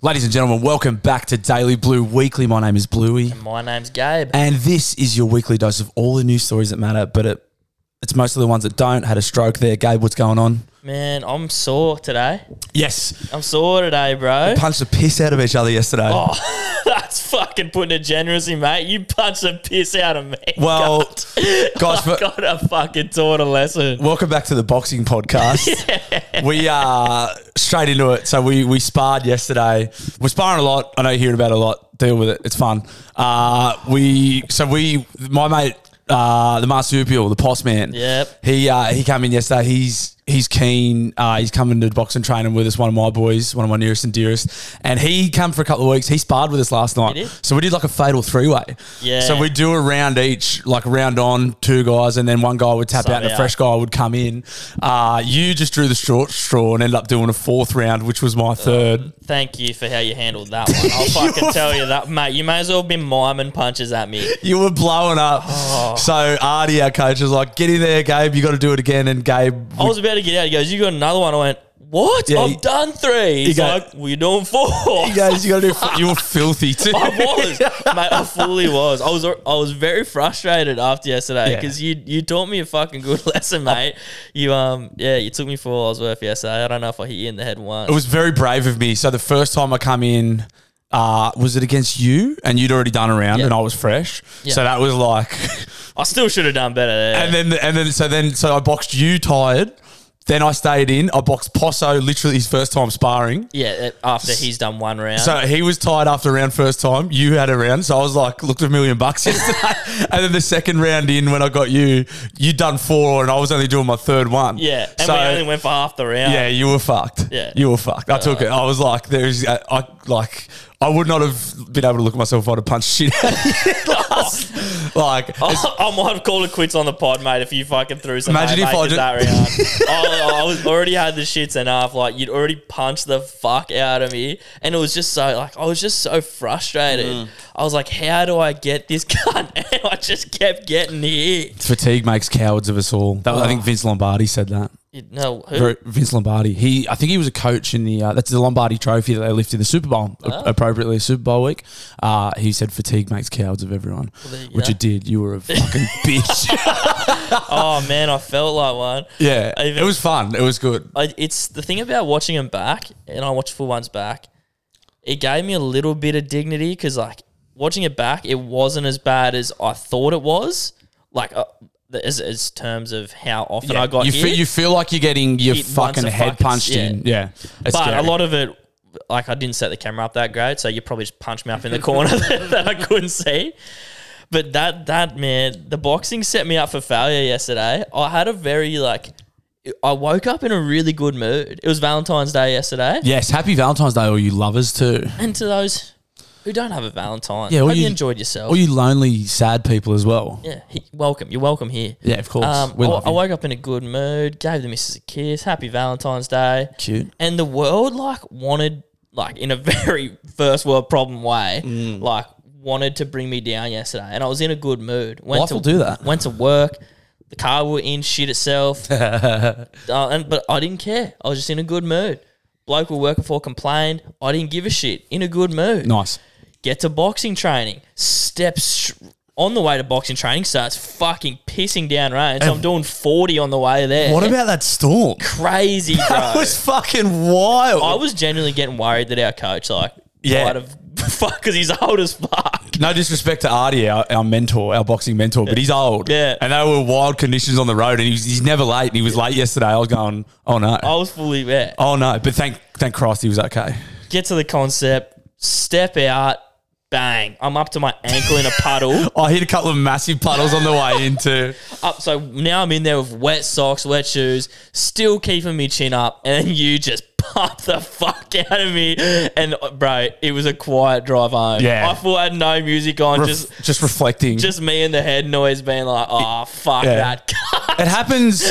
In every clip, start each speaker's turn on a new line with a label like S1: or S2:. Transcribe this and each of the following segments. S1: Ladies and gentlemen, welcome back to Daily Blue Weekly. My name is Bluey,
S2: My name's Gabe.
S1: and this is your weekly dose of all the news stories that matter, but it, it's mostly the ones that don't. Had a stroke there. Gabe, what's going on?
S2: Man, I'm sore today.
S1: Yes.
S2: I'm sore today, bro.
S1: Punched the piss out of each other yesterday.
S2: Oh, that's fucking putting it generously, mate. You punched the piss out of me.
S1: well, guys,
S2: I
S1: for,
S2: got a fucking taught a lesson.
S1: welcome back to the boxing podcast. We are straight into it. So we, we sparred yesterday. We're sparring a lot. I know you hear about it a lot. Deal with it. It's fun. Uh, we so we my mate uh, the marsupial, the poss man.
S2: Yep.
S1: He uh, he came in yesterday. He's he's keen. Uh, he's coming to boxing training with us. One of my boys, one of my nearest and dearest. And he came for a couple of weeks. He sparred with us last night.
S2: did?
S1: So we did like a fatal three way.
S2: Yeah.
S1: So we do a round each, like a round on two guys, and then one guy would tap
S2: Sub
S1: out, and a
S2: out.
S1: fresh guy would come in. Uh, you just drew the short straw and ended up doing a fourth round, which was my third.
S2: Thank you for how you handled that one. I'll fucking tell you that, mate. You may as well be miming punches at me.
S1: You were blowing up.
S2: Oh.
S1: So Artie, our coach, was like, "Get in there, Gabe. You got to do it again." And Gabe,
S2: I was about to get out. He goes, "You got another one?" I went, "What?
S1: Yeah,
S2: I've
S1: he-
S2: done three. He's
S1: go-
S2: like, "We're doing four.
S1: he goes, "You got to do." F- you were filthy too.
S2: I was, mate. I fully was. I was. I was very frustrated after yesterday
S1: Yeah.
S2: because you you taught me a fucking good lesson, mate. You um yeah, you took me for all I was worth yesterday. I don't know if I hit you in the head once.
S1: It was very brave of me. So the first time I come in, uh, was it against you? And you'd already done a round,
S2: Yeah.
S1: and I was fresh.
S2: Yeah.
S1: So that was like,
S2: I still should have done better there.
S1: and then and then so then so I boxed you tired. Then I stayed in. I boxed Posso literally his first time sparring.
S2: yeah, that- after he's done one round.
S1: So he was tired after round first time. You had a round, so I was like, looked a million bucks yesterday. and then the second round in, when I got you, you'd done four, and I was only doing my third one.
S2: yeah, and
S1: so
S2: we only went for half the round.
S1: Yeah, you were fucked.
S2: Yeah.
S1: you were fucked. I took it. I was like, there's, I, I like, I would not have been able to look at myself. if I'd have punched shit. out of you. like,
S2: I, I might have called it quits on the pod, mate, if you fucking threw some
S1: Imagine
S2: Imagine
S1: if I
S2: haymakers that round. I, I was already had the shits enough. Like, you'd already punched the fuck out of me. And it was just so, like, I was just so frustrated.
S1: Mm.
S2: I was like, how do I get this gun? And I just kept getting hit.
S1: fatigue makes cowards of us all. That was, I think Vince Lombardi said that.
S2: Oh. You know, who?
S1: Ver- Vince Lombardi. He, I think he was a coach in the. Uh, that's the Lombardi Trophy that they lifted in the Super Bowl,
S2: Oh.
S1: a- appropriately Super Bowl week. Uh, he said fatigue makes cowards of everyone,
S2: there you
S1: which
S2: go.
S1: it did. You were a fucking bitch.
S2: oh, man, I felt like one.
S1: yeah,
S2: Even-
S1: it was fun. It was good.
S2: I, it's the thing about watching them back, and I watched full ones back. It gave me a little bit of dignity because, like, watching it back, it wasn't as bad as I thought it was. Like, uh, the- as, as terms of how often I got
S1: you
S2: hit,
S1: feel you feel like you're getting your
S2: Hit once
S1: fucking
S2: a
S1: head
S2: fucking-
S1: punched
S2: yeah.
S1: in. Yeah, It's
S2: but
S1: scary.
S2: a lot of it, like, I didn't set the camera up that great, so you probably just punched me up in the corner that I couldn't see. But that that man, the boxing set me up for failure yesterday. I had a very like. I woke up in a really good mood. It was Valentine's Day yesterday.
S1: Yes, happy Valentine's Day, all you lovers too.
S2: And to those who don't have a Valentine,
S1: Yeah,
S2: yeah,
S1: all
S2: hope you,
S1: you-
S2: enjoyed yourself.
S1: All you lonely, sad people as well.
S2: yeah, he- welcome. You're welcome here.
S1: Yeah, of course.
S2: Um,
S1: we
S2: I,
S1: love
S2: I
S1: you.
S2: woke up in a good mood, gave the missus a kiss. Happy Valentine's Day.
S1: Cute.
S2: And the world like wanted, like in a very first world problem way,
S1: Mm.
S2: like wanted to bring me down yesterday. And I was in a good mood. Went
S1: Life
S2: to,
S1: will do that.
S2: Went to work. The car were in shit itself. uh, and but I didn't care. I was just in a good mood. Bloke we were working for complained. I didn't give a shit. In a good mood
S1: Nice.
S2: get to boxing training. Steps sh- on the way to boxing training starts fucking pissing down rain. So I'm doing 40 on the way there.
S1: What about that storm?
S2: crazy, bro?
S1: That was fucking
S2: I
S1: wild.
S2: was genuinely getting worried that our coach, like,
S1: Yeah.
S2: might have fuck because he's old as fuck.
S1: No disrespect to Artie, our, our mentor, our boxing mentor, but he's old.
S2: Yeah.
S1: And they were wild conditions on the road, and he was, he's never late, and he was late yesterday. I was going, oh no.
S2: I was fully wet.
S1: Oh no. But thank thank Christ he was okay.
S2: Get to the concept, step out, bang! I'm up to my ankle in a puddle.
S1: I hit a couple of massive puddles on the way into.
S2: up, so now I'm in there with wet socks, wet shoes, still keeping me chin up, and you just pumped the fuck out of me. And uh, bro, it was a quiet drive home.
S1: Yeah.
S2: I thought I had no music on,
S1: Ref-
S2: just
S1: just, reflecting.
S2: just me and the head noise being like, oh fuck
S1: Yeah.
S2: that.
S1: It happens.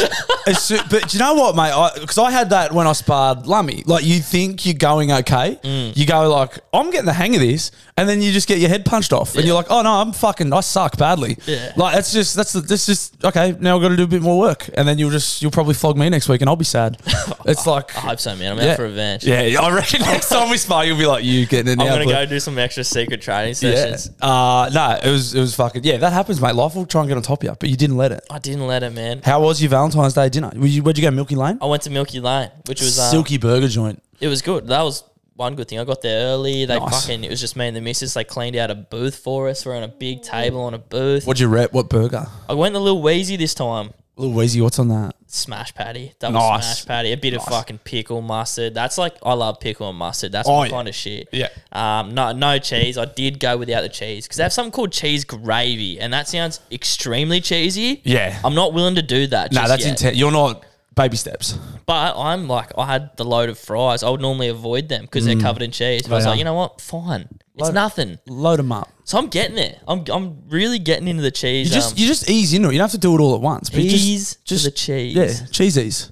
S1: as soo- but do you know what, mate? Because I, had that when I sparred Lummy. Like, you think you're going okay.
S2: Mm.
S1: You go like, I'm getting the hang of this. And then you just get your head punched off. And you're like, oh, no, I'm fucking, I suck badly.
S2: Yeah.
S1: Like, that's just, that's, the- that's just, okay, now I've got to do a bit more work, and then you'll just you'll probably flog me next week, and I'll be sad. It's like
S2: I hope so, man. I'm
S1: yeah.
S2: out for revenge.
S1: Yeah, I reckon next time we spar, you'll be like, you getting it
S2: I'm
S1: now.
S2: gonna
S1: bloke."
S2: go do some extra secret training
S1: Yeah.
S2: sessions.
S1: Uh, no, it was it was fucking yeah. That happens, mate. Life will try and get on top of you, but you didn't let it.
S2: I didn't let it, man.
S1: How was your Valentine's Day dinner? Were you, where'd you go, Milky Lane?
S2: I went to Milky Lane, which was um,
S1: Silky burger joint.
S2: It was good. That was one good thing. I got there early. They
S1: Nice.
S2: fucking it was just me and the missus. They cleaned out a booth for us. We're on a big table on a booth.
S1: What'd you rep? What burger?
S2: I went a little wheezy this time.
S1: Little Wheezy, what's on that?
S2: Smash patty, double
S1: Nice.
S2: smash patty, a bit of fucking pickle mustard. That's like I love pickle and mustard. That's
S1: Oh,
S2: my
S1: yeah.
S2: kind of shit.
S1: Yeah.
S2: Um, no, no cheese. I did go without the cheese because they have something called cheese gravy, and that sounds extremely cheesy.
S1: Yeah.
S2: I'm not willing to do that.
S1: No,
S2: just
S1: that's
S2: yet.
S1: intense. You're not baby steps.
S2: But I'm like, I had the load of fries. I would normally avoid them because
S1: Mm.
S2: they're covered in cheese. But I was
S1: They are.
S2: like, you know what? Fine. It's
S1: Load-
S2: nothing.
S1: Load them up.
S2: So I'm getting there. I'm I'm really getting into the cheese.
S1: You just
S2: um,
S1: you just ease into it. You don't have to do it all at once. But you
S2: Ease
S1: just,
S2: to
S1: just
S2: the cheese.
S1: Yeah, cheese ease.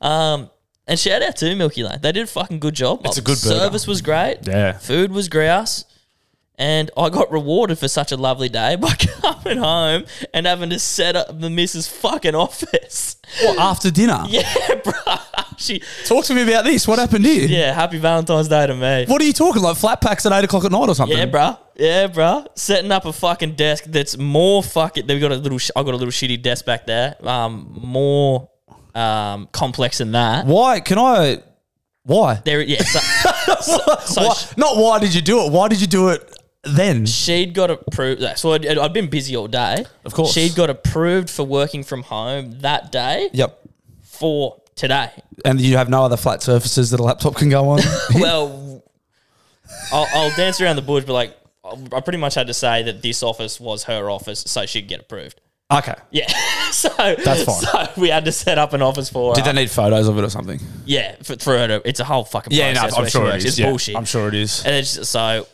S2: um, and shout out to Milky Lane. They did a fucking good job.
S1: It's a good burger.
S2: Service was great.
S1: Yeah.
S2: Food was grouse. And I got rewarded for such a lovely day by coming home and having to set up the missus fucking office.
S1: What after dinner?
S2: Yeah, bro. She,
S1: Talk to me about this. What happened here?
S2: yeah, happy Valentine's Day to me.
S1: What are you talking like? Flat packs at eight o'clock at night or something?
S2: Yeah, bruh. Yeah, bruh. Setting up a fucking desk that's more fucking. They've got a little. Sh- I got a little shitty desk back there. Um, more um complex than that.
S1: Why can I? Why?
S2: There, yeah. So, so
S1: why?
S2: sh-
S1: Not why did you do it? Why did you do it then?
S2: she'd got approved. So I'd, I'd been busy all day.
S1: Of course.
S2: She'd got approved for working from home that day
S1: Yep.
S2: for today.
S1: And you have no other flat surfaces that a laptop can go on.
S2: Well, I'll, I'll dance around the bush, but like, I pretty much had to say that this office was her office, so she'd get approved.
S1: okay.
S2: Yeah. so
S1: That's fine.
S2: So we had to set up an office for her.
S1: Did they need photos of it or something?
S2: yeah, for, for her to, it's a whole fucking process where she works. It's bullshit.
S1: I'm sure it is.
S2: And it's just, so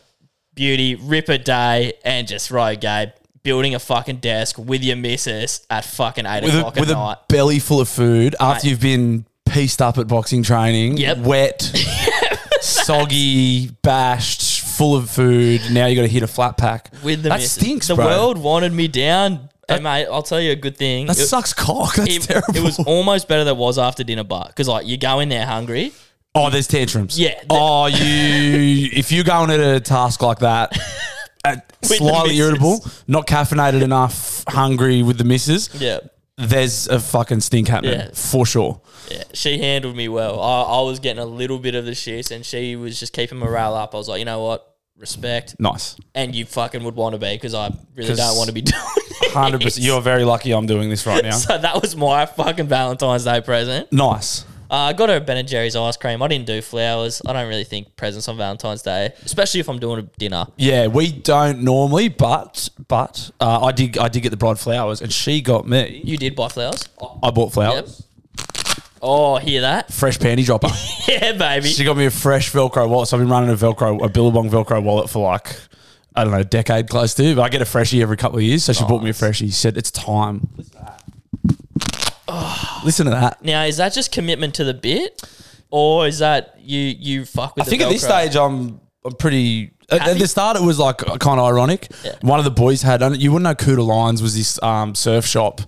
S2: beauty, ripper day, and just road game. Building a fucking desk with your missus at fucking eight
S1: With, a,
S2: o'clock
S1: with
S2: at
S1: a
S2: night.
S1: belly full of food after you've been pieced up at boxing training,
S2: Yep.
S1: wet, soggy, bashed, full of food. Now you got to hit a flat pack.
S2: with the
S1: that
S2: missus.
S1: stinks,
S2: The
S1: bro.
S2: world wanted me down. and mate, I'll tell you a good thing.
S1: that
S2: It-
S1: sucks cock. That's
S2: it,
S1: terrible.
S2: it was almost better than it was after dinner bar because like you go in there hungry.
S1: Oh, there's tantrums.
S2: Yeah.
S1: oh, you. If you're going at a task like that, at
S2: the
S1: slightly
S2: missus.
S1: irritable, not caffeinated enough, hungry with the missus,
S2: Yeah.
S1: there's a fucking stink happening
S2: Yeah.
S1: for sure.
S2: Yeah, she handled me well. I, I was getting a little bit of the shits, and she was just keeping morale up. I was like, you know what, respect,
S1: Nice,
S2: and you fucking would want to be because I really
S1: 'Cause-
S2: don't want to be doing this.
S1: hundred percent. You're very lucky. I'm doing this right now.
S2: So that was my fucking Valentine's Day present.
S1: nice.
S2: Uh, I got her a Ben and Jerry's ice cream. I didn't do flowers. I don't really think presents on Valentine's Day, especially if I'm doing a dinner.
S1: Yeah, we don't normally, but but uh, I did I did get the bride flowers, and she got me.
S2: You did buy flowers.
S1: I bought
S2: Yep.
S1: flowers,
S2: Oh, hear that?
S1: fresh panty dropper.
S2: Yeah, baby.
S1: She got me a fresh Velcro wallet. So I've been running a Velcro, a Billabong Velcro wallet for like, I don't know, a decade close to. But I get a freshie every couple of years. So she bought me a freshie. She said, it's time. Listen to that.
S2: Now, is that just commitment to the bit, or is that you you fuck with?
S1: I think at this stage, I'm, I'm pretty. At, at
S2: Happy?
S1: the start, it was like kind of ironic. One of the boys had, and you wouldn't know Cooter Lines was this um, surf shop.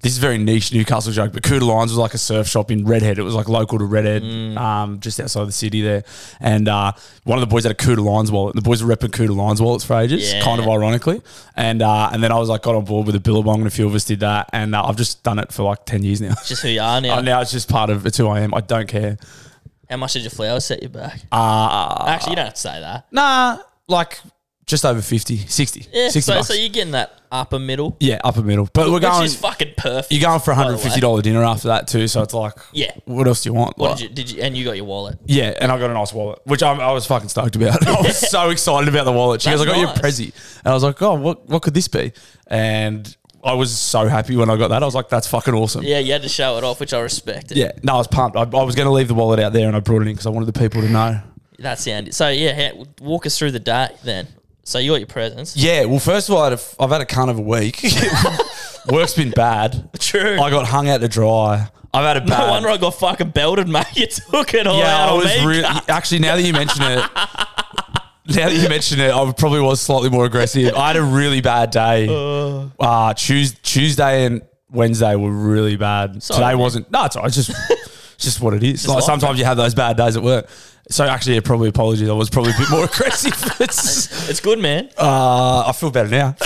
S1: This is a very niche Newcastle joke, but Cooter Lines was like a surf shop in Redhead. It was like local to Redhead,
S2: Mm.
S1: um, just outside the city there. And uh, one of the boys had a Cooter Lines wallet. And the boys were repping Cooter Lines wallets for ages,
S2: Yeah.
S1: kind of ironically. And uh, and then I was like, got on board with the Billabong, and a few of us did that. And uh, I've just done it for like 10 years now.
S2: just who you are now.
S1: And now it's just part of it's who I am. I don't care.
S2: How much did your flowers set you back?
S1: Uh,
S2: Actually, you don't have to say that.
S1: Nah, like just over 50, 60.
S2: Yeah,
S1: 60
S2: so,
S1: bucks.
S2: so you're getting that upper middle,
S1: yeah, upper middle. But we're
S2: which
S1: going,
S2: is fucking perfect.
S1: you're going for a
S2: by the way.
S1: $150 dinner after that too. So it's like,
S2: Yeah.
S1: what else do you want?
S2: What
S1: Like,
S2: did you, did you? And you got your wallet.
S1: yeah, and I got a nice wallet, which I, I was fucking stoked about. I was so excited about the wallet. She goes, I
S2: That's
S1: got you a
S2: nice.
S1: Prezi. And I was like, oh, what, what could this be? And I was so happy when I got that. I was like, that's fucking awesome.
S2: Yeah, you had to show it off, which I respected.
S1: Yeah, no, I was pumped. I, I was going to leave the wallet out there and I brought it in because I wanted the people to know.
S2: that sounded. So yeah, ha- walk us through the day then. So you got your presents.
S1: Yeah, well, first of all, I had a f- I've had a cunt of a week. Work's been bad.
S2: True.
S1: I got hung out to dry. I've had a
S2: no
S1: bad.
S2: wonder I got fucking belted, mate. You took it all
S1: yeah,
S2: out
S1: I
S2: on
S1: was
S2: me.
S1: really. Actually, now that you mention it, now that you mention it, I probably was slightly more aggressive. I had a really bad day. Uh, Tues- Tuesday and Wednesday were really bad.
S2: all
S1: Today
S2: right, man.
S1: wasn't. No, it's all right, it's just it's just what it is. Like
S2: life,
S1: sometimes you have those bad days at work. So actually, yeah, probably apologies. I was probably a bit more aggressive. It's,
S2: It's good, man.
S1: uh, I feel better now.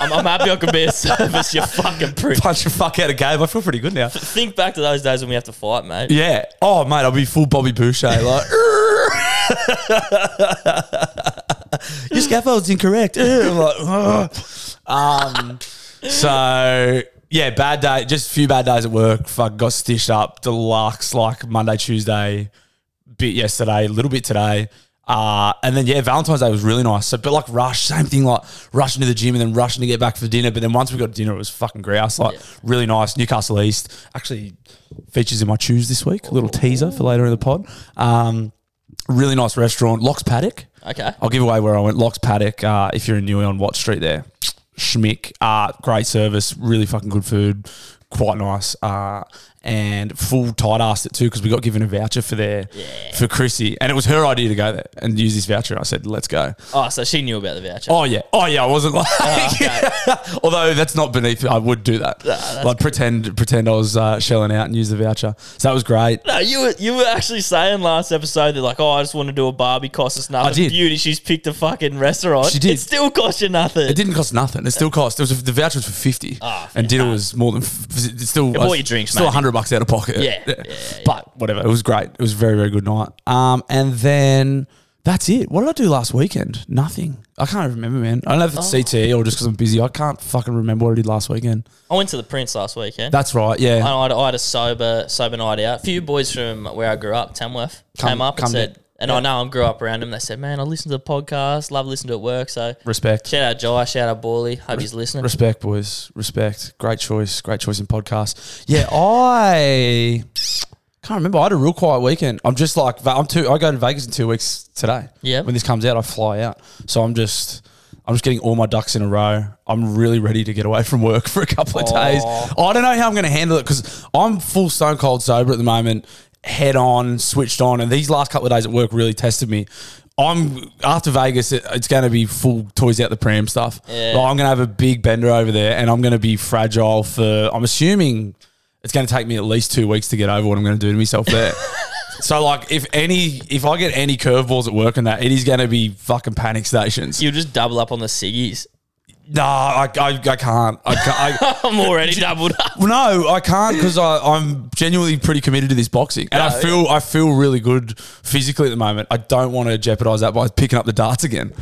S2: I'm, I'm happy I could be a service, you fucking prick.
S1: Punch the fuck out of game. I feel pretty good now.
S2: Think back to those days when we have to fight, mate.
S1: Yeah. Oh, mate, I'll be full Bobby Boucher. Like, your scaffold's incorrect. Ugh. I'm like, "Ugh." um, so yeah, bad day. Just a few bad days at work. Fuck, got stitched up deluxe like Monday, Tuesday, bit yesterday, a little bit today. Uh, and then yeah, Valentine's Day was really nice. So, but like rush, same thing. Like rushing to the gym and then rushing to get back for dinner. But then once we got dinner, it was fucking grouse. Like really nice. Newcastle East actually features in my choose this week. A little teaser for later in the pod. Um, really nice restaurant, Locks Paddock.
S2: Okay.
S1: I'll give away where I went. Locks Paddock. Uh, if you're in Newey on Watt Street, there, schmick. Uh, great service, really fucking good food, quite nice. Uh, and full tight assed it too because we got given a voucher for there for Chrissy, and it was her idea to go there and use this voucher. I said, let's go.
S2: Oh, so she knew about the voucher.
S1: Oh yeah, oh yeah. I wasn't like, although that's not beneath. I would do that.
S2: that's
S1: like pretend, pretend I was uh, shelling out and use the voucher. So that was great.
S2: No, you were you were actually saying last episode that like, oh, I just want to do a Barbie cost us nothing.
S1: I did.
S2: Beauty, she's picked a fucking restaurant.
S1: She did.
S2: It still cost you nothing.
S1: It didn't cost nothing. It still cost. It was the voucher was for fifty,
S2: Ah,
S1: and dinner was more than f- it's still.
S2: bought you drinks,
S1: Still
S2: maybe.
S1: hundred bucks out of pocket.
S2: Yeah, yeah, yeah.
S1: but whatever. It was great. It was a very very good night. Um, and then that's it. What did I do last weekend? Nothing. I can't remember, man. I don't know if
S2: Oh.
S1: it's CTE or just because I'm busy. I can't fucking remember what I did last weekend.
S2: I went to the Prince last weekend.
S1: That's right. Yeah.
S2: I had, I had a sober sober night out. A few boys from where I grew up, Tamworth,
S1: Come-
S2: came up and
S1: come
S2: said,
S1: down.
S2: and I know I grew up around them. They said, man, I listen to the podcast, love listening to it at work. So
S1: Respect.
S2: shout out Jai, shout out Borley. Hope he's listening.
S1: Respect, boys. Respect. Great choice. Great choice in podcast. Yeah, I can't remember. I had a real quiet weekend. I'm just like I'm too. I go to Vegas in two weeks today.
S2: Yep.
S1: When this comes out, I fly out. So I'm just. I'm just getting all my ducks in a row. I'm really ready to get away from work for a couple of days.
S2: Oh.
S1: I don't know how I'm going to handle it because I'm full stone cold sober at the moment, head on, switched on, and these last couple of days at work really tested me. I'm after Vegas, it, it's going to be full toys out the pram stuff.
S2: Yeah.
S1: Like, I'm going to have a big bender over there and I'm going to be fragile for, I'm assuming it's going to take me at least two weeks to get over what I'm going to do to myself there. so, like, if any, if I get any curveballs at work and that, it is going to be fucking panic stations.
S2: You just double up on the ciggies.
S1: no, I, I, I can't. I can't. I,
S2: I'm already doubled up.
S1: no, I can't because I'm genuinely pretty committed to this boxing, and I feel I feel really good physically at the moment. I don't want to jeopardize that by picking up the darts again.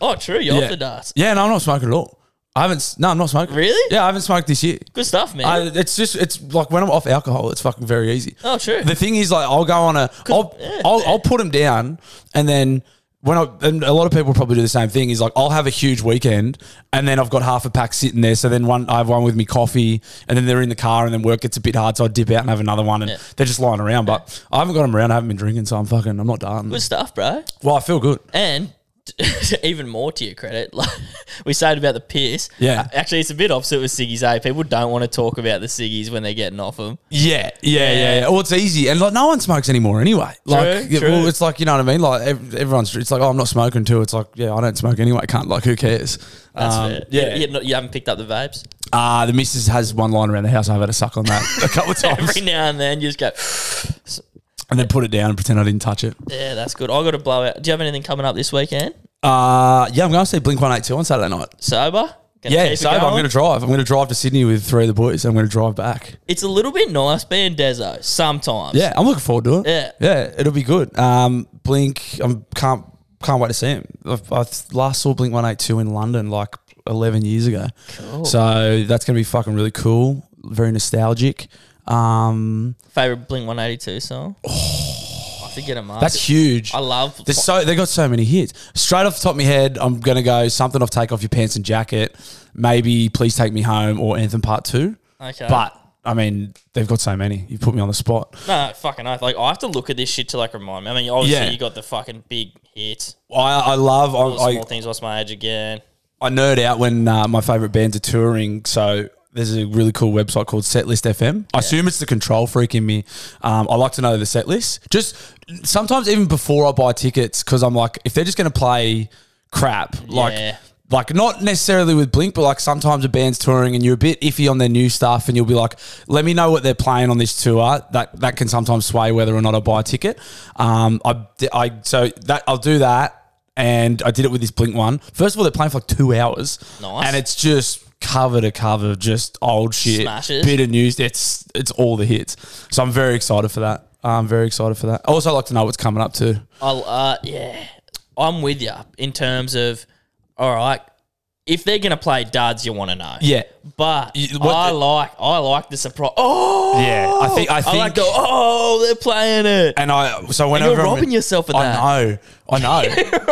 S2: Oh, true. You're
S1: yeah.
S2: off the darts.
S1: Yeah, no, I'm not smoking at all. I haven't. s- No, I'm not smoking.
S2: Really?
S1: Yeah, I haven't smoked this year.
S2: Good stuff, man.
S1: I, it's just it's like when I'm off alcohol, it's fucking very easy.
S2: Oh, true.
S1: The thing is, like, I'll go on a, I'll,
S2: yeah.
S1: I'll, I'll put them down, and then when I, and a lot of people probably do the same thing. Is like, I'll have a huge weekend, and then I've got half a pack sitting there. So then one, I have one with me coffee, and then they're in the car, and then work gets a bit hard, so I dip out and have another one, and they're just lying around. But I haven't got them around. I haven't been drinking, so I'm fucking, I'm not done.
S2: Good stuff, bro.
S1: Well, I feel good.
S2: And even more to your credit, like we said about the piss. Uh,
S1: Yeah.
S2: Actually, it's a bit opposite with ciggies. Eh? People don't want to talk about the ciggies when they're getting off them.
S1: Yeah, yeah, yeah, yeah. Well, it's easy, and like no one smokes anymore anyway. Like,
S2: True,
S1: yeah, well,
S2: true.
S1: it's like you know what I mean. Like ev- everyone's, it's like, oh, I'm not smoking too. It's like, yeah, I don't smoke anyway. Can't like, who cares?
S2: That's
S1: Um,
S2: fair.
S1: Yeah.
S2: You, you- you haven't picked up the vapes.
S1: Uh, the missus has one line around the house. I've had a suck on that a couple of times,
S2: Every now and then, you just go,
S1: and then put it down and pretend I didn't touch it.
S2: yeah, that's good. I got to blow out. Do you have anything coming up this weekend?
S1: Uh, yeah, I'm going to see Blink One Eight Two on Saturday night.
S2: Sober? Gonna keep
S1: Yeah,
S2: it
S1: so I'm
S2: going?
S1: going to drive. I'm going to drive to Sydney with three of the boys. I'm going to drive back.
S2: It's a little bit nice being Dezo sometimes.
S1: Yeah, I'm looking forward to it.
S2: Yeah.
S1: yeah, it'll be good. Um, Blink, I can't can't wait to see him. I, I last saw Blink One Eight Two in London like eleven years ago. So that's gonna be fucking really cool. Very nostalgic. Um,
S2: Favorite Blink 182 song? I have to get them up.
S1: Oh. that's huge.
S2: I love.
S1: There's so they got so many hits. Straight off the top of my head, I'm gonna go something off "Take Off Your Pants and Jacket," maybe "Please Take Me Home" or "Anthem Part 2.
S2: okay.
S1: But I mean, they've got so many. You put me on the spot.
S2: No, fucking oath. Like I have to look at this shit to like remind me. I mean, obviously
S1: Yeah.
S2: you got the fucking big hits.
S1: I, I love. I,
S2: Small
S1: I,
S2: things. What's my age again?
S1: I nerd out when uh, my favorite bands are touring. So There's a really cool website called Setlist FM. I assume it's the control freak in me. Um, I like to know the set list. Just sometimes even before I buy tickets, because I'm like, if they're just going to play crap, like.
S2: Yeah.
S1: Like not necessarily with Blink, but like sometimes a band's touring and you're a bit iffy on their new stuff, and you'll be like, "Let me know what they're playing on this tour." That that can sometimes sway whether or not I buy a ticket. Um, I, I so that I'll do that, and I did it with this Blink one. First of all, they're playing for like two hours,
S2: Nice.
S1: and it's just cover to cover, just old shit,
S2: Smashes.
S1: bit of news. It's it's all the hits. So I'm very excited for that. I'm very excited for that. I also like to know what's coming up too.
S2: I'll, uh, yeah, I'm with you in terms of, all right, if they're gonna play duds, you want to know.
S1: Yeah,
S2: But
S1: You- what
S2: I
S1: the-
S2: like I like the surprise. Oh
S1: Yeah, I think- I think-
S2: like the oh they're playing it.
S1: and I so whenever
S2: You're
S1: I'm-
S2: robbing yourself of
S1: I
S2: that. Oh
S1: know, I know.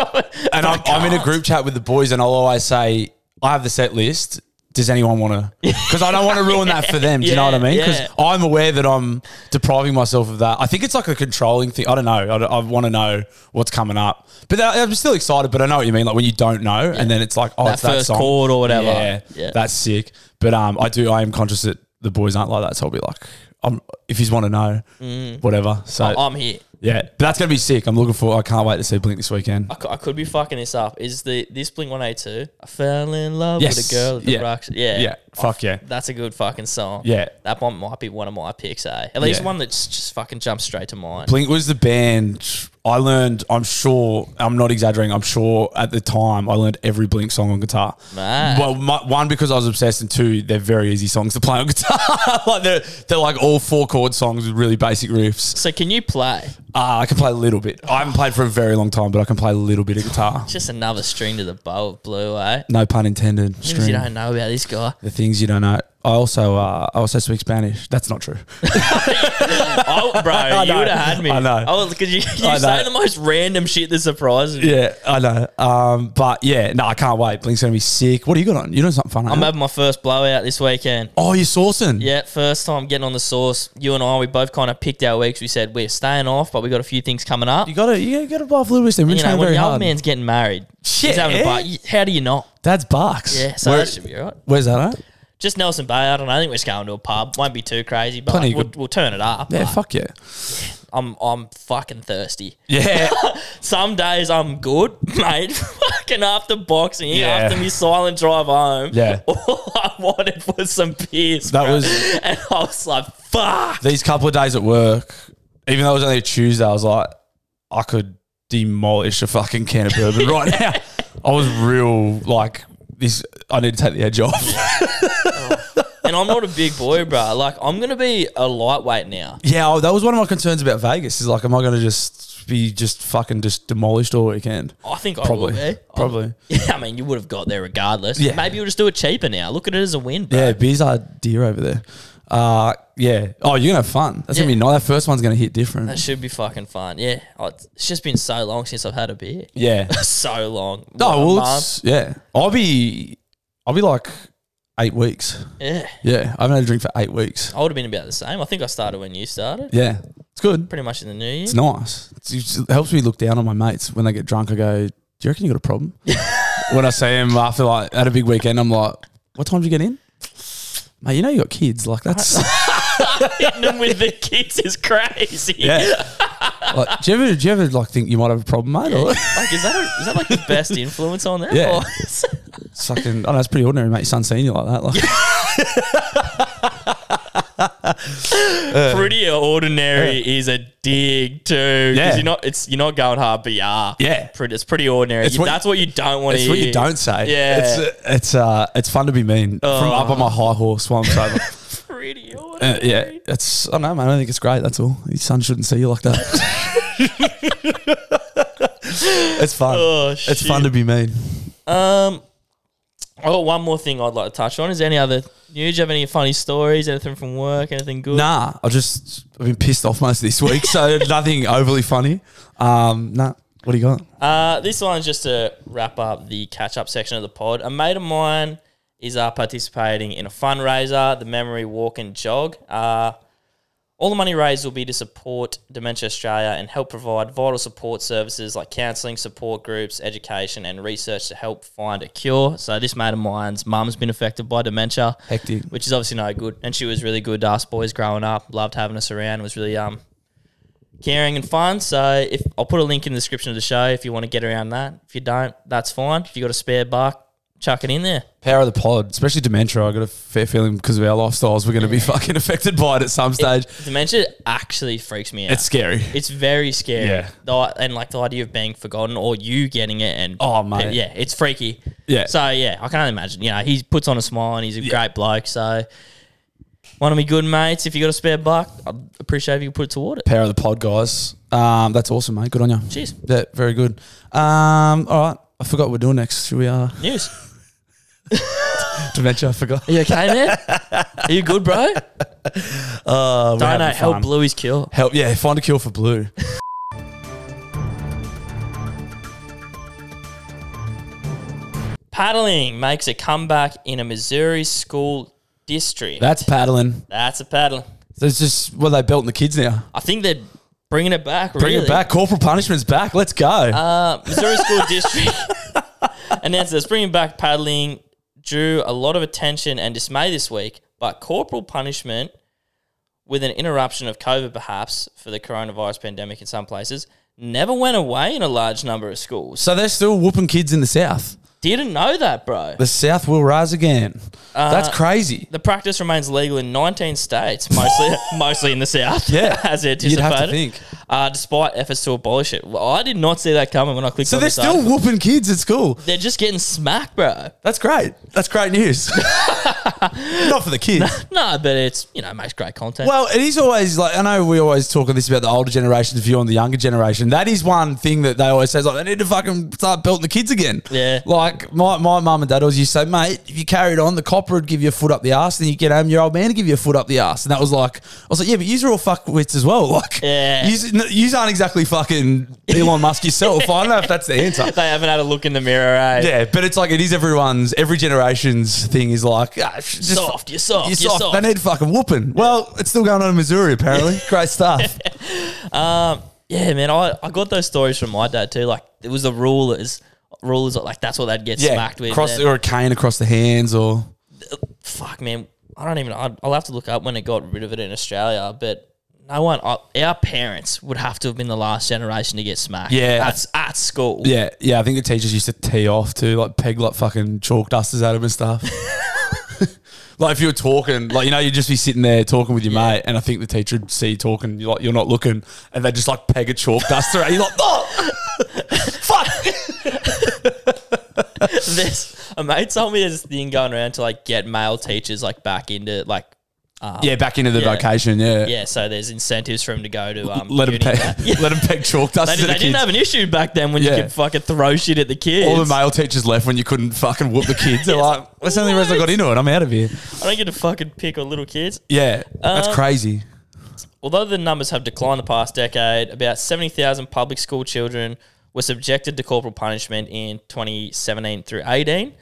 S1: and I'm, I'm in a group chat with the boys, and I'll always say, I have the set list. Does anyone want to? Because I don't want to ruin that for them. Do you know what I mean? Because
S2: yeah.
S1: I'm aware that I'm depriving myself of that. I think it's like a controlling thing. I don't know. I, want to know what's coming up. But I- I'm still excited, but I know what you mean. Like when you don't know, and then it's like, oh,
S2: That
S1: it's that
S2: first
S1: song.
S2: chord or whatever.
S1: Yeah,
S2: Yeah.
S1: that's sick. But um, I do. I am conscious that the boys aren't like that. So I'll be like, i if you want to know, whatever. So
S2: Mm. I'm here.
S1: yeah, but that's gonna be sick. I'm looking for. I can't wait to see Blink this weekend.
S2: I cou- I could be fucking this up. Is the this Blink 182? I fell in love with
S1: Yes.
S2: a girl at the
S1: Yeah.
S2: rock. Yeah. Oh,
S1: Yeah, fuck yeah.
S2: That's a good fucking song.
S1: Yeah.
S2: That one might be one of my picks, eh? At least
S1: Yeah.
S2: one that's just fucking jumps straight to mind.
S1: Blink was the band I learned. I'm sure. I'm not exaggerating. I'm sure at the time I learned every Blink song on guitar.
S2: Mad.
S1: Well, my, one because I was obsessed, and two, they're very easy songs to play on guitar. like they're they're like all four chord songs with really basic riffs.
S2: So can you play?
S1: Uh, I can play a little bit. I haven't played for a very long time, but I can play a little bit of guitar.
S2: Just another string to the bow of blue, eh?
S1: No pun intended.
S2: Things you
S1: String.
S2: don't know about this guy.
S1: The things you don't know. I also uh, I also speak Spanish. That's not true.
S2: Oh, bro, you
S1: know.
S2: would have had me.
S1: I know.
S2: Oh, because you, you
S1: I
S2: say
S1: know.
S2: the most random shit that surprises me.
S1: Yeah, I know. Um, but yeah, no, I can't wait. Blink's gonna be sick. What are you got on? You doing something fun?
S2: I'm
S1: eh?
S2: having my first blowout this weekend.
S1: oh, you're sourcing.
S2: Yeah, first time getting on the source. You and I, we both kind of picked our weeks. We said we're staying off, but we got a few things coming up.
S1: You gotta, you gotta buff Lewis. They've been
S2: You know,
S1: training
S2: when
S1: very
S2: the old
S1: hard.
S2: man's getting married, he's having a
S1: Yeah.
S2: bar. you- How do you not?
S1: That's bucks.
S2: Yeah, so
S1: Where-
S2: that should be all right.
S1: where's that at?
S2: Just Nelson Bay. I don't know. I think we're just going to a pub. Won't be too crazy, but
S1: Plenty
S2: like, we'll,
S1: good-
S2: we'll turn it up.
S1: Yeah,
S2: Like,
S1: fuck yeah.
S2: I'm I'm fucking thirsty.
S1: Yeah,
S2: Some days I'm good, mate. Fucking after boxing,
S1: Yeah.
S2: after me silent drive home.
S1: Yeah.
S2: All I wanted was some beers.
S1: That
S2: That was,
S1: was-
S2: and I was like, fuck.
S1: these couple of days at work, even though it was only a Tuesday, I was like, I could demolish a fucking can of bourbon right now. I was real like this. I need to take the edge off.
S2: And I'm not a big boy, bro. Like I'm gonna be a lightweight now.
S1: yeah, oh, that was one of my concerns about Vegas. Is like, am I gonna just be just fucking just demolished all weekend?
S2: I think
S1: Probably,
S2: I will be.
S1: probably.
S2: Yeah, I mean, you would have got there regardless.
S1: Yeah.
S2: Maybe you'll just do it cheaper now. Look at it as a win, bro.
S1: Yeah, beers are dear over there. Uh, yeah. Oh, you're gonna have fun. That's gonna
S2: Yeah.
S1: be nice. That first one's gonna hit different.
S2: That should be fucking fun. Yeah. Oh, it's it's just been so long since I've had a beer.
S1: yeah.
S2: so long. What, a
S1: Oh well,
S2: month?
S1: it's, yeah. I'll be, I'll be like eight weeks.
S2: yeah.
S1: Yeah, I haven't had a drink for eight weeks.
S2: I would have been about the same. I think I started when you started.
S1: Yeah, it's good.
S2: Pretty much in the new year.
S1: It's nice. It's, it just helps me look down on my mates when they get drunk. I go, "Do you reckon you got a problem?" when I see him after like had a big weekend, I'm like, "What time did you get in?" Mate, you know you got kids. Like that's
S2: hitting them with the kids is crazy.
S1: yeah. like, do you ever do you ever like think you might have a problem, mate? Or
S2: Like, is that a, is that like the best influence on them?
S1: Yeah.
S2: Or-
S1: It's fucking, I don't know, it's pretty ordinary, mate. Your son's seen you like that. Like, Uh,
S2: pretty ordinary is a dig too. Yeah.
S1: Yeah.
S2: You're not it's you're not going hard, but you are.
S1: Yeah.
S2: Pretty, it's pretty ordinary.
S1: It's
S2: You-
S1: what-
S2: that's what you don't want to
S1: it's
S2: hear.
S1: what you don't say.
S2: Yeah. Oh.
S1: It's, it's, uh, it's fun to be mean from up on my high horse while I'm sober.
S2: Pretty ordinary.
S1: Uh, yeah. It's, I don't know, mate. I don't think it's great. That's all. Your son shouldn't see you like that. it's fun.
S2: Oh,
S1: it's fun to be mean.
S2: Um I got one more thing I'd like to touch on. Is there any other news? Do you have any funny stories? Anything from work? Anything good?
S1: Nah, I just, I've been pissed off most of this week. So nothing overly funny. Um, nah. What do you got?
S2: Uh, this one's just to wrap up the catch up section of the pod. A mate of mine is uh, participating in a fundraiser, the Memory Walk and Jog. Uh, All the money raised will be to support Dementia Australia and help provide vital support services like counselling, support groups, education, and research to help find a cure. So, this mate of mine's mum's been affected by dementia,
S1: Hectic.
S2: which is obviously no good. And she was really good to us boys growing up, loved having us around, was really um, caring and fun. So, if I'll put a link in the description of the show if you want to get around that. If you don't, that's fine. If you got a spare buck, chuck it in there.
S1: Power of the pod, especially dementia. I got a fair feeling because of our lifestyles, we're going to be fucking affected by it at some stage.
S2: Dementia actually freaks me out.
S1: it's scary.
S2: It's very scary.
S1: Yeah.
S2: The, and like the idea of being forgotten or you getting it and
S1: Oh, mate.
S2: yeah, it's freaky.
S1: Yeah.
S2: So yeah, I can only imagine. You know, he puts on a smile and he's a great bloke. So one of me good mates. If you got a spare buck, I'd appreciate if you put it toward it.
S1: Power of the pod, guys. Um, that's awesome, mate. Good on you.
S2: Cheers.
S1: Yeah, very good. Um, all right. I forgot what we're doing next. Should we uh,
S2: News.
S1: dementia? I forgot.
S2: Are you okay, man? Are you good, bro?
S1: Uh, we're having
S2: Donate help
S1: fun.
S2: Bluey's kill.
S1: Help. Yeah, find a cure for blue.
S2: Paddling makes a comeback in a Missouri school district.
S1: That's paddling.
S2: That's a paddle.
S1: So it's just what they built in the kids now.
S2: I think they're bringing it back.
S1: Bring
S2: really.
S1: it back. Corporal punishment's back. Let's go.
S2: Uh, Missouri School District announced that it's bringing back paddling drew a lot of attention and dismay this week, but corporal punishment, with an interruption of COVID perhaps for the coronavirus pandemic in some places, never went away in a large number of schools.
S1: so they're still whooping kids in the south.
S2: Didn't know that, bro.
S1: The south will rise again.
S2: Uh,
S1: That's crazy.
S2: The practice remains legal in 19 states, mostly mostly in the south.
S1: Yeah.
S2: as
S1: You'd
S2: anticipated.
S1: have to think.
S2: Uh, despite efforts to abolish it, well, I did not see that coming when I clicked.
S1: So
S2: on
S1: they're
S2: this
S1: still
S2: article.
S1: whooping kids at school.
S2: they're just getting smacked, bro.
S1: That's great. That's great news. Not for the kids.
S2: No, but it's you know it makes great content.
S1: Well, it is always like I know we always talk on this about the older generation's view on the younger generation. That is one thing that they always say is like they need to fucking start building the kids again.
S2: Yeah.
S1: Like my my mum and dad always used to say, mate, if you carried on, the copper would give you a foot up the ass, and you get home, your old man would give you a foot up the ass. And that was like I was like, yeah, but yous are all fuckwits as well. Like,
S2: Yeah.
S1: yous, n- yous aren't exactly fucking Elon Musk yourself. I don't know if that's the answer.
S2: they haven't had a look in the mirror, eh?
S1: Yeah, but it's like it is everyone's every generation's thing is like ah, sh- just
S2: Soft, you're soft,
S1: you're
S2: you're
S1: soft.
S2: soft.
S1: They need fucking whooping. Well, it's still going on in Missouri apparently. Great stuff.
S2: Um, Yeah, man. I, I got those stories from my dad too. Like it was the rulers, rulers like that's what they'd get
S1: Yeah,
S2: smacked with.
S1: cross
S2: man.
S1: or a cane across the hands or
S2: Fuck, man. I don't even. I'd, I'll have to look up when it got rid of it in Australia, but. No one, uh, our parents would have to have been the last generation to get smacked.
S1: Yeah.
S2: that's at school.
S1: yeah, yeah. I think the teachers used to tee off too, like peg like fucking chalk dusters at them and stuff. like if you were talking, like you know, you'd just be sitting there talking with your mate, and I think the teacher would see you talking, you're like you're not looking, and they just like peg a chalk duster at you, like oh fuck.
S2: this a mate told me there's this thing going around to like get male teachers like back into like um,
S1: yeah, back into the
S2: Yeah.
S1: vocation.
S2: yeah. So there's incentives for him to go to um.
S1: let him
S2: uni
S1: peg,
S2: now.
S1: let him peg chalk
S2: They,
S1: dust to
S2: they
S1: the
S2: didn't
S1: kids.
S2: have an issue back then when
S1: Yeah.
S2: you could fucking throw shit at the kids.
S1: All the male teachers left when you couldn't fucking whoop the kids. They're
S2: Yes.
S1: like, "That's the only reason I got into it. I'm out of here."
S2: I don't get to fucking pick on little kids. Um,
S1: Yeah,
S2: Uh,
S1: that's crazy.
S2: Although the numbers have declined the past decade, about 70,000 public school children were subjected to corporal punishment in 2017 through 18.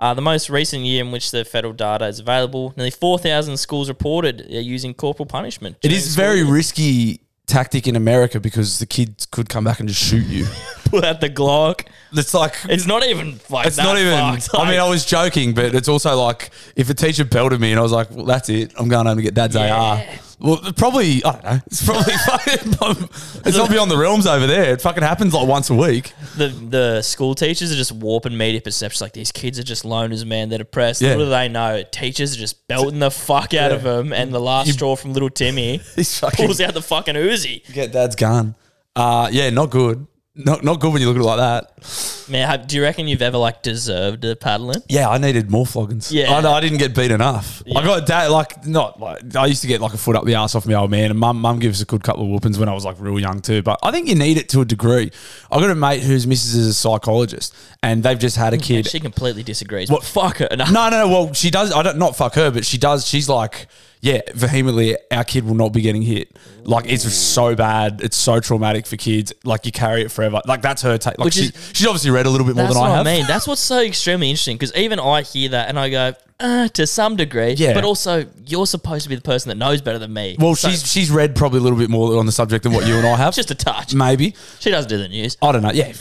S2: Uh, the most recent year in which the federal data is available, nearly 4,000 schools reported uh, using corporal punishment.
S1: It is very risky tactic in America because the kids could come back and just shoot you.
S2: Pull out the Glock.
S1: It's like.
S2: It's not even like
S1: It's not even. I mean, I was joking, but it's also like if a teacher belted me and I was like, "Well, that's it. I'm going home to get dad's AR." Well, probably I don't know. It's probably fucking. It's not beyond the realms over there. It fucking happens like once a week.
S2: the the school teachers are just warping media perceptions. Like these kids are just loners, man. They're depressed.
S1: Yeah.
S2: What do they know? Teachers are just belting the fuck out of them. And the last straw from little Timmy
S1: He's fucking
S2: pulls out the fucking Uzi.
S1: Get dad's gun. Uh, yeah, not good. Not not good when you look at it like that.
S2: Man, have- do you reckon you've ever like deserved a paddling?
S1: Yeah, I needed more floggings.
S2: Yeah.
S1: I, know, I didn't get beat enough. I got dad like not like I used to get like a foot up the ass off my old man, and mum mum gives us a good couple of whoopings when I was like real young too. But I think you need it to a degree. I got a mate whose missus is a psychologist, and they've just had a kid.
S2: She completely disagrees. What fuck her? No.
S1: No, no, no. Well, she does. I don't not fuck her, but she does. She's like, yeah, vehemently, our kid will not be getting hit. Like it's so bad, it's so traumatic for kids. Like you carry it forever. Like that's her take. Like
S2: Which
S1: she,
S2: is-
S1: she's obviously read a little bit more
S2: That's
S1: than
S2: what
S1: I have.
S2: mean. That's what's so extremely interesting because even I hear that and I go, uh, to some degree.
S1: Yeah.
S2: But also, you're supposed to be the person that knows better than me.
S1: Well,
S2: So,
S1: she's she's read probably a little bit more on the subject than what you and I have.
S2: just a touch.
S1: maybe.
S2: She doesn't do the news.
S1: I don't know. Yeah,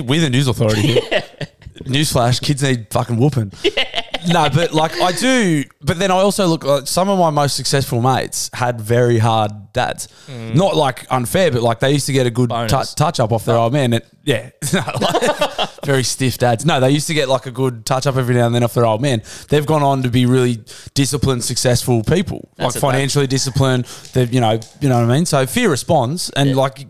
S1: we're the news authority here. Newsflash: kids need fucking whooping. No, but like I do. But then I also look. Like, some of my most successful mates had very hard dads. Not like unfair, but like they used to get a good
S2: Mm. Bonus.
S1: tou- touch up off their old man. It, yeah, No, like, very stiff dads. No, they used to get like a good touch up every now and then off their old man. They've gone on to be really disciplined, successful people,
S2: That's
S1: like
S2: it, mate.
S1: financially disciplined. They, you know, you know what I mean. So fear responds, and like,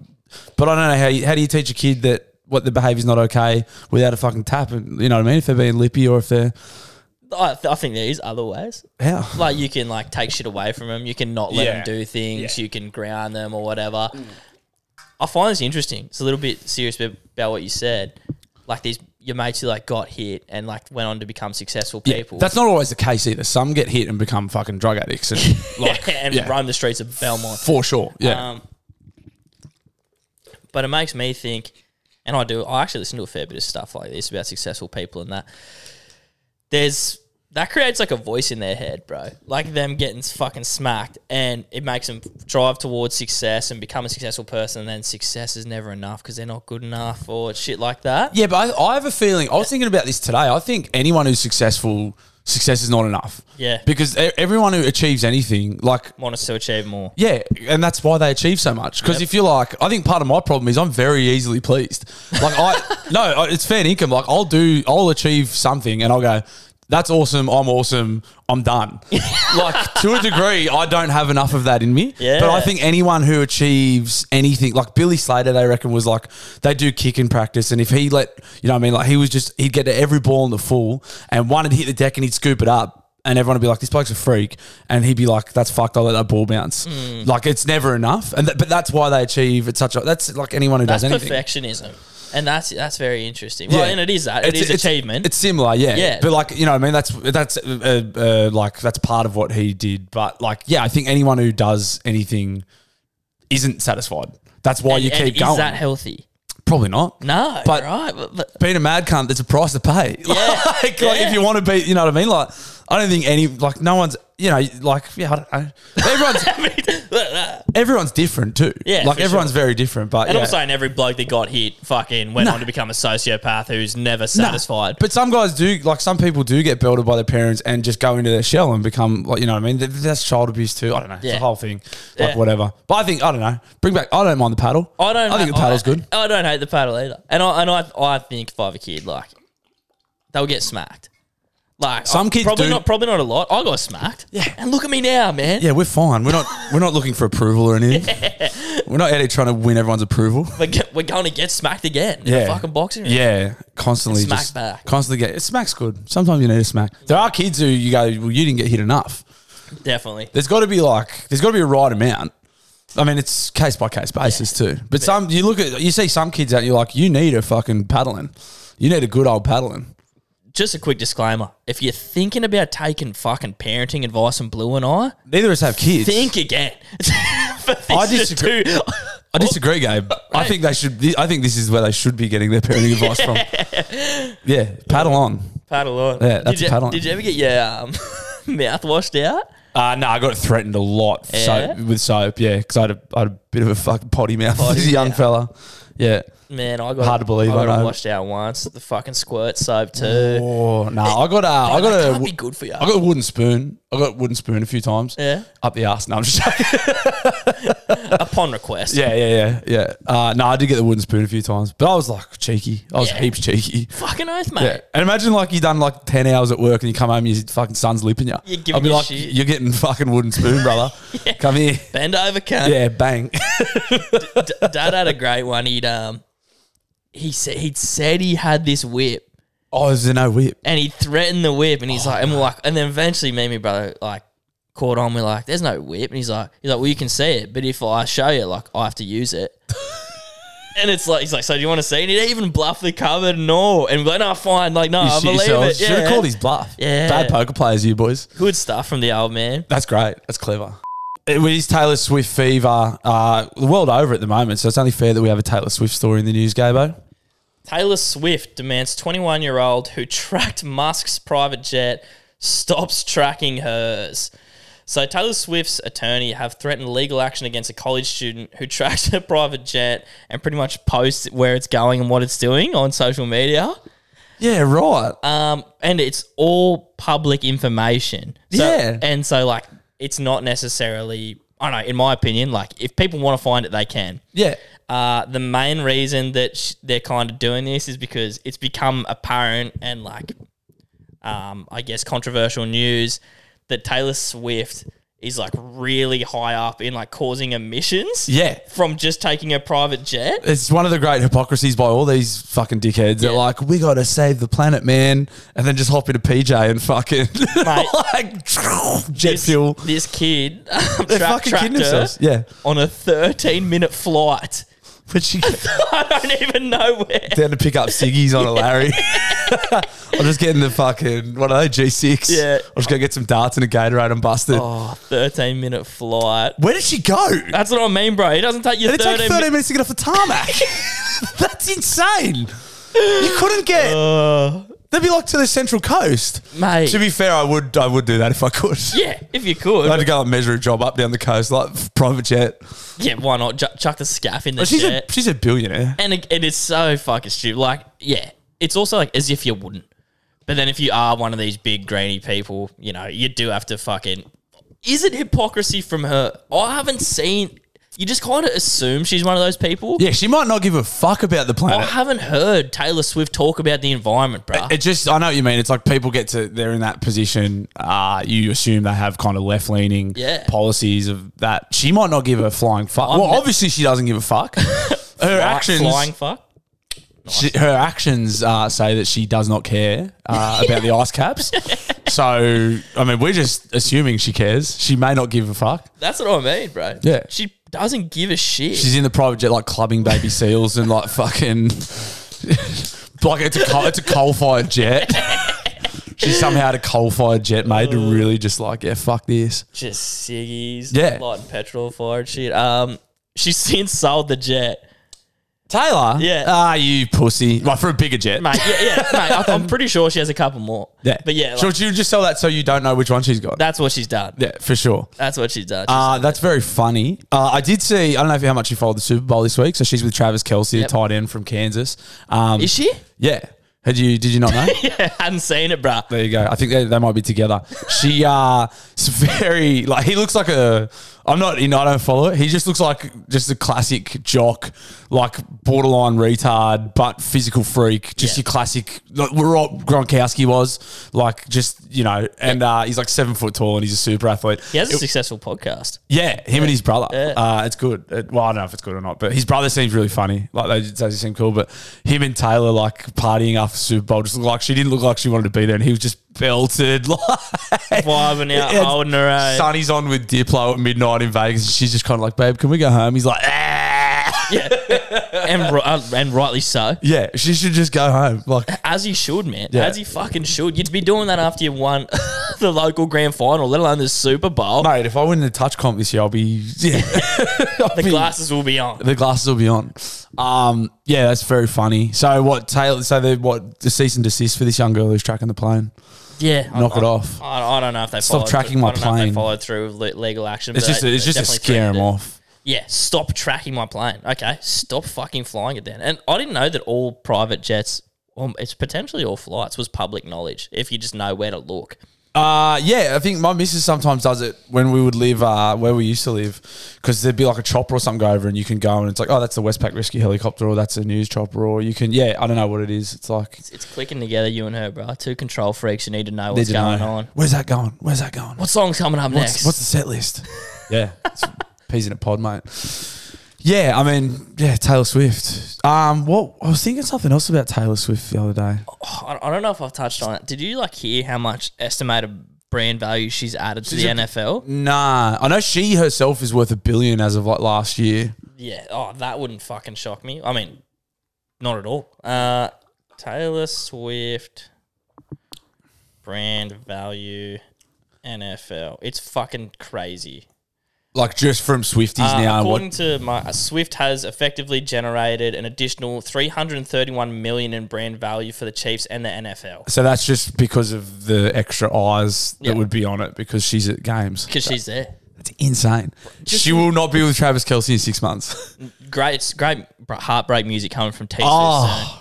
S1: but I don't know how. You, how do you teach a kid that? What the behaviour's not okay without a fucking tap, and you know what I mean. If they're being lippy or if they're
S2: I, I think there is other ways.
S1: how
S2: Like you can like take shit away from them. You can not let
S1: Yeah. Mm.
S2: them do things. You can ground them or whatever. I find this interesting. It's a little bit serious bit about what you said. Like these, your mates who like got hit and like went on to become successful
S1: Yeah,
S2: people.
S1: That's not always the case either. Some get hit and become fucking drug addicts, and, like,
S2: and
S1: yeah,
S2: roam the streets of Belmont.
S1: for sure. Yeah,
S2: Um, but it makes me think, and I do. I actually listen to a fair bit of stuff like this about successful people and that. There's that creates like a voice in their head, bro. Like them getting fucking smacked, and it makes them drive towards success and become a successful person. And then success is never enough because they're not good enough or shit like that.
S1: yeah. But I, I have a feeling. I was thinking about this today. I think anyone who's successful, success is not enough.
S2: Yeah.
S1: because e- everyone who achieves anything, like
S2: Want us to achieve more.
S1: Yeah, and that's why they achieve so much. Because
S2: Yep.
S1: if you're like, I think part of my problem is I'm very easily pleased. Like I, no, I- it's fair income. Like I'll do, I'll achieve something, and I'll go, that's awesome. I'm awesome. I'm done. like to a degree, I don't have enough of that in me.
S2: Yeah.
S1: But I think anyone who achieves anything, like Billy Slater, they reckon was like they do kick in practice, and if he let, you know, what I mean, like he was just he'd get to every ball in the full, and one would hit the deck, and he'd scoop it up and everyone would be like, "This bloke's a freak," and he'd be like, "That's fucked. I'll let that ball bounce." Like it's never enough, and th- but that's why they achieve at such a. That's like anyone who
S2: That's
S1: does anything.
S2: perfectionism, and that's that's very interesting. Well,
S1: Yeah.
S2: and it is that it's, achievement.
S1: It's similar, yeah.
S2: Yeah.
S1: But like you know, what I mean, that's that's uh, uh, like that's part of what he did. But like, yeah, I think anyone who does anything isn't satisfied. That's why you
S2: And
S1: keep going.
S2: Is that healthy?
S1: Probably not.
S2: No,
S1: But-
S2: right. But, but
S1: Being a mad cunt, there's a price to pay. like, like,
S2: yeah.
S1: if you want to be, you know what I mean. Like, I don't think any, like, no one's, you know, like, yeah, I don't know. Everyone's everyone's different too.
S2: Yeah,
S1: like
S2: for
S1: everyone's very different. But
S2: And
S1: yeah.
S2: I'm saying every bloke that got hit fucking went
S1: Nah.
S2: on to become a sociopath who's never
S1: Nah,
S2: satisfied.
S1: But some guys do, like some people do get belted by their parents and just go into their shell and become, like you know what I mean. Th- That's child abuse too. I don't know. It's
S2: Yeah.
S1: the whole thing, like
S2: Yeah.
S1: whatever. But I think I don't know. Bring back. I don't mind the paddle.
S2: I don't.
S1: I think
S2: ha-
S1: the paddle's
S2: I-
S1: good.
S2: I don't hate the paddle either. And I and I, I think if I have a kid, like they'll get smacked. Like
S1: Some
S2: I-
S1: kids
S2: probably
S1: do.
S2: not probably not a lot. I got smacked. Yeah. And look at me now, man.
S1: Yeah, we're fine. We're not. We're not looking for approval or anything. We're not out here trying to win everyone's approval.
S2: We're, get, we're going to get smacked again in
S1: Yeah.
S2: a fucking boxing ring.
S1: Yeah, constantly
S2: Smack
S1: just
S2: back.
S1: constantly get. It smacks good. Sometimes you need a smack. There are kids who you go, well, you didn't get hit enough.
S2: Definitely.
S1: there's got to be like there's got to be a right amount. I mean, it's case by case basis too. But some you look at you see some kids out, and you're like, you need a fucking paddling. You need a good old paddling.
S2: Just a quick disclaimer. If you're thinking about taking fucking parenting advice from Blue and I,
S1: Neither of us have kids.
S2: think again. But this
S1: I
S2: is
S1: disagree.
S2: too-
S1: I disagree, Gabe. I think they should. I think this is where they should be getting their parenting advice from. Yeah, paddle on.
S2: Paddle on.
S1: Yeah, that's
S2: did you,
S1: a paddle on.
S2: Did you ever get your um, mouth washed out?
S1: Uh, no, I got threatened a lot for
S2: Yeah?
S1: soap, with soap. Yeah, because I, had a- I had a bit of a fucking potty mouth as a young
S2: mouth.
S1: fella. Yeah.
S2: Man, I got
S1: Hard to believe,
S2: I
S1: I
S2: got it
S1: know.
S2: washed out once. The fucking squirt soap too.
S1: Oh no, I got a. I
S2: that
S1: got a.
S2: can't be good for you.
S1: I got a wooden spoon. I got a wooden spoon a few times.
S2: Yeah.
S1: Up the ass. No, I'm just joking.
S2: Upon request.
S1: Yeah, yeah, yeah, yeah. Uh, no, I did get the wooden spoon a few times, but I was like cheeky. I was
S2: Yeah.
S1: heaps cheeky.
S2: Fucking oath, mate.
S1: Yeah. And imagine like you done like ten hours at work and you come home, your fucking son's lipping you.
S2: You're giving
S1: I'd be
S2: you
S1: like,
S2: shit.
S1: you're getting fucking wooden spoon, brother. Come here.
S2: Bend over, cunt.
S1: Yeah, bang.
S2: D- Dad had a great one. He'd um, he said he'd said he had this whip,
S1: oh, there's no whip. Oh,
S2: and he threatened the whip, and he's like, and we're like, and then eventually me and my brother like caught on. We're like, there's no whip, and he's like, he's like, well, you can see it, but if I show you, like, I have to use it. And it's like he's like, so do you want to see? And he'd even bluff the cupboard and all. And we're like, no, fine. Like, no, I believe it.
S1: Should have
S2: Yeah.
S1: called his bluff.
S2: Yeah.
S1: Bad poker players, you boys.
S2: Good stuff from the old man.
S1: That's great. That's clever. It is Taylor Swift fever uh, the world over at the moment, so it's only fair that we have a Taylor Swift story in the news, Gabo.
S2: Taylor Swift demands 21 year old who tracked Musk's private jet stops tracking hers. So Taylor Swift's attorney have threatened legal action against a college student who tracked her private jet and pretty much posts where it's going and what it's doing on social media.
S1: Yeah, right.
S2: Um, and it's all public information. So-
S1: Yeah.
S2: And so like it's not necessarily I don't know, in my opinion, like if people want to find it, they can.
S1: yeah.
S2: Uh, the main reason that sh- they're kind of doing this is because it's become apparent and like, um, I guess controversial news that Taylor Swift is like really high up in like causing emissions.
S1: Yeah.
S2: From just taking a private jet.
S1: It's one of the great hypocrisies by all these fucking dickheads. They're
S2: Yeah.
S1: like, we got to save the planet, man. And then just hop into PJ and fucking
S2: Mate.
S1: like jet fuel.
S2: This kid um,
S1: They're
S2: tra-
S1: fucking
S2: tracked
S1: kidding
S2: her
S1: themselves. Yeah.
S2: on a 13 minute flight.
S1: But she
S2: I don't even know where.
S1: down to pick up Siggy's on a Larry. I'm just getting the fucking, what are they, G6?
S2: Yeah.
S1: I'm just going to get some darts and a Gatorade and busted.
S2: Oh, 13 minute flight.
S1: Where did she go? Did
S2: That's what I mean, bro. It doesn't take you
S1: it take 13
S2: 13 minutes.
S1: minutes to get off the tarmac? That's insane. You couldn't get. they'd be like to the central coast,
S2: Uh. Mate.
S1: To be fair, I would I would do that if I could.
S2: Yeah, if you could.
S1: I had to go and measure a job up down the coast, like private jet.
S2: Yeah, why not? Ju- chuck the scaff in the
S1: But she's
S2: jet.
S1: a she's a billionaire.
S2: and it, it is so fucking stupid. Like, yeah, it's also like as if you wouldn't. But then if you are one of these big grainy people, you know, you do have to fucking. Is it hypocrisy from her? I haven't seen. You just kind of assume she's one of those people.
S1: Yeah, she might not give a fuck about the
S2: I
S1: planet.
S2: haven't heard Taylor Swift talk about the environment, bro.
S1: It just, I know what you mean. It's like people get to, they're in that position. Uh, you assume they have kind of left leaning
S2: Yeah.
S1: policies of that. She might not give a flying fuck. well,
S2: ne-
S1: obviously she doesn't give a fuck. Her actions,
S2: flying fuck.
S1: she, her actions uh, say that she does not care uh, about the ice caps. so, I mean, we're just assuming she cares. She may not give a fuck.
S2: That's what I mean, bro.
S1: Yeah.
S2: she doesn't give a shit.
S1: She's in the private jet, like clubbing baby seals and like fucking, like it's a coal, it's a coal fired jet. She somehow had a coal fired jet made to really just like yeah, fuck this.
S2: just ciggies,
S1: Yeah.
S2: lighting petrol fired shit. Um, she's since sold the jet.
S1: Taylor,
S2: Yeah.
S1: ah, you pussy. Like for a bigger jet,
S2: mate. Yeah, yeah, mate. I- I'm pretty sure she has a couple more.
S1: Yeah,
S2: but yeah, like,
S1: Should you just sell that so you don't know which one she's got?
S2: that's what she's done.
S1: yeah, for sure.
S2: That's what she's done. She's-
S1: Uh, that's very funny. Uh, I did see. I don't know if how much you followed the Super Bowl this week. So she's with Travis Kelsey, a
S2: Yep.
S1: tight end from Kansas. Um,
S2: Is she?
S1: yeah. Had you? Did you not know?
S2: yeah, hadn't seen it, bruh.
S1: There you go. I think they, they might be together. She uh is very like he looks like a I'm not you know, I don't follow it. He just looks like just a classic jock, like borderline retard, but physical freak. Just
S2: Yeah.
S1: your classic like we're all Gronkowski was. Like just you know, and uh he's like seven foot tall and he's a super athlete.
S2: He has a
S1: It-
S2: successful podcast.
S1: yeah, him and his brother.
S2: Yeah.
S1: Uh, it's good. It- well, I don't know if it's good or not, but his brother seems really funny. Like they just they just seem cool. But him and Taylor like partying after Super Bowl just looked like she didn't look like she wanted to be there, and he was just belted. Like
S2: Vibing out,
S1: Yeah.
S2: holding her eh? own.
S1: Sonny's on with Diplo at midnight in Vegas, and she's just kind of like, "Babe, can we go home?" He's like, "Ah."
S2: and, ri- uh, and rightly so.
S1: "Yeah, she should just go home." Like,
S2: As he should, man.
S1: Yeah.
S2: As he fucking should. You'd be doing that after you won the local grand final, let alone the Super Bowl.
S1: mate, if I win the touch comp this year, I'll be yeah. I'll
S2: the
S1: be-
S2: glasses will be on.
S1: the glasses will be on. Um, yeah, that's very funny. So what Taylor? So they what the cease and desist for this young girl who's tracking the plane?
S2: Yeah, I-
S1: Knock
S2: I,
S1: it off.
S2: I, I don't know if they
S1: Stop
S2: followed
S1: tracking
S2: through-
S1: my
S2: I don't know if they
S1: plane.
S2: followed through with le- legal action.
S1: It's
S2: but
S1: just
S2: they-
S1: it's
S2: they
S1: just to
S2: definitely
S1: scare
S2: treated
S1: him
S2: it.
S1: off.
S2: Yeah, stop tracking my plane. Okay, stop fucking flying it then. And I didn't know that all private jets, um, it's potentially all flights, was public knowledge if you just know where to look.
S1: Uh, yeah, I think my missus sometimes does it when we would live uh, where we used to live because there'd be like a chopper or something go over and you can go and it's like, oh, that's the Westpac Rescue Helicopter or that's a news chopper or you can, yeah, I don't know what it is. It's like,
S2: It's, it's clicking together, you and her, bro. Two control freaks. You need to know
S1: they
S2: what's
S1: didn't
S2: going
S1: know.
S2: on.
S1: Where's that going? Where's that going?
S2: What song's coming up
S1: What's,
S2: next?
S1: what's the set list? yeah, it's peas in a pod, mate. Yeah, I mean, yeah, Taylor Swift. Um, what I was thinking something else about Taylor Swift the other day.
S2: Oh, I I don't know if I've touched on it. Did you like hear how much estimated brand value she's added to
S1: She's
S2: the
S1: a-
S2: NFL?
S1: Nah, I know she herself is worth a billion as of like last year.
S2: yeah, oh, that wouldn't fucking shock me. I mean, not at all. Uh, Taylor Swift brand value NFL. It's fucking crazy.
S1: Like just from Swifties
S2: Uh,
S1: now.
S2: according
S1: What,
S2: to my uh, Swift, has effectively generated an additional 331 million in brand value for the Chiefs and the NFL
S1: so that's just because of the extra eyes that
S2: Yeah.
S1: would be on it because she's at games.
S2: because she's there.
S1: That's insane. she will not be with Travis Kelsey in six months.
S2: Great, it's great br- heartbreak music coming from T. Swift.
S1: Oh.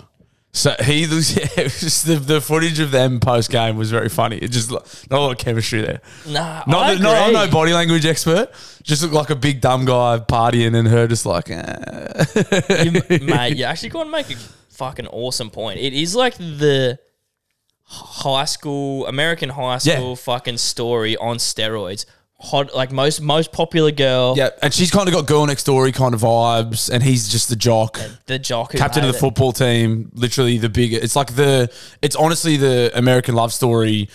S1: So he was, yeah, it was just the, the footage of them post game was very funny. It just not a lot of chemistry there.
S2: so- Nah,
S1: Not,
S2: Uh, I
S1: that- not I'm
S2: agree.
S1: no body language expert. Just looked like a big dumb guy partying, and her just like, eh.
S2: mate, you actually going to make a fucking awesome point. It is like the high school American high
S1: Yeah.
S2: school fucking story on steroids. Hot, like most most popular girl,
S1: yeah. And she's kind of got girl next door kind of vibes, and he's just the jock.
S2: the jock, who
S1: captain of
S2: made
S1: the
S2: it.
S1: football team, literally the big. It's like the. It's honestly the American love story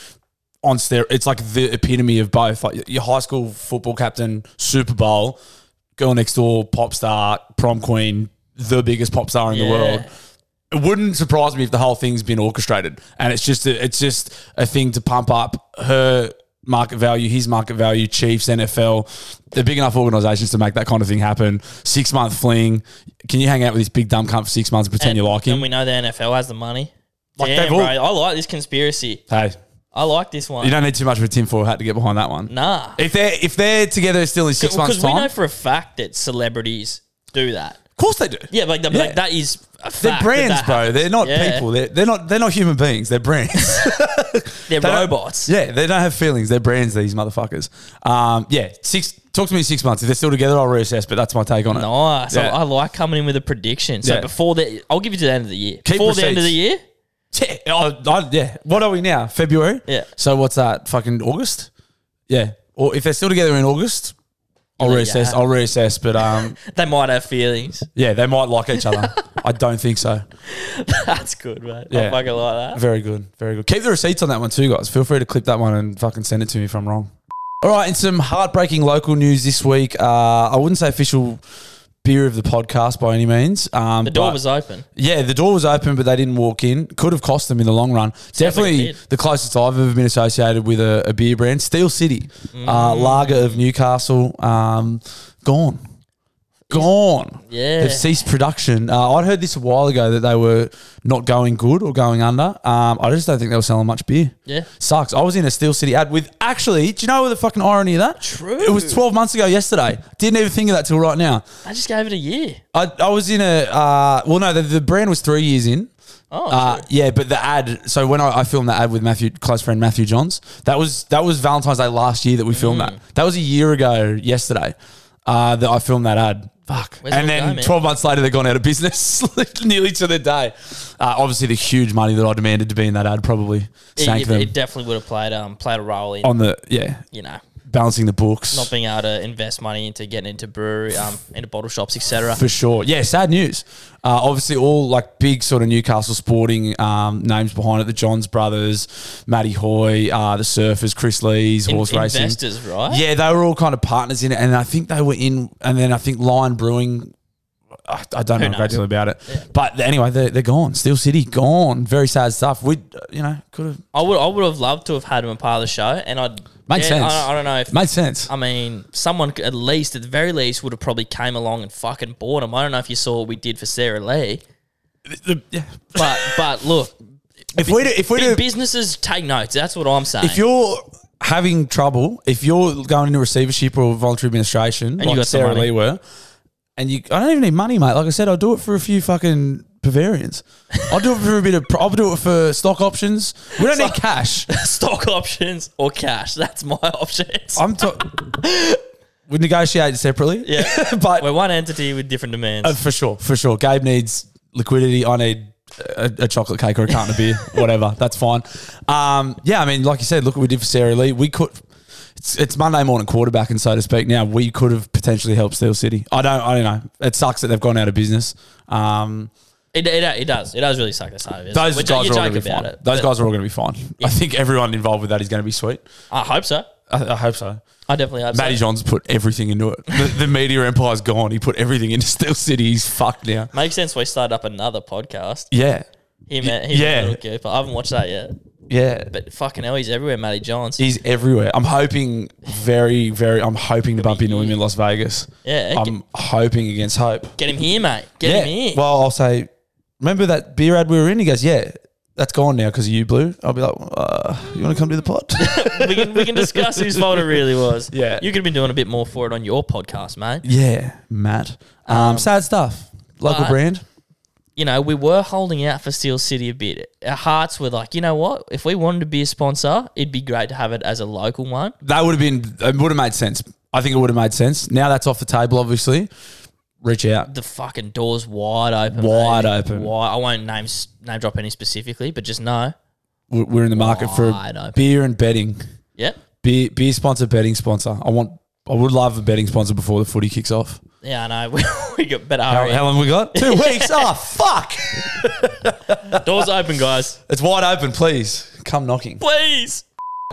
S1: on stair. It's like the epitome of both. Like your high school football captain, Super Bowl, girl next door, pop star, prom queen, the biggest pop star in the
S2: Yeah.
S1: world. It wouldn't surprise me if the whole thing's been orchestrated, and it's just a, it's just a thing to pump up her market value, his market value, Chiefs, NFL. They're big enough organisations to make that kind of thing happen. Six month fling. Can you hang out with this big dumb cunt for six months and pretend you like
S2: And
S1: him?
S2: we know the NFL has the money.
S1: Like,
S2: Damn,
S1: they've all-
S2: bro, I like this conspiracy.
S1: hey,
S2: I like this one.
S1: you don't need too much of a tinfoil hat to get behind that one.
S2: nah,
S1: If they're if they're together still in six months
S2: because we
S1: time,
S2: know for a fact that celebrities do that.
S1: of course they do.
S2: Yeah, like, the,
S1: Yeah.
S2: like that is a fact.
S1: They're
S2: that
S1: brands,
S2: that
S1: bro.
S2: happens.
S1: They're not
S2: Yeah.
S1: people. They're, they're not they're not human beings. They're brands.
S2: They're
S1: They don't-
S2: robots.
S1: Yeah, they don't have feelings. They're brands, these motherfuckers. Um, yeah, six. Talk to me in six months. If they're still together, I'll reassess. But that's my take on it.
S2: Nice.
S1: Yeah.
S2: I, I like coming in with a prediction. So
S1: Yeah.
S2: before the, I'll give you to the end of the year. before the end of the year,
S1: Yeah, I, I, yeah. What are we now? February.
S2: Yeah.
S1: So what's that? Fucking August. Yeah. Or if they're still together in August, I'll
S2: Yeah,
S1: reassess.
S2: yeah.
S1: I'll reassess. But um,
S2: they might have feelings.
S1: yeah, they might like each other. I don't think so.
S2: That's good, mate.
S1: Yeah.
S2: I fucking like that.
S1: Very good. Very good. Keep the receipts on that one too, guys. Feel free to clip that one and fucking send it to me if I'm wrong. All right, and some heartbreaking local news this week. Uh, I wouldn't say official beer of the podcast by any means. Um,
S2: The door
S1: but-
S2: was open.
S1: yeah, the door was open, but they didn't walk in. Could have cost them in the long run.
S2: like
S1: Definitely
S2: it did.
S1: the closest I've ever been associated with a, a beer brand, Steel City, uh,
S2: Mm.
S1: lager of Newcastle. Um, gone, gone.
S2: Yeah.
S1: They've ceased production. Uh, I'd heard this a while ago that they were not going good or going under. Um, I just don't think they were selling much beer.
S2: Yeah.
S1: Sucks. I was in a Steel City ad with actually. Do you know the fucking irony of that?
S2: True.
S1: It was twelve months ago yesterday. Didn't even think of that till right now.
S2: I just gave it a year.
S1: I, I was in a uh, well no the, the brand was three years in
S2: Oh,
S1: uh, yeah but the ad so when I, I filmed that ad with Matthew close friend Matthew Johns that was that was Valentine's Day last year that we filmed
S2: Mm.
S1: that that was a year ago yesterday uh, that I filmed that ad fuck
S2: Where's it
S1: and
S2: all
S1: then
S2: go, man?
S1: twelve months later they've gone out of business nearly to the day uh, obviously the huge money that I demanded to be in that ad probably
S2: it,
S1: sank
S2: it-
S1: them
S2: it definitely would have played um played a role in
S1: on the yeah
S2: you know
S1: balancing the books
S2: not being able to invest money into getting into brewery um into bottle shops etc.
S1: For sure. Yeah, sad news. Uh, obviously, all like big sort of Newcastle sporting um, names behind it the Johns brothers, Matty Hoy, uh, the Surfers, Chris Lees,
S2: In-
S1: horse racing.
S2: investors, right?
S1: Yeah, they were all kind of partners in it. And I think they were in, and then I think Lion Brewing. I, I don't know a great
S2: knows?
S1: deal about it. But anyway, they're, they're gone. Steel City, gone. Very sad stuff. We, uh, you know, could have.
S2: I would I would have loved to have had him a part of the show, and I'd
S1: Makes
S2: yeah,
S1: sense.
S2: I, I don't know if
S1: Made sense.
S2: I mean, someone c- at least, at the very least, would have probably came along and fucking bought him. I don't know if you saw what we did for Sarah Lee,
S1: yeah.
S2: but but look,
S1: If we, do- if we do,
S2: big businesses take notes. That's what I'm saying.
S1: if you're having trouble, if you're going into receivership or voluntary administration, like
S2: you got some
S1: Sarah
S2: money.
S1: Lee were, and you, I don't even need money, mate. Like I said, I'll do it for a few fucking Bavarians. I'll do it for a bit of. I'll do it for stock options. We don't need cash.
S2: Stock options or cash. That's my options.
S1: I'm. To- we negotiate separately.
S2: Yeah.
S1: but
S2: We're one entity with different demands.
S1: Uh, for sure, for sure. Gabe needs liquidity. I need a, a chocolate cake or a carton of beer, whatever. That's fine. Um, yeah, I mean, like you said, look what we did for Sarah Lee. We could. It's, it's Monday morning quarterback, and so to speak. Now we could have potentially helped Steel City. I don't. I don't know. It sucks that they've gone out of business. Um,
S2: It, it, it does. It does really suck. This side of it.
S1: those
S2: We jo-
S1: guys
S2: you
S1: are all
S2: joke
S1: going to be
S2: about
S1: fine.
S2: it.
S1: Those
S2: but
S1: guys are all going to be fine. I think everyone involved with that is going to be sweet.
S2: I hope so.
S1: I, I hope so.
S2: I definitely hope
S1: Matty
S2: so.
S1: John's put everything into it. The, the media empire's gone. He put everything into Steel City. He's fucked now.
S2: Makes sense. We start up another podcast.
S1: Yeah.
S2: Him, and- him
S1: yeah.
S2: and Little Cooper. I haven't watched that yet,
S1: Yeah.
S2: but fucking hell, he's everywhere. Matty Johns.
S1: He's everywhere. I'm hoping very, very. I'm hoping to bump into him in Las Vegas.
S2: Yeah, get,
S1: I'm hoping against hope.
S2: get him here, mate. Get
S1: yeah.
S2: him here.
S1: Well, I'll say, remember that beer ad we were in? He goes, yeah, that's gone now because of you, Blue. I'll be like, uh, you want to come to the pod?
S2: we can we can discuss whose fault it really was.
S1: Yeah.
S2: you could have been doing a bit more for it on your podcast, mate.
S1: yeah, Matt. Um, sad stuff. Local
S2: but-
S1: brand.
S2: you know, we were holding out for Steel City a bit. Our hearts were like, you know what? If we wanted to be a sponsor, it'd be great to have it as a local one.
S1: That would have been, it would have made sense. I think it would have made sense. Now that's off the table, obviously. Reach out.
S2: The fucking door's wide open.
S1: Wide
S2: baby.
S1: open.
S2: Wide. I won't name s- name drop any specifically, but just know.
S1: We're- We're in the market
S2: Wide
S1: for
S2: open.
S1: beer and betting.
S2: Oh, Yep.
S1: Beer, beer sponsor, betting sponsor. I want, I would love a betting sponsor before the footy kicks off.
S2: Yeah, I know. We, we got better.
S1: How,
S2: Hurry.
S1: how long we got? Two weeks. Oh, fuck.
S2: Door's open, guys.
S1: It's wide open, please. Come knocking.
S2: Please.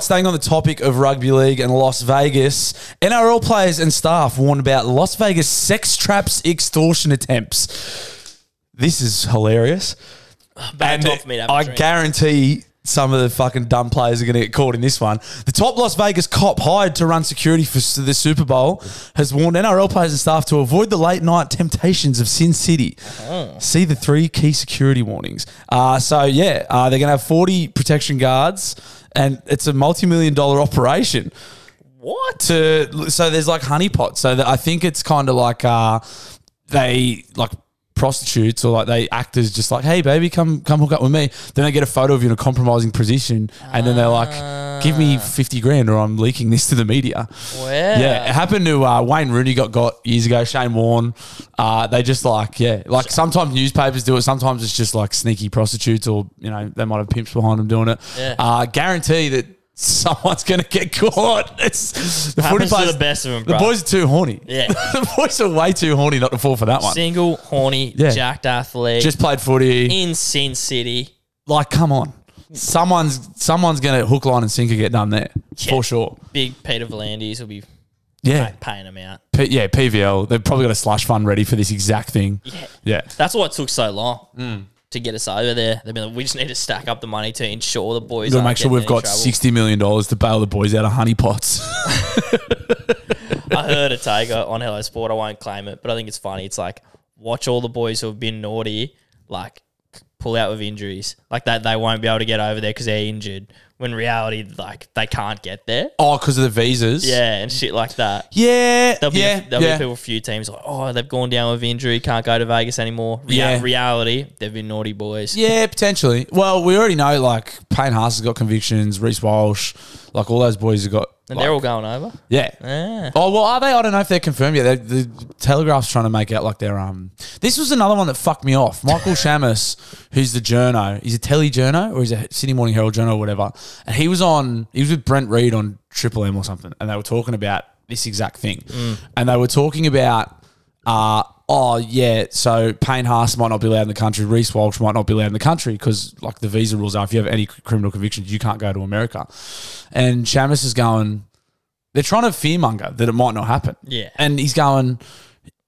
S1: Staying on the topic of rugby league and Las Vegas, NRL players and staff warn about Las Vegas sex traps extortion attempts. This is hilarious.
S2: Bad
S1: And
S2: time for me to have a
S1: I
S2: drink.
S1: guarantee some of the fucking dumb players are going to get caught in this one. The top Las Vegas cop hired to run security for s- the Super Bowl has warned NRL players and staff to avoid the late night temptations of Sin City. See the three key security warnings. Uh, so, yeah, uh, they're going to have 40 protection guards, and it's a multi million dollar operation
S2: what?
S1: to so there's like honeypots. So that I think it's kind of like uh, they like prostitutes or like they act as just like, hey baby, come come hook up with me. Then they get a photo of you in a compromising position, and then they're like, give me fifty grand or I'm leaking this to the media.
S2: Where?
S1: Yeah, it happened to uh, Wayne Rooney got got years ago. Shane Warne, uh, they just like yeah, like sometimes newspapers do it. Sometimes it's just like sneaky prostitutes or you know they might have pimps behind them doing it.
S2: Yeah.
S1: Uh, guarantee that someone's gonna get caught. It's the footy
S2: Happens to
S1: players.
S2: the best of them,
S1: the boys are too horny.
S2: Yeah.
S1: the boys are way too horny not to fall for that one.
S2: Single, horny,
S1: Yeah.
S2: jacked athlete
S1: Just played footy.
S2: in Sin City.
S1: Like, come on, someone's someone's gonna hook, line, and sinker get done there
S2: Yeah.
S1: for sure.
S2: Big Peter Volandis will be
S1: Yeah,
S2: paying him out.
S1: P- yeah. PVL, they've probably got a slush fund ready for this exact thing.
S2: Yeah.
S1: Yeah. Mm.
S2: That's why it took so long to get us over there. They've been like, we just need to stack up the money to ensure the boys.
S1: Got to
S2: aren't
S1: make sure
S2: getting
S1: we've
S2: in
S1: got
S2: trouble.
S1: sixty million dollars to bail the boys out of honeypots.
S2: I heard a taker on Hello Sport. I won't claim it, but I think it's funny. It's like watch all the boys who have been naughty, like pull out with injuries, like that. They won't be able to get over there because they're injured. When reality, like they can't get there.
S1: oh, because of the visas.
S2: Yeah, and shit like that.
S1: yeah,
S2: There'll be,
S1: yeah,
S2: there'll
S1: yeah.
S2: be people, a few teams like, oh, they've gone down with injury, can't go to Vegas anymore. Rea-
S1: Yeah.
S2: Reality, they've been naughty boys.
S1: Yeah, potentially. Well, we already know like Payne Haas has got convictions, Reese Walsh, like all those boys have got.
S2: And
S1: like-
S2: they're all going over.
S1: yeah.
S2: Yeah.
S1: Oh well, are they? I don't know if they're confirmed yet. they the Telegraph's trying to make out like they're um. This was another one that fucked me off. Michael Shamus, who's the journo, he's a telly journo or he's a Sydney Morning Herald journo or whatever, and he was on. He was with Brent Reed on Triple M or something, and they were talking about this exact thing, and they were talking about uh, oh yeah, so Payne Haas might not be allowed in the country, Reese Walsh might not be allowed in the country because like the visa rules are, if you have any criminal convictions, you can't go to America. And Shamus is going, they're trying to fearmonger that it might not happen.
S2: Yeah.
S1: and he's going.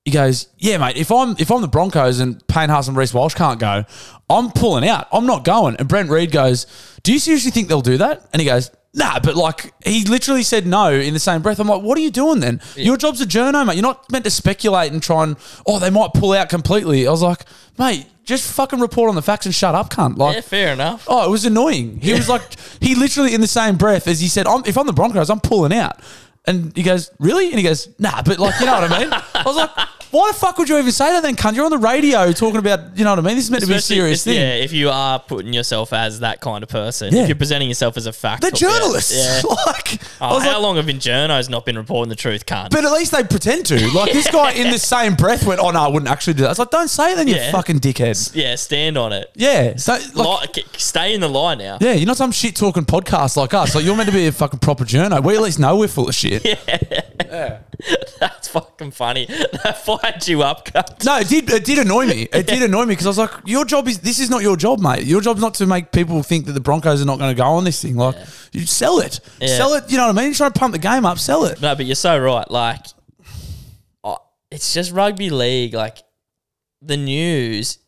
S1: He goes, yeah, mate. If I'm if I'm the Broncos and Payne Haas and Reese Walsh can't go, I'm pulling out. I'm not going. And Brent Reed goes, do you seriously think they'll do that? And he goes, nah. But like he literally said no in the same breath. I'm like, what are you doing then? Your job's a journo, mate. You're not meant to speculate and try and oh they might pull out completely. I was like, mate, just fucking report on the facts and shut up, cunt. Like
S2: Yeah, fair enough.
S1: Oh, it was annoying. He was like, he literally in the same breath as he said, I'm, if I'm the Broncos, I'm pulling out. And he goes, really? And he goes, nah, but like, you know what I mean? I was like, why the fuck would you even say that then, cunt? You're on the radio talking about, you know what I mean? This is meant to be a
S2: Especially
S1: serious
S2: if-
S1: thing.
S2: Yeah, if you are putting yourself as that kind of person,
S1: Yeah.
S2: if you're presenting yourself as a fact,
S1: They're journalists.
S2: Yeah.
S1: like, I
S2: Oh,
S1: was
S2: how
S1: like,
S2: long have been journos not been reporting the truth? Can't.
S1: but at least they pretend to. Like, this guy in the same breath went, oh, no, I wouldn't actually do that. I was like, don't say it then, you
S2: Yeah.
S1: fucking dickhead.
S2: yeah, stand on it.
S1: Yeah. So, like,
S2: Lie- k- stay in the lie now.
S1: yeah, you're not some shit talking podcast like us. Like, you're meant to be a fucking proper journo. We at least know we're full of shit.
S2: That's fucking funny. That fired you up, cunt.
S1: No, it did. It did annoy me. It did annoy me because I was like, "Your job is this is not your job, mate. Your job's not to make people think that the Broncos are not going to go on this thing. Like, you sell it,
S2: Yeah.
S1: sell it. You know what I mean? You try to pump the game up, sell it.
S2: No, but you're so right. Like, I- it's just rugby league. Like, the news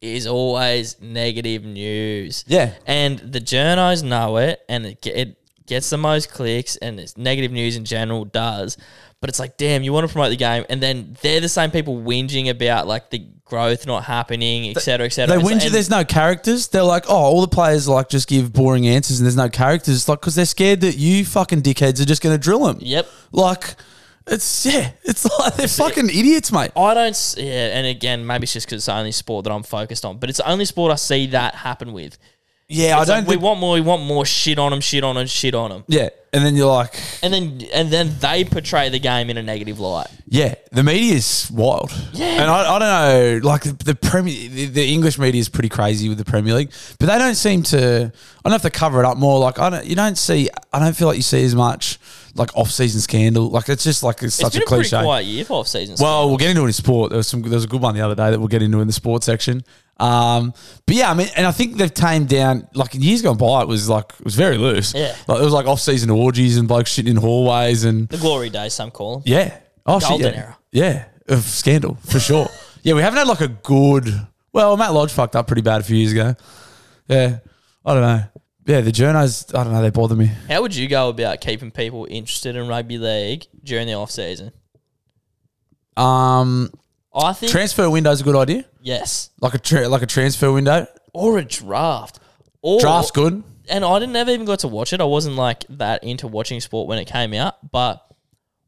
S2: is always negative news.
S1: Yeah.
S2: And the journos know it, and it, ge- it gets the most clicks, and it's negative news in general does. But it's like, damn, you want to promote the game, and then they're the same people whinging about like the growth not happening, et cetera, et cetera.
S1: They
S2: It's like-
S1: whinge.
S2: and-
S1: There's no characters. They're like, oh, all the players like just give boring answers, and there's no characters. It's like because they're scared that you fucking dickheads are just going to drill them.
S2: Yep.
S1: Like, it's yeah. It's like they're fucking idiots, mate.
S2: I don't. s- Yeah, and again, maybe it's just because it's the only sport that I'm focused on, but it's the only sport I see that happen with.
S1: Yeah, I
S2: It's like,
S1: don't.
S2: we
S1: think,
S2: want more. We want more shit on them. Shit on them. Shit on them.
S1: yeah, and then you're like,
S2: And then and then they portray the game in a negative light.
S1: Yeah, the media's wild.
S2: Yeah.
S1: And I, I don't know, like the, the Premier, the, the English media is pretty crazy with the Premier League, but they don't seem to. I don't have to cover it up more. Like I don't, you don't see. I don't feel like you see as much like off-season scandal. Like it's just like it's,
S2: It's
S1: such
S2: been
S1: a
S2: a pretty
S1: cliche.
S2: quiet year for off season.
S1: Well, we'll get into it in sport. There was some. There was a good one the other day that we'll get into in the sports section. Um, but yeah, I mean, and I think they've tamed down. Like in years gone by, it was like it was very loose.
S2: Yeah.
S1: like it was like off-season orgies and blokes shitting in hallways and
S2: the glory days, some call them.
S1: yeah. Oh,
S2: Golden
S1: shit, yeah.
S2: era.
S1: Yeah, of scandal for sure. yeah, we haven't had like a good. Well, Matt Lodge fucked up pretty bad a few years ago. Yeah, I don't know. Yeah, the journos. I don't know. They bother me.
S2: How would you go about keeping people interested in rugby league during the off season?
S1: Um,
S2: I think
S1: transfer window's a good idea.
S2: yes,
S1: Like a tra- like a transfer window.
S2: or a draft, or
S1: Draft's good.
S2: And I didn't ever even got to watch it. I wasn't like that into watching sport when it came out. But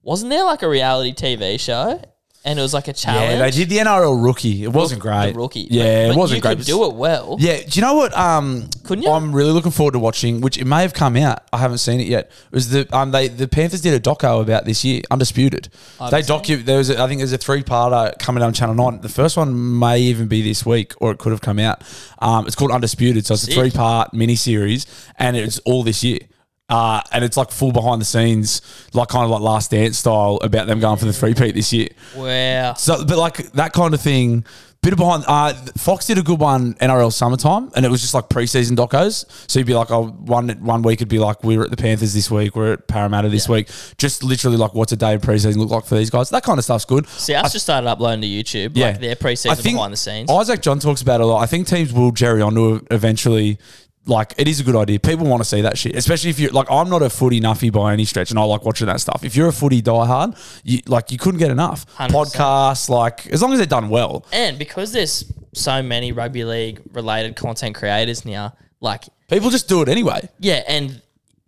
S2: wasn't there like a reality TV show? And it was like a challenge.
S1: Yeah, they did the NRL rookie. It wasn't great.
S2: The rookie.
S1: Yeah,
S2: But-
S1: it
S2: but
S1: wasn't
S2: you
S1: great.
S2: Could do it well.
S1: Yeah, do you know what? Um,
S2: Couldn't you?
S1: I'm really looking forward to watching. Which it may have come out. I haven't seen it yet. It was the um they the Panthers did a doco about this year, undisputed. they docu there was a, I think there's a three parter coming out on Channel Nine. The first one may even be this week, or it could have come out. Um, it's called Undisputed, so it's a
S2: Sick.
S1: three part mini series, and it's all this year. Uh, and it's like full behind the scenes, like kind of like Last Dance style about them going for the three peat this year.
S2: Wow.
S1: So, but like that kind of thing, bit of behind. Uh, Fox did a good one NRL summertime, and it was just like preseason docos. So you'd be like, oh, one one week would be like we're at the Panthers this week, we're at Parramatta this week. Just literally like what's a day of preseason look like for these guys? That kind of stuff's good.
S2: See, I just started uploading to YouTube, like their preseason
S1: I think
S2: behind the scenes.
S1: Isaac John talks about it a lot. I think teams will jerry onto it eventually. Like it is a good idea. People want to see that shit, especially if you're like I'm not a footy nuffy by any stretch, and I like watching that stuff. If you're a footy diehard, you like you couldn't get enough
S2: 100%.
S1: podcasts. Like as long as they're done well,
S2: and because there's so many rugby league related content creators now, like
S1: People just do it anyway.
S2: yeah, and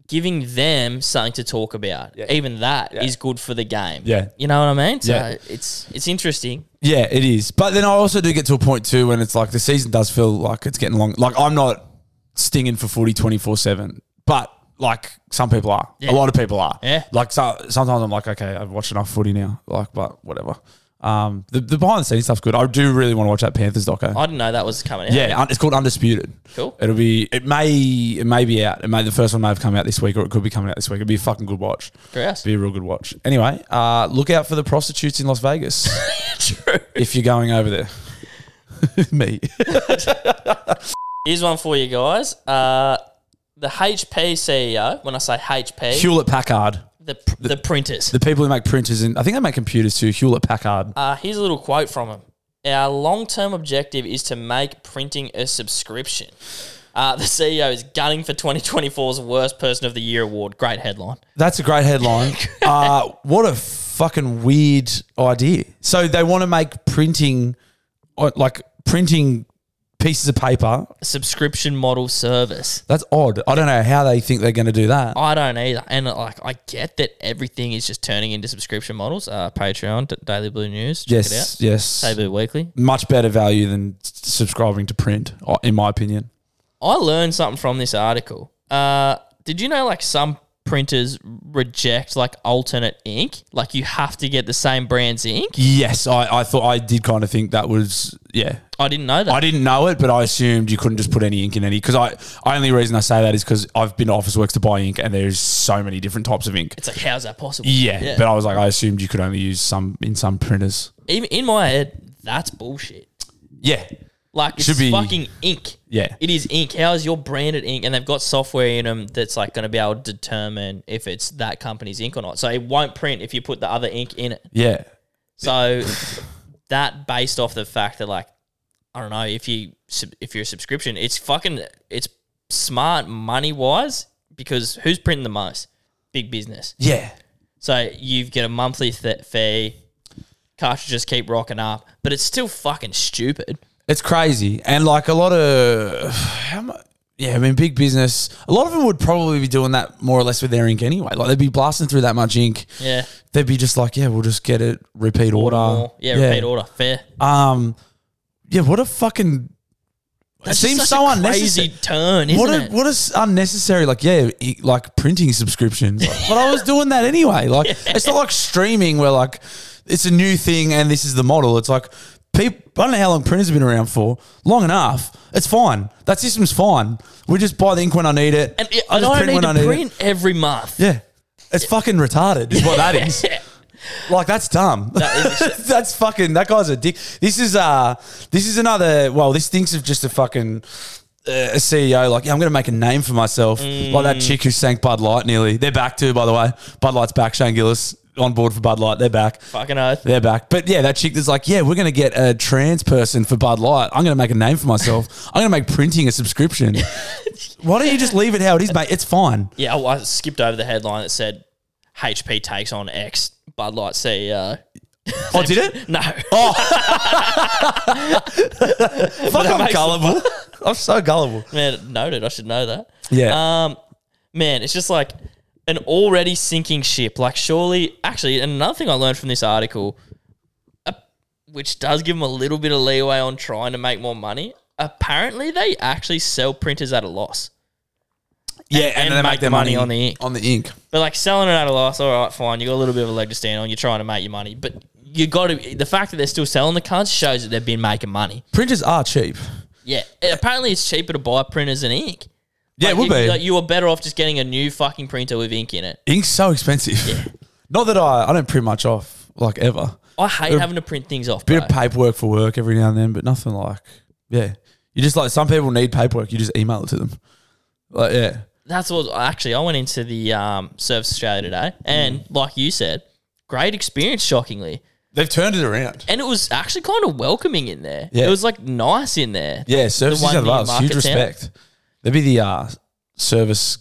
S2: giving them something to talk about, even that is good for the game.
S1: Yeah.
S2: you know what I mean. So
S1: Yeah.
S2: it's it's interesting.
S1: Yeah, it is. But then I also do get to a point too when it's like the season does feel like it's getting long. Like I'm not stinging for footy 24 7, but like some people are. A lot of people are.
S2: Yeah.
S1: Like so, sometimes I'm like, okay, I've watched enough footy now. Like, but whatever. Um, the, the behind the scenes stuff's good. I do really want to watch that Panthers doco.
S2: I didn't know that was coming out.
S1: Yeah, un- it's called Undisputed.
S2: Cool.
S1: It'll be. It may. It may be out. It may. The first one may have come out this week, or it could be coming out this week. It'd be a fucking good watch.
S2: Gross.
S1: Be a real good watch. Anyway, uh, look out for the prostitutes in Las Vegas
S2: true.
S1: if you're going over there. Me.
S2: Here's one for you guys. Uh, the HP CEO. E When I say HP,
S1: Hewlett Packard.
S2: the, pr- the printers.
S1: The people who make printers and I think they make computers too. Hewlett Packard.
S2: Uh, here's a little quote from him. Our long term objective is to make printing a subscription. Uh, the CEO is gunning for 2024's Worst Person of the Year award. Great headline.
S1: That's a great headline. uh, what a fucking weird idea. So they want to make printing, uh, like printing pieces of paper.
S2: A subscription model service.
S1: That's odd. I don't know how they think they're going to do that.
S2: I don't either. And like, I get that everything is just turning into subscription models. Uh, Patreon, D- Daily Blue News. Check
S1: Yes,
S2: it
S1: yes.
S2: out. Daily Blue Weekly.
S1: Much better value than s- subscribing to print, uh, in my opinion.
S2: I learned something from this article. Uh, did you know like some printers reject like alternate ink. Like you have to get the same brand's ink.
S1: Yes, I, I thought I did kind of think that was yeah.
S2: I didn't know that.
S1: I didn't know it, but I assumed you couldn't just put any ink in any. Because I, I only reason I say that is because I've been to Office Works to buy ink, and there's so many different types of ink.
S2: It's like how's that possible?
S1: yeah, but I was like, I assumed you could only use some in some printers.
S2: Even in my head, that's bullshit.
S1: Yeah,
S2: Like it's
S1: Should be-
S2: fucking ink.
S1: yeah,
S2: It is ink. How is your branded ink? And they've got software in them that's like going to be able to determine if it's that company's ink or not. So it won't print if you put the other ink in it.
S1: yeah,
S2: So that based off the fact that like I don't know if you sub- if you're a subscription, it's fucking it's smart money wise because who's printing the most? Big business.
S1: yeah.
S2: So you get a monthly th- fee. Cartridges keep rocking up, but it's still fucking stupid.
S1: It's crazy, and like a lot of how much. Yeah, I mean, big business. A lot of them would probably be doing that more or less with their ink anyway. Like they'd be blasting through that much ink.
S2: Yeah.
S1: They'd be just like, yeah, we'll just get it repeat order.
S2: Or- yeah, repeat order. Fair.
S1: Um, yeah, what a fucking.
S2: That's
S1: it seems
S2: just such
S1: so
S2: a
S1: unnecessary.
S2: Crazy turn, isn't
S1: What a
S2: it?
S1: what is unnecessary? Like yeah, e- like printing subscriptions. Like, but I was doing that anyway. Like it's not like streaming where like it's a new thing and this is the model. It's like people. I don't know how long printers have been around for. Long enough. It's fine. That system's fine. We just buy the ink when I need it.
S2: and I
S1: just
S2: don't need to
S1: it.
S2: print every month.
S1: Yeah, it's fucking retarded. Is what that is. Like that's dumb. that's fucking. That guy's a dick. This is uh this is another. Well, this thinks of just a fucking. Uh, a CEO like yeah, I'm going to make a name for myself, like that chick who sank Bud Light nearly. They're back too, by the way. Bud Light's back. Shane Gillis on board for Bud Light. They're back.
S2: Fucking oath.
S1: They're back. But yeah, that chick that's like, yeah, we're going to get a trans person for Bud Light. I'm going to make a name for myself. I'm going to make printing a subscription. Why don't you just leave it how it is, mate? It's fine.
S2: Yeah, I, I skipped over the headline that said HP takes on ex Bud Light E CEO.
S1: Oh, did it? Oh.
S2: No.
S1: Fuck, I'm
S2: makes-
S1: gullible. I'm so gullible.
S2: Man, noted. I should know that.
S1: Yeah.
S2: Um, man, it's just like an already sinking ship. Like, surely, actually, and another thing I learned from this article, uh, which does give them a little bit of leeway on trying to make more money. Apparently, they actually sell printers at a loss.
S1: yeah,
S2: and make the money on the ink.
S1: On the ink.
S2: But like selling it at a loss, all right, fine. You got a little bit of a leg to stand on. You're trying to make your money, but you got to. The fact that they're still selling the cunts shows that they've been making money.
S1: Printers are cheap.
S2: Yeah. And apparently, it's cheaper to buy printers than ink.
S1: Yeah,
S2: Like,
S1: it would
S2: you,
S1: be.
S2: Like you were better off just getting a new fucking printer with ink in it.
S1: Ink's so expensive. Not that I, I don't print much off, like ever.
S2: I hate having to print things off.
S1: Bit
S2: bro.
S1: of paperwork for work every now and then, but nothing like, yeah. You just like, some people need paperwork. You just email it to them. Like, yeah.
S2: That's what actually I went into the um, Service Australia today,
S1: Mm.
S2: and like you said, great experience. Shockingly,
S1: They've turned it around.
S2: and it was actually kind of welcoming in there.
S1: Yeah.
S2: It was like nice in there.
S1: Yeah, services
S2: one
S1: have
S2: near
S1: us. Huge
S2: Market Town.
S1: respect. They'd be the uh, service,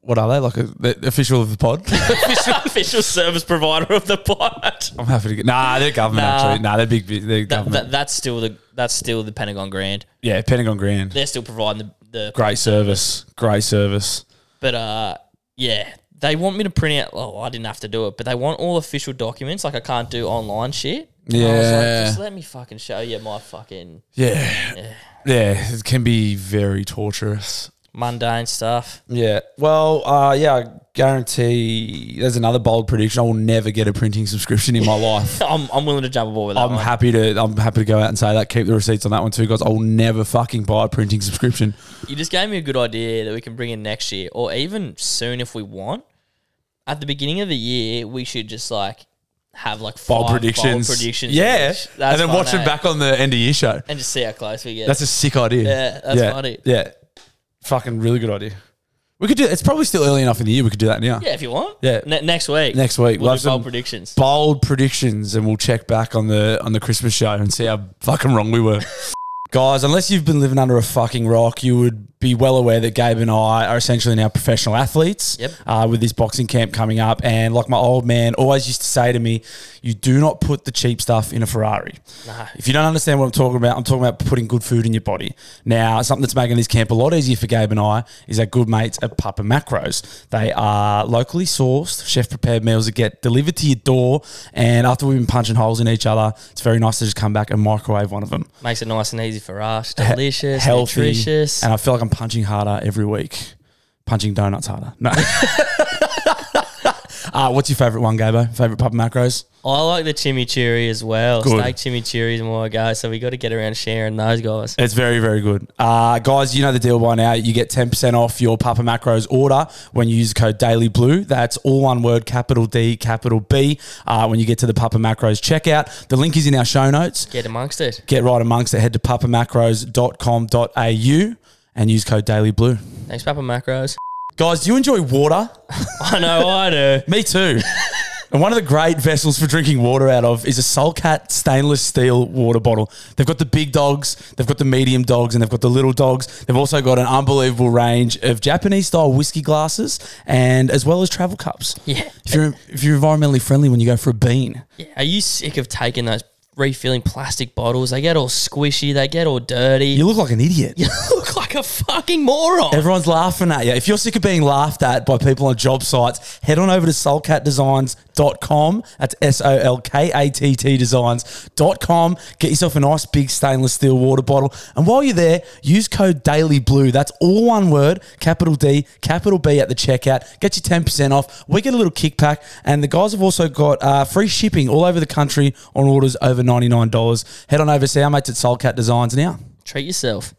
S1: what are they? Like a, the official of the pod?
S2: official, official service provider of the pod.
S1: I'm happy to get. Nah, they're government
S2: Nah.
S1: actually. Nah, they're big. They're
S2: That,
S1: government.
S2: that, that's still the that's still the Pentagon Grand.
S1: yeah, Pentagon Grand.
S2: They're still providing the, the
S1: Great service. Great service.
S2: but uh yeah they want me to print out. Oh, I didn't have to do it, but they want all official documents. Like I can't do online shit. And I was like,
S1: Yeah.
S2: just let me fucking show you my fucking
S1: Yeah. yeah. It can be very torturous.
S2: mundane stuff.
S1: Yeah. Well, uh, yeah, I guarantee there's another bold prediction. I will never get a printing subscription in my life.
S2: I'm, I'm willing to jump aboard with that.
S1: I'm
S2: one.
S1: happy to I'm happy to go out and say that. Keep the receipts on that one too, guys. I will never fucking buy a printing subscription.
S2: you just gave me a good idea that we can bring in next year, or even soon if we want. At the beginning of the year, we should just like have like five
S1: Bold predictions.
S2: bold predictions
S1: Yeah.
S2: each. That's
S1: And then
S2: fun,
S1: watch them
S2: eh?
S1: back on the end of year show.
S2: and just see how close we get.
S1: That's a sick idea.
S2: Yeah, that's
S1: yeah.
S2: funny.
S1: Yeah. Fucking really good idea. We could do it's probably still early enough in the year we could do that now.
S2: yeah, if you want.
S1: Yeah.
S2: Ne- next week.
S1: Next week.
S2: we'll
S1: We'll have
S2: do bold
S1: some-
S2: predictions.
S1: bold predictions and we'll check back on the on the Christmas show and see how fucking wrong we were. Guys, unless you've been living under a fucking rock, you would be well aware that Gabe and I are essentially now professional athletes
S2: Yep.
S1: uh, with this boxing camp coming up. And like my old man always used to say to me, you do not put the cheap stuff in a Ferrari. If you don't understand what I'm talking about, I'm talking about putting good food in your body. Now, something that's making this camp a lot easier for Gabe and I is our good mates at Papa Macros. They are locally sourced, chef prepared meals that get delivered to your door. And after we've been punching holes in each other, it's very nice to just come back and microwave one of them.
S2: Makes it nice and easy for us. Delicious,
S1: Healthy.
S2: nutritious.
S1: And I feel like I'm punching harder every week. Punching donuts harder. No. Uh, what's your favorite one, Gabo? Favorite pub macros?
S2: I like the chimichurri as well.
S1: Good.
S2: Steak chimichurri is my guy, so we got to get around sharing those guys.
S1: It's very, very good. Uh, guys, you know the deal by now. You get 10% off your Papa Macros order when you use the code DAILYBLUE. That's all one word, capital D, capital B, uh, when you get to the Papa Macros checkout. The link is in our show notes.
S2: Get amongst it.
S1: Get right amongst it. Head to papamacros.com.au and use code DAILYBLUE.
S2: Thanks, Papa Macros.
S1: Guys, do you enjoy water?
S2: I know I do.
S1: Me too. And one of the great vessels for drinking water out of is a Solcat stainless steel water bottle. They've got the big dogs, they've got the medium dogs, and they've got the little dogs. They've also got an unbelievable range of Japanese style whiskey glasses and as well as travel cups.
S2: Yeah.
S1: If you're if you're environmentally friendly when you go for a bean,
S2: Yeah, Are you sick of taking those refilling plastic bottles? They get all squishy. They get all dirty.
S1: you look like an idiot.
S2: You look like a fucking moron.
S1: Everyone's laughing at you. If you're sick of being laughed at by people on job sites, head on over to soulcatdesigns.com. That's S O L K A T T designs.com. Get yourself a nice big stainless steel water bottle. And while you're there, use code DAILYBLUE. That's all one word, capital D, capital B at the checkout. Get your 10% off. We get a little kickback. And the guys have also got uh, free shipping all over the country on orders over $99. Head on over to our mates at Soulcat Designs now.
S2: Treat yourself.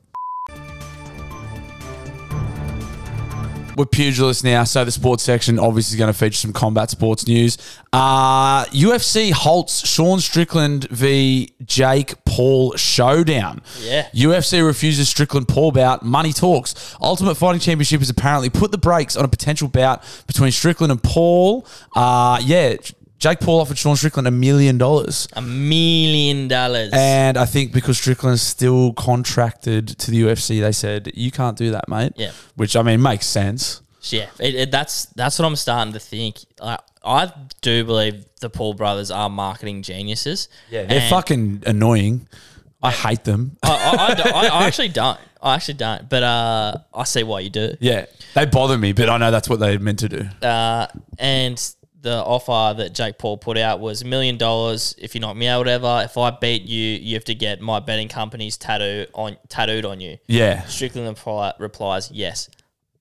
S1: we're pugilists now, so the sports section obviously is going to feature some combat sports news. Uh, UFC halts Sean Strickland v. Jake Paul showdown.
S2: Yeah.
S1: UFC refuses Strickland Paul bout. Money talks. Ultimate Fighting Championship has apparently put the brakes on a potential bout between Strickland and Paul. Uh, yeah, Jake Paul offered Sean Strickland a million dollars.
S2: A million dollars.
S1: And I think because Strickland's still contracted to the UFC, they said, you can't do that, mate.
S2: Yeah.
S1: Which, I mean, makes sense.
S2: Yeah, it, it, that's that's what I'm starting to think. Like, I do believe the Paul brothers are marketing geniuses. Yeah,
S1: They're fucking annoying. I hate them.
S2: I, I, I don't- I- I actually don't. I actually don't. But uh, I see why you do.
S1: Yeah, they bother me, but I know that's what they meant to do.
S2: Uh, and the offer that Jake Paul put out was a million dollars if you knock me out, whatever. If I beat you, you have to get my betting company's tattoo on tattooed on you.
S1: Yeah,
S2: Strickland repli- replies, "Yes."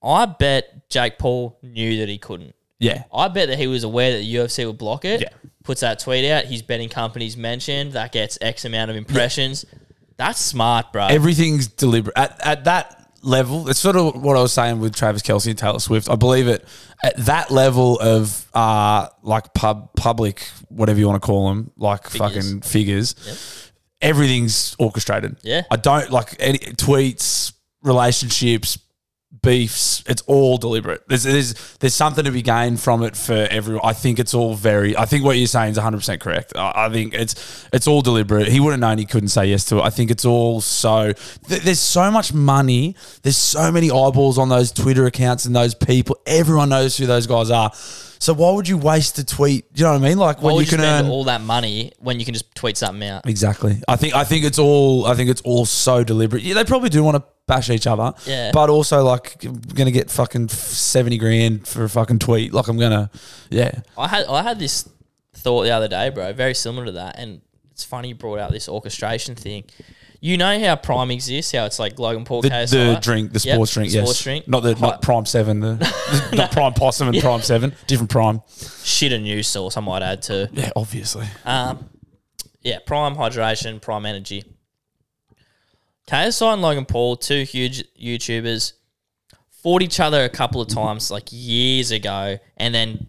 S2: I bet Jake Paul knew that he couldn't.
S1: yeah,
S2: I bet that he was aware that the UFC would block it.
S1: Yeah.
S2: Puts that tweet out. His betting company's mentioned. That gets X amount of impressions. That's smart, bro.
S1: everything's deliberate at, at that level. It's sort of what I was saying with Travis Kelsey and Taylor Swift. I believe it at that level of uh, like pub public, whatever you want to call them, like fucking figures. Everything's orchestrated.
S2: Yeah.
S1: I don't like any tweets, relationships, beefs. It's all deliberate. There's, there's there's something to be gained from it for everyone. I think it's all very. I think what you're saying is 100 percent correct. I, I think it's it's all deliberate. He would have known he couldn't say yes to it. I think it's all so. Th- there's so much money. There's so many eyeballs on those Twitter accounts and those people. Everyone knows who those guys are. So why would you waste a tweet? You know what I mean? Like
S2: Why
S1: when
S2: would
S1: you
S2: you
S1: can
S2: spend
S1: earn
S2: all that money when you can just tweet something out?
S1: Exactly. I think I think it's all I think it's all so deliberate. Yeah, they probably do want to bash each other.
S2: Yeah.
S1: But also like I'm gonna get fucking f- seventy grand for a fucking tweet. Like I'm gonna Yeah.
S2: I had I had this thought the other day, bro. Very similar to that, and it's funny you brought out this orchestration thing. You know how Prime exists, how it's like Logan Paul,
S1: The,
S2: KSI?
S1: the drink, the
S2: Yep,
S1: sports drink,
S2: sports
S1: yes.
S2: drink.
S1: Not the not prime seven, the, not prime possum and prime seven. Different prime.
S2: shit and new source. I might add to
S1: Yeah, obviously.
S2: yeah, prime hydration, prime energy. KSI and Logan Paul, two huge YouTubers, fought each other a couple of times like years ago, and then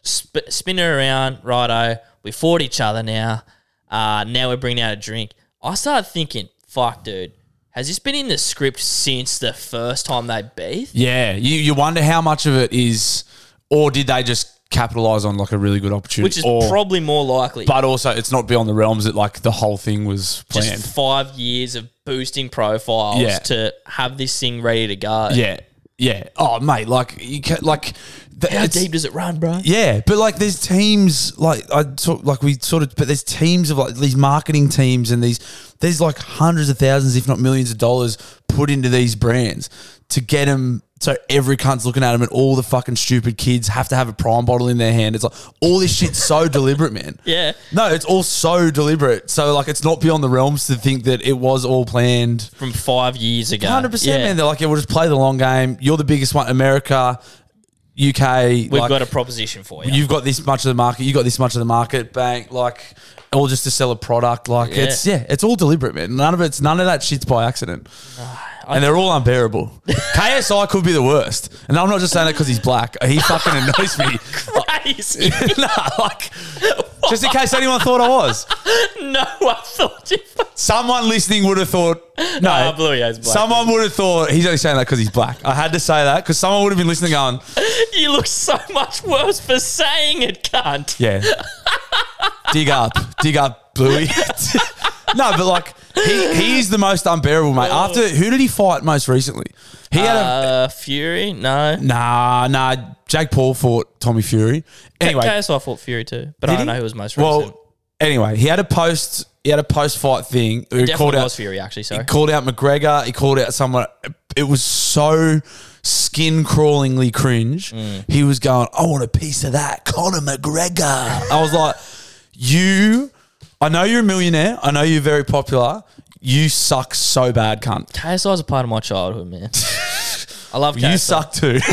S2: sp- spin it around, righto. We fought each other now. Uh, now we're bringing out a drink. I started thinking, fuck, dude, has this been in the script since the first time they beef?
S1: Yeah. You you wonder how much of it is or did they just capitalize on like a really good opportunity?
S2: Which is
S1: or,
S2: probably more likely.
S1: but also it's not beyond the realms that like the whole thing was planned.
S2: just five years of boosting profiles
S1: Yeah.
S2: to have this thing ready to go.
S1: Yeah, yeah. Oh, mate, like you can like. th-
S2: How
S1: it's-
S2: deep does it run, bro?
S1: Yeah, but like there's teams like I talk, like we sort of but there's teams of like these marketing teams and these there's like hundreds of thousands if not millions of dollars put into these brands to get them so every cunt's looking at them and all the fucking stupid kids have to have a prime bottle in their hand. It's like all this shit's so deliberate, man.
S2: Yeah.
S1: No, it's all so deliberate. So like it's not beyond the realms to think that it was all planned
S2: From five years ago.
S1: Hundred percent,
S2: Yeah.
S1: man. They're like, yeah, we'll just play the long game. You're the biggest one, America. UK.
S2: We've
S1: like,
S2: got a proposition for you.
S1: You've got this much of the market. You got this much of the market. Bang, like all just to sell a product. Like
S2: Yeah.
S1: it's yeah, it's all deliberate, man. None of it's none of that shit's by accident, and they're all unbearable. KSI could be the worst, and I'm not just saying that because he's black. He fucking annoys me.
S2: Crazy.
S1: nah, like just in case anyone thought I was.
S2: no, I thought you.
S1: Someone listening would have thought no.
S2: Nah, Bluey is black.
S1: Someone would have thought he's only saying that because he's black. I had to say that because someone would have been listening, going,
S2: You look so much worse for saying it, cunt.
S1: "Yeah, dig up, dig up, Bluey." no, but like he, he is the most unbearable, mate.
S2: Oh.
S1: After who did he fight most recently? He had a
S2: Uh, Fury? No.
S1: nah, Uh, nah. Jake Paul fought Tommy Fury. Anyway,
S2: KSI fought Fury too, but I
S1: Did
S2: don't
S1: he?
S2: know who was most recent.
S1: well, anyway, he had a post. He had a post-fight thing. He called
S2: Definitely
S1: out
S2: was Fury, actually. Sorry.
S1: He called out McGregor. He called out someone. It was so skin crawlingly cringe.
S2: Mm.
S1: He was going, I want a piece of that. Conor McGregor. I was like, You, I know you're a millionaire. I know you're very popular. You suck so bad, cunt.
S2: KSI is a part of my childhood, man. I love KSI.
S1: You suck too.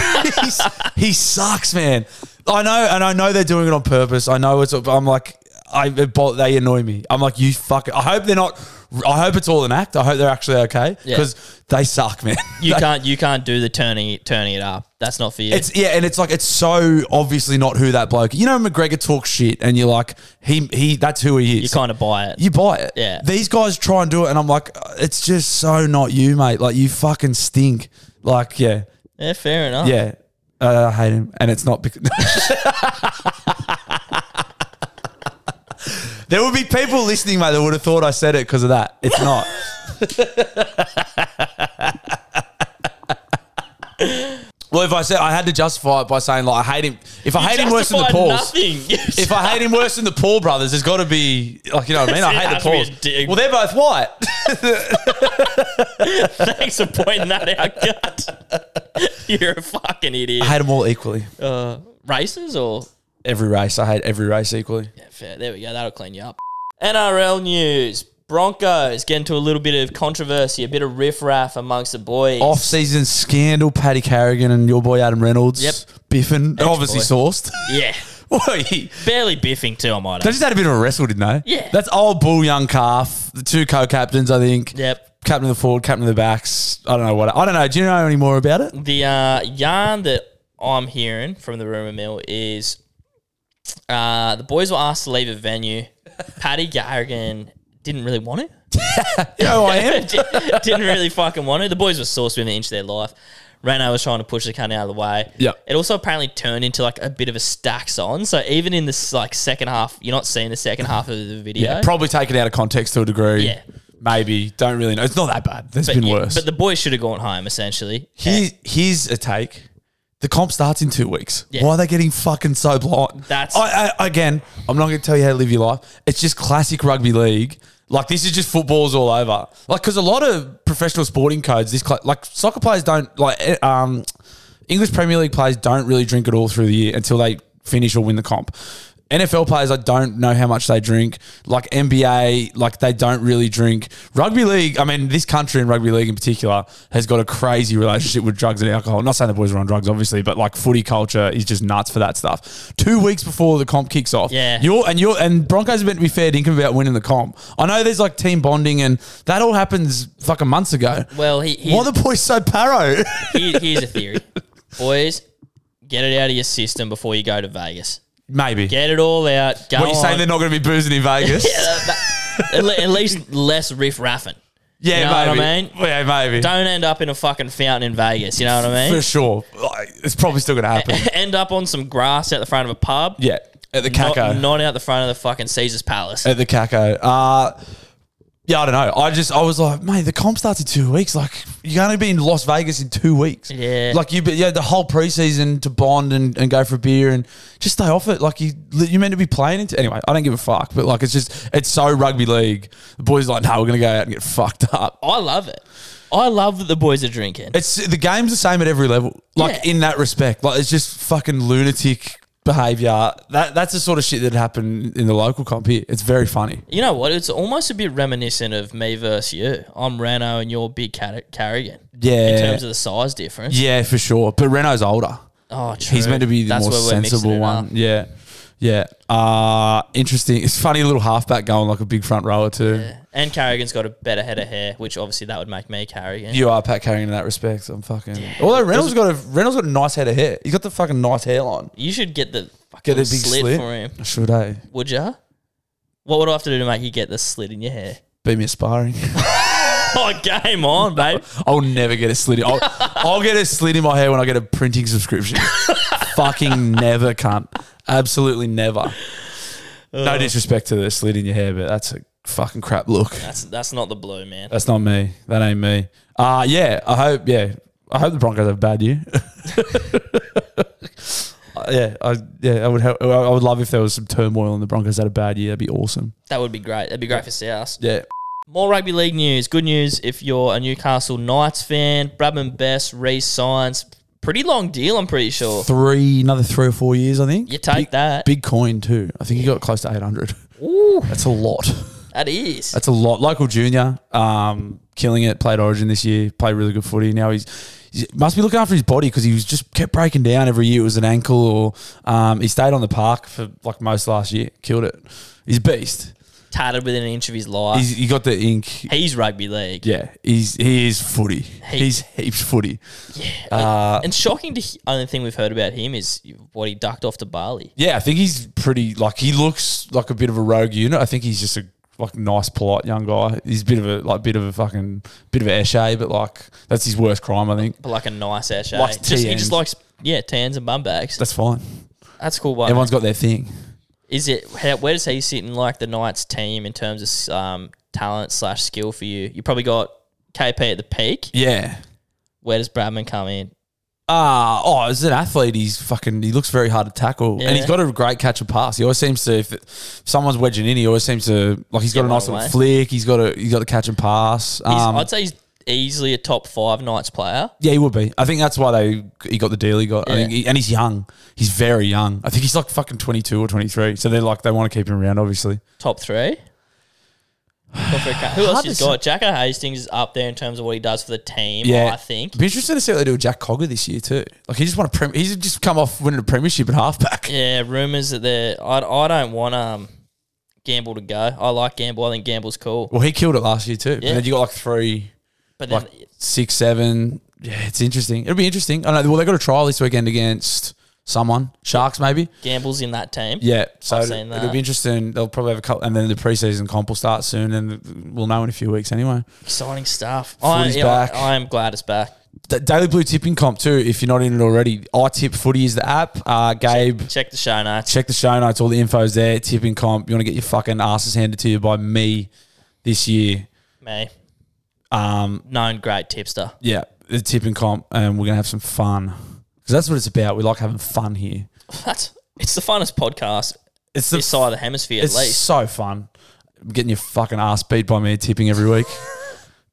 S1: He's- he sucks, man. I know, and I know they're doing it on purpose. I know it's. I'm like, I it bo- they annoy me. I'm like, you fuck. I hope they're not. I hope it's all an act. I hope they're actually okay
S2: Yeah.
S1: because they suck, man.
S2: You
S1: They-
S2: can't. You can't do the turning turning it up. That's not for you.
S1: It's yeah, and it's like it's so obviously not who that bloke. You know, McGregor talks shit, and you're like, he he. That's who he is.
S2: you kind of buy it.
S1: You buy it.
S2: Yeah.
S1: These guys try and do it, and I'm like, uh, it's just so not you, mate. Like you fucking stink. Like yeah.
S2: yeah, fair enough.
S1: Yeah. Uh, I hate him. And it's not because. there would be people listening, mate, that would have thought I said it because of that. It's not. well, if I said I had to justify it by saying, like, I hate him. If I hate him worse than the
S2: Justify
S1: Pauls.
S2: Nothing.
S1: If I hate him worse than the Paul brothers, there's got to be like you know what I mean. I
S2: It
S1: hate
S2: has
S1: the
S2: to be
S1: Pauls.
S2: a dig.
S1: Well, they're both white.
S2: Thanks for pointing that out, God. You're a fucking idiot.
S1: I hate them all equally.
S2: Uh, races or
S1: Every race, I hate every race equally.
S2: yeah, fair. There we go. That'll clean you up. NRL news. Broncos get into a little bit of controversy, a bit of riffraff amongst the boys.
S1: off season scandal, Paddy Carrigan and your boy Adam Reynolds.
S2: Yep.
S1: Biffing. obviously
S2: boy.
S1: sourced.
S2: Yeah,
S1: Boy, he-
S2: barely biffing too. I might.
S1: they
S2: add.
S1: just had a bit of a wrestle, didn't they?
S2: Yeah.
S1: That's old bull, young calf. The two co-captains, I think.
S2: Yep.
S1: Captain of the forward, captain of the backs. I don't know what. I don't know. Do you know any more about it?
S2: The uh, yarn that I'm hearing from the rumor mill is uh, the boys were asked to leave a venue. Paddy Garrigan didn't really want it.
S1: You know who oh, I am.
S2: didn't really fucking want it. The boys were sourced within an inch of their life. Reno was trying to push the cunt out of the way.
S1: Yeah.
S2: It also apparently turned into like a bit of a stacks on. So even in this like second half, you're not seeing the second half of the video.
S1: Yeah. Probably taken out of context to a degree.
S2: Yeah.
S1: Maybe. Don't really know. It's not that bad. There's
S2: but,
S1: been
S2: yeah,
S1: worse.
S2: but the boys should have gone home essentially.
S1: Here- here's a take. The comp starts in two weeks.
S2: Yeah.
S1: Why are they getting fucking so blind?
S2: That's-
S1: I, I, again. I'm not going to tell you how to live your life. It's just classic rugby league. Like this is just footballs all over. Like because a lot of professional sporting codes, this cla- like soccer players don't like eh, um, English Premier League players don't really drink at all through the year until they finish or win the comp. NFL players, I don't know how much they drink. Like NBA, like they don't really drink. Rugby league, I mean, this country and rugby league in particular has got a crazy relationship with drugs and alcohol. Not saying the boys are on drugs, obviously, but like footy culture is just nuts for that stuff. Two weeks before the comp kicks off,
S2: Yeah.
S1: you're and you're and Broncos are meant to be fair dinkum about winning the comp. I know there's like team bonding and that all happens fucking months ago.
S2: Well, he, he
S1: Why are the boys so paro?
S2: Here- here's a theory. Boys, get it out of your system before you go to Vegas.
S1: Maybe.
S2: Get it all out. Go
S1: What are you
S2: on.
S1: saying? They're not going to be boozing in Vegas? yeah,
S2: at, le- at least less riff raffing. know what I
S1: maybe.
S2: mean?
S1: Yeah, maybe.
S2: Don't end up in a fucking fountain in Vegas. You know what I
S1: For
S2: mean?
S1: sure. Like, It's probably still going to happen.
S2: end up on some grass out the front of a pub.
S1: yeah. At the
S2: Not,
S1: Caco.
S2: not out the front of the fucking Caesar's Palace.
S1: At the Caco. Uh, yeah, I don't know. I just, I was like, mate, the comp starts in two weeks. Like, you're going to be in Las Vegas in two weeks.
S2: Yeah.
S1: Like, you, you had the whole preseason to bond and, and go for a beer and just stay off it. Like, you, you're meant to be playing into, anyway, I don't give a fuck. But, like, it's just, it's so rugby league. The boys are like, no, we're going to go out and get fucked up.
S2: I love it. I love that the boys are drinking.
S1: It's the game's the same at every level. Like
S2: Yeah.
S1: in that respect, like it's just fucking lunatic behavior. That that's the sort of shit that happened in the local comp here. It's very funny.
S2: you know what? It's almost a bit reminiscent of me versus you. I'm Reno and you're Big Car- Carrigan. In
S1: Yeah,
S2: terms of the size difference.
S1: yeah, for sure. But Renault's older.
S2: Oh, true.
S1: He's meant to be the
S2: That's
S1: more
S2: where we're mixing
S1: sensible
S2: it
S1: one.
S2: up.
S1: Yeah. Yeah. Uh, interesting. It's funny little halfback going like a big front rower too.
S2: And Carrigan's got a better head of hair, which obviously that would make me Carrigan.
S1: You are Pat Carrigan in that respect. I'm fucking. Although Reynolds got a Reynolds got a nice head of hair. He's got the fucking nice hairline.
S2: You should get the fucking
S1: Get a big
S2: slit,
S1: slit,
S2: for him.
S1: Should I?
S2: Would ya? What would I have to do to make you get the slit in your hair?
S1: Be me sparring.
S2: Oh, game on, babe.
S1: I'll never get a slit. In, I'll, I'll get a slit in my hair when I get a printing subscription. Fucking never, cunt. Absolutely never.
S2: Uh.
S1: No disrespect to the slit in your hair, but that's a fucking crap look.
S2: That's that's not the blue, man.
S1: That's not me. That ain't me. Uh yeah. I hope. Yeah. I hope the Broncos have bad year. Uh, yeah. I yeah. I would. Help, I I would love if there was some turmoil and the Broncos had a bad year. That'd be awesome.
S2: That would be great. That'd be great for South.
S1: Yeah.
S2: More rugby league news. Good news if you're a Newcastle Knights fan. Bradman Best re-signs. Pretty long deal, I'm pretty sure.
S1: Three. Another three or four years. I think.
S2: You take
S1: big,
S2: that.
S1: Big coin too. I think he got close to eight hundred.
S2: Ooh,
S1: That's a lot.
S2: that is.
S1: That's a lot. Local junior, um, killing it. Played Origin this year. Played really good footy. Now he's, he must be looking after his body because he was just kept breaking down every year. It was an ankle or um, he stayed on the park for like most last year. Killed it. He's a beast.
S2: tattered within an inch of his life.
S1: He's, he got the ink.
S2: He's rugby league.
S1: Yeah, he's he is footy. He's heaps footy. Uh,
S2: And shocking to he- only thing we've heard about him is what he ducked off to Bali.
S1: yeah, I think he's pretty. Like he looks like a bit of a rogue unit. I think he's just a like nice, polite young guy. He's a bit of a like bit of a fucking bit of a esche, but like that's his worst crime. I think.
S2: But like a nice ass shape.
S1: Likes
S2: Just, he
S1: TNs.
S2: just likes yeah, tans and bum bags.
S1: That's fine.
S2: That's a cool one.
S1: Everyone's got their thing.
S2: Is it how, where does he sit in like the Knights team in terms of um, talent slash skill for you? You probably got KP at the peak.
S1: Yeah.
S2: Where does Bradman come in?
S1: Uh, oh, as an athlete, he's fucking. He looks very hard to tackle,
S2: Yeah.
S1: and he's got a great catch and pass. He always seems to. If someone's wedging in, he always seems to like. He's got
S2: Get
S1: a
S2: one
S1: nice little
S2: away.
S1: flick. He's got a. He's got the catch and pass.
S2: He's,
S1: Um,
S2: I'd say he's easily a top five Knights player.
S1: yeah, he would be. I think that's why they he got the deal. He got. I
S2: Yeah.
S1: think he, and he's young. He's very young. I think he's like fucking twenty two or twenty three. So they're like they want to keep him around, obviously.
S2: Top three. Top three ca- Who else
S1: Hard
S2: he's
S1: to
S2: got? Jacko Hastings is up there in terms of what he does for the team.
S1: Yeah.
S2: I think.
S1: Be interested to see what they do with Jack Cogger this year too. Like he just won a. Prem- he's just come off winning a premiership at halfback.
S2: Yeah, rumors that they're. I, I don't want um gamble to go. I like gamble. I think gamble's cool.
S1: Well, he killed it last year too.
S2: Yeah.
S1: And then you got like three.
S2: But then
S1: like six, seven. Yeah, it's interesting. It'll be interesting. I know. Well, they got a trial this weekend against someone, Sharks maybe.
S2: gamble's in that team.
S1: Yeah, so
S2: I've
S1: it'll,
S2: seen
S1: it'll
S2: that.
S1: be interesting. They'll probably have a couple, and then the preseason comp will start soon, and we'll know in a few weeks anyway.
S2: Exciting stuff. I,
S1: Footy's
S2: yeah,
S1: back.
S2: I, I am glad it's back.
S1: The Daily Blue tipping comp too. If you're not in it already, I tip footy is the app. Uh, Gabe.
S2: Check the show notes.
S1: Check the show notes. All the info's there. Tipping comp. You want to get your fucking asses handed to you by me this year.
S2: Me,
S1: Um,
S2: known great tipster.
S1: yeah, the tipping comp, and we're gonna have some fun because that's what it's about. We like having fun here.
S2: That's it's the funnest podcast
S1: It's the
S2: this side of the hemisphere at
S1: It's
S2: least.
S1: so fun. Getting your fucking ass beat by me tipping every week.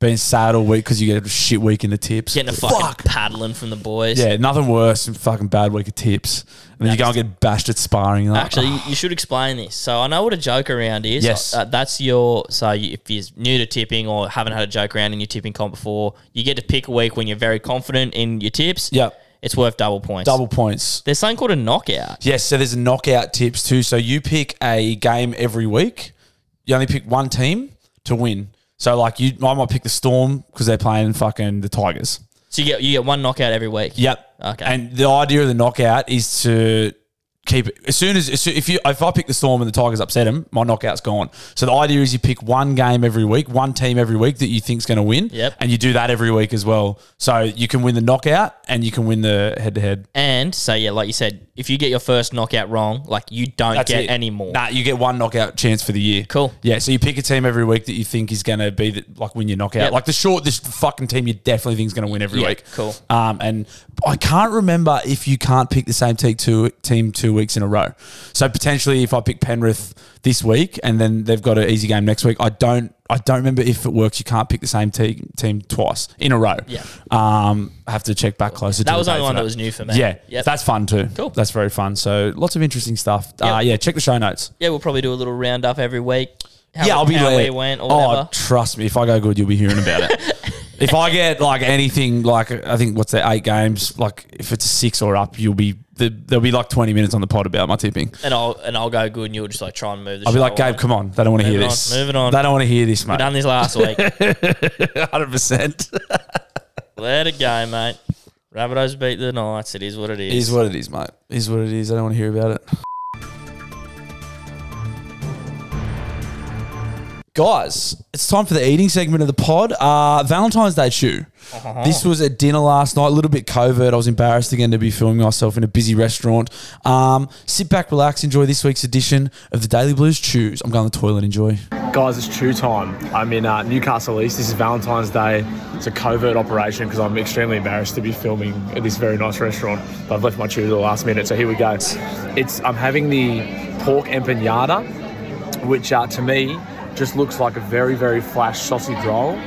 S1: Being sad all week because you get a shit week in the tips.
S2: Getting a fucking
S1: Fuck.
S2: paddling from the boys.
S1: Yeah, nothing worse than fucking bad week of tips. And then you go and get bashed at sparring. Like, ah,
S2: Actually, you- you should explain this. So I know what a joke around is.
S1: Yes.
S2: Uh, that's your. So you, if you're new to tipping or haven't had a joke around in your tipping comp before, you get to pick a week when you're very confident in your tips.
S1: Yep.
S2: It's worth double points.
S1: double points.
S2: There's something called a knockout.
S1: Yes, so there's knockout tips too. So you pick a game every week. You only pick one team to win. So like you, I might pick the Storm because they're playing fucking the Tigers.
S2: So you get you get one knockout every week.
S1: Yep.
S2: Okay.
S1: And the idea of the knockout is to keep it as soon as as soon- if you if I pick the Storm and the Tigers upset them, my knockout's gone. So the idea is you pick one game every week, one team every week that you think's going to win,
S2: Yep.
S1: and you do that every week as well. So you can win the knockout and you can win the head to head.
S2: And so yeah, like you said, if you get your first knockout wrong, like you don't get
S1: it.
S2: any more.
S1: Nah, you get one knockout chance for the year.
S2: Cool.
S1: Yeah, so you pick a team every week that you think is going to be the, like win your knockout.
S2: Yep.
S1: Like the short, this fucking team you definitely think is going to win every
S2: Yeah,
S1: week.
S2: cool.
S1: Um, and I can't remember if you can't pick the same te- two, team two weeks in a row. So potentially, if I pick Penrith this week and then they've got an easy game next week, I don't. I don't remember if it works. You can't pick the same team team twice in a row.
S2: Yeah.
S1: Um, I have to check back closer. to
S2: That was
S1: the
S2: the
S1: date
S2: only
S1: for
S2: one that was new for me.
S1: Yeah,
S2: Yep.
S1: that's fun too.
S2: Cool.
S1: That's very fun. So lots of interesting stuff. Uh,
S2: Yep.
S1: yeah, check the show notes.
S2: yeah, we'll probably do a little roundup every week. How,
S1: yeah, I'll be
S2: how
S1: there.
S2: we went or
S1: oh,
S2: whatever.
S1: trust me, if I go good, you'll be hearing about it. If I get like anything, like I think what's that eight games? Like if it's six or up, you'll be the, there'll be like twenty minutes on the pod about my tipping.
S2: and I'll and I'll go good, and you'll just like try and move. The
S1: I'll be
S2: shit
S1: like,
S2: along.
S1: Gabe, come on, they don't want to hear
S2: Moving on,
S1: this.
S2: moving on.
S1: They don't want to hear this,
S2: We
S1: mate.
S2: done this last week.
S1: Hundred percent
S2: Let it go, mate. Rabbitohs beat the Knights. It is what it is.
S1: is what it is, mate. Is what it is. I don't want to hear about it, guys. It's time for the eating segment of the pod. Uh, Valentine's Day chew. This was at dinner last night, a little bit covert. I was embarrassed again to be filming myself in a busy restaurant. Um, sit back, relax, enjoy this week's edition of the Daily Blues Chews. I'm going to the toilet, enjoy.
S3: Guys, it's chew time. I'm in uh, Newcastle East. This is Valentine's Day. It's a covert operation because I'm extremely embarrassed to be filming at this very nice restaurant. But I've left my chew to the last minute, so here we go. It's I'm having the pork empanada, which uh, to me just looks like a very very flash sausage roll.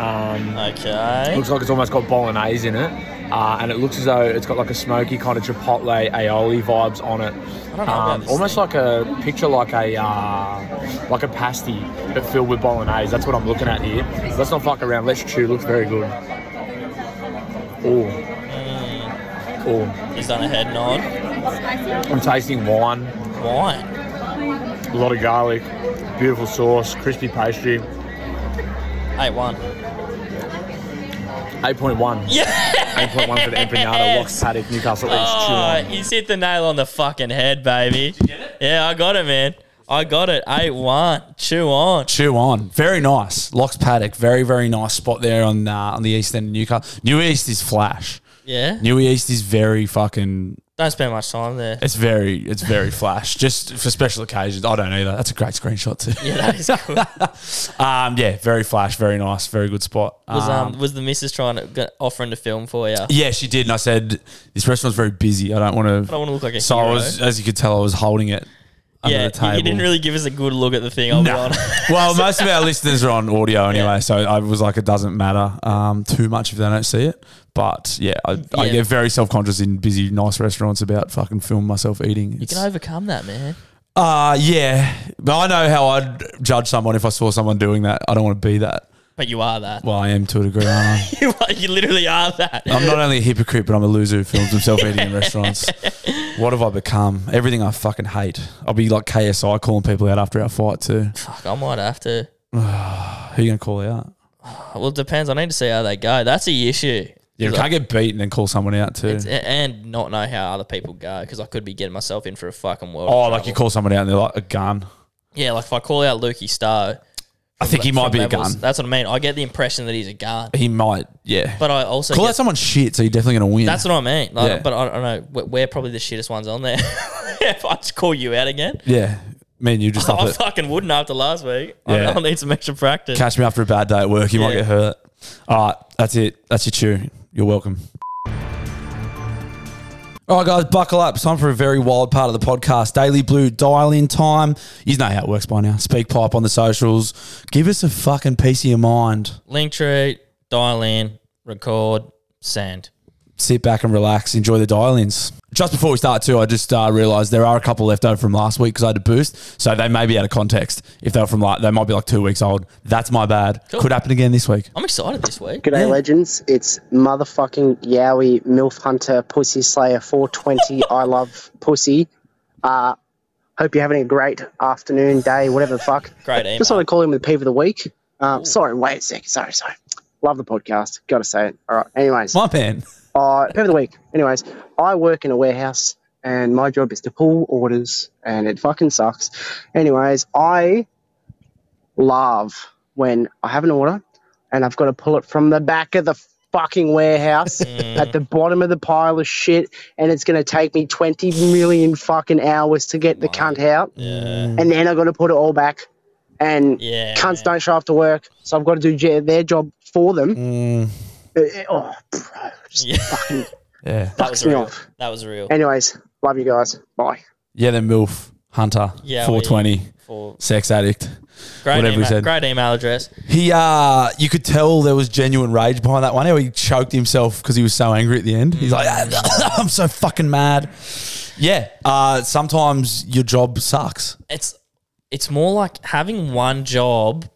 S3: Um,
S2: Okay.
S3: Looks like it's almost got bolognese in it, uh, and it looks as though it's got like a smoky kind of chipotle aioli vibes on it.
S2: know about
S3: Um,
S2: this
S3: almost
S2: thing.
S3: like a picture, like a uh, like a pasty, but filled with bolognese. That's what I'm looking at here. Let's not fuck around. Let's chew. Looks very good. Oh, oh!
S2: He's done a head nod.
S3: I'm tasting wine.
S2: Wine.
S3: A lot of garlic. Beautiful sauce. Crispy pastry.
S2: 8 1.
S3: 8.1.
S2: Yeah.
S3: 8.1 for the empanada. Lock, paddock, Newcastle East. chew
S2: Oh,
S3: on.
S2: he's hit the nail on the fucking head, baby. Yeah, I got it, man. I got it. 8 1. Chew on.
S1: Chew on. Very nice. Locks Paddock. Very, very nice spot there on uh, on the east end of Newcastle. New East is flash.
S2: Yeah.
S1: New East is very fucking.
S2: Don't spend much time there.
S1: It's very, it's very flash. Just for special occasions. I don't either. That's a great screenshot too.
S2: Yeah, that is cool.
S1: Um, yeah, very flash, very nice, very good spot.
S2: Was,
S1: Um,
S2: um, was the missus trying to get, offering to film for you?
S1: yeah, she did, and I said this restaurant's very busy. I don't want to. I
S2: don't wanna look like a
S1: So I
S2: hero.
S1: was, as you could tell, I was holding it under
S2: Yeah,
S1: the table.
S2: you didn't really give us a good look at the thing. I'll be
S1: No.
S2: honest.
S1: well, most of our listeners are on audio anyway,
S2: Yeah.
S1: so I was like, it doesn't matter um, too much if they don't see it. But yeah, I, I
S2: Yeah.
S1: get very self conscious in busy, nice restaurants about fucking film myself eating.
S2: You can overcome that, man.
S1: Uh yeah. But I know how I'd judge someone if I saw someone doing that. I don't want to be that.
S2: But you are that.
S1: Well, I am to a degree, aren't I?
S2: you, are, you literally are that.
S1: I'm not only a hypocrite, but I'm a loser who films himself eating in restaurants. What have I become? Everything I fucking hate. I'll be like KSI calling people out after our fight too.
S2: Fuck, I might have to.
S1: Who you gonna call out?
S2: Well, it depends. I need to see how they go. That's the issue.
S1: You can't get beaten and call someone out too.
S2: It's- a- and not know how other people go because I could be getting myself in for a fucking world.
S1: Oh,
S2: of
S1: like you
S2: trouble.
S1: call someone out and they're like a gun.
S2: yeah, like if I call out Lukey Starr,
S1: I think he might
S2: from
S1: be a
S2: Levels,
S1: gun.
S2: That's what I mean. I get the impression that he's a gun,
S1: He might, yeah.
S2: but I also
S1: call
S2: get-
S1: out someone shit, so you're definitely gonna win.
S2: that's what I mean. Like,
S1: Yeah.
S2: But I, I don't know. We're, we're probably the shittest ones on there. if I just call you out again,
S1: yeah. Man, you just up
S2: I
S1: it.
S2: fucking wouldn't after last week.
S1: Yeah.
S2: I, I'll need some extra practice.
S1: Catch me after a bad day at work. You might
S2: Yeah.
S1: get hurt. All right, that's it. That's your chew. You're welcome. All right, guys, buckle up. It's time for a very wild part of the podcast. Daily Blue dial in time. You know how it works by now. Speak pipe on the socials. Give us a fucking piece of your mind.
S2: Link tree, dial in, record, send.
S1: Sit back and relax. Enjoy the dial ins. Just before we start, too, I just uh, realized there are a couple left over from last week because I had a boost. So they may be out of context. If they were from like, they might be like two weeks old. That's my bad.
S2: Cool.
S1: Could happen again this week.
S2: I'm excited this week.
S4: G'day, legends. It's motherfucking Yowie, MILF Hunter, Pussy Slayer 420. I love pussy. Uh, hope you're having a great afternoon, day, whatever the fuck.
S2: Great email.
S4: Just want to call in with the peeve of the week. Um, sorry, wait a sec. Sorry, sorry. Love the podcast. Got to say it. All right. Anyways,
S1: My man.
S4: uh, peeve of the week. Anyways, I work in a warehouse and my job is to pull orders and it fucking sucks. Anyways, I love when I have an order and I've got to pull it from the back of the fucking warehouse
S2: Mm.
S4: at the bottom of the pile of shit and it's going to take me 20 million fucking hours to get the cunt out
S2: Yeah.
S4: and then I've got to put it all back and
S2: Yeah,
S4: cunts
S2: man.
S4: don't show up to work so I've got to do j- their job for them.
S1: Mm,
S4: Uh, uh, Oh, bro, just
S2: Yeah.
S4: fucking
S1: yeah.
S2: That was
S4: me
S2: real.
S4: off.
S2: That was real.
S4: Anyways, love you guys. Bye.
S1: Yeah, the MILF Hunter,
S2: Yeah,
S1: 420,
S2: For
S1: sex addict.
S2: great
S1: Whatever he
S2: email,
S1: said.
S2: great email address.
S1: He, uh, you could tell there was genuine rage behind that one. How he choked himself because he was so angry at the end. He's like,
S2: Mm.
S1: "Ah, I'm so fucking mad. Yeah, uh, sometimes your job sucks.
S2: It's it's more like having one job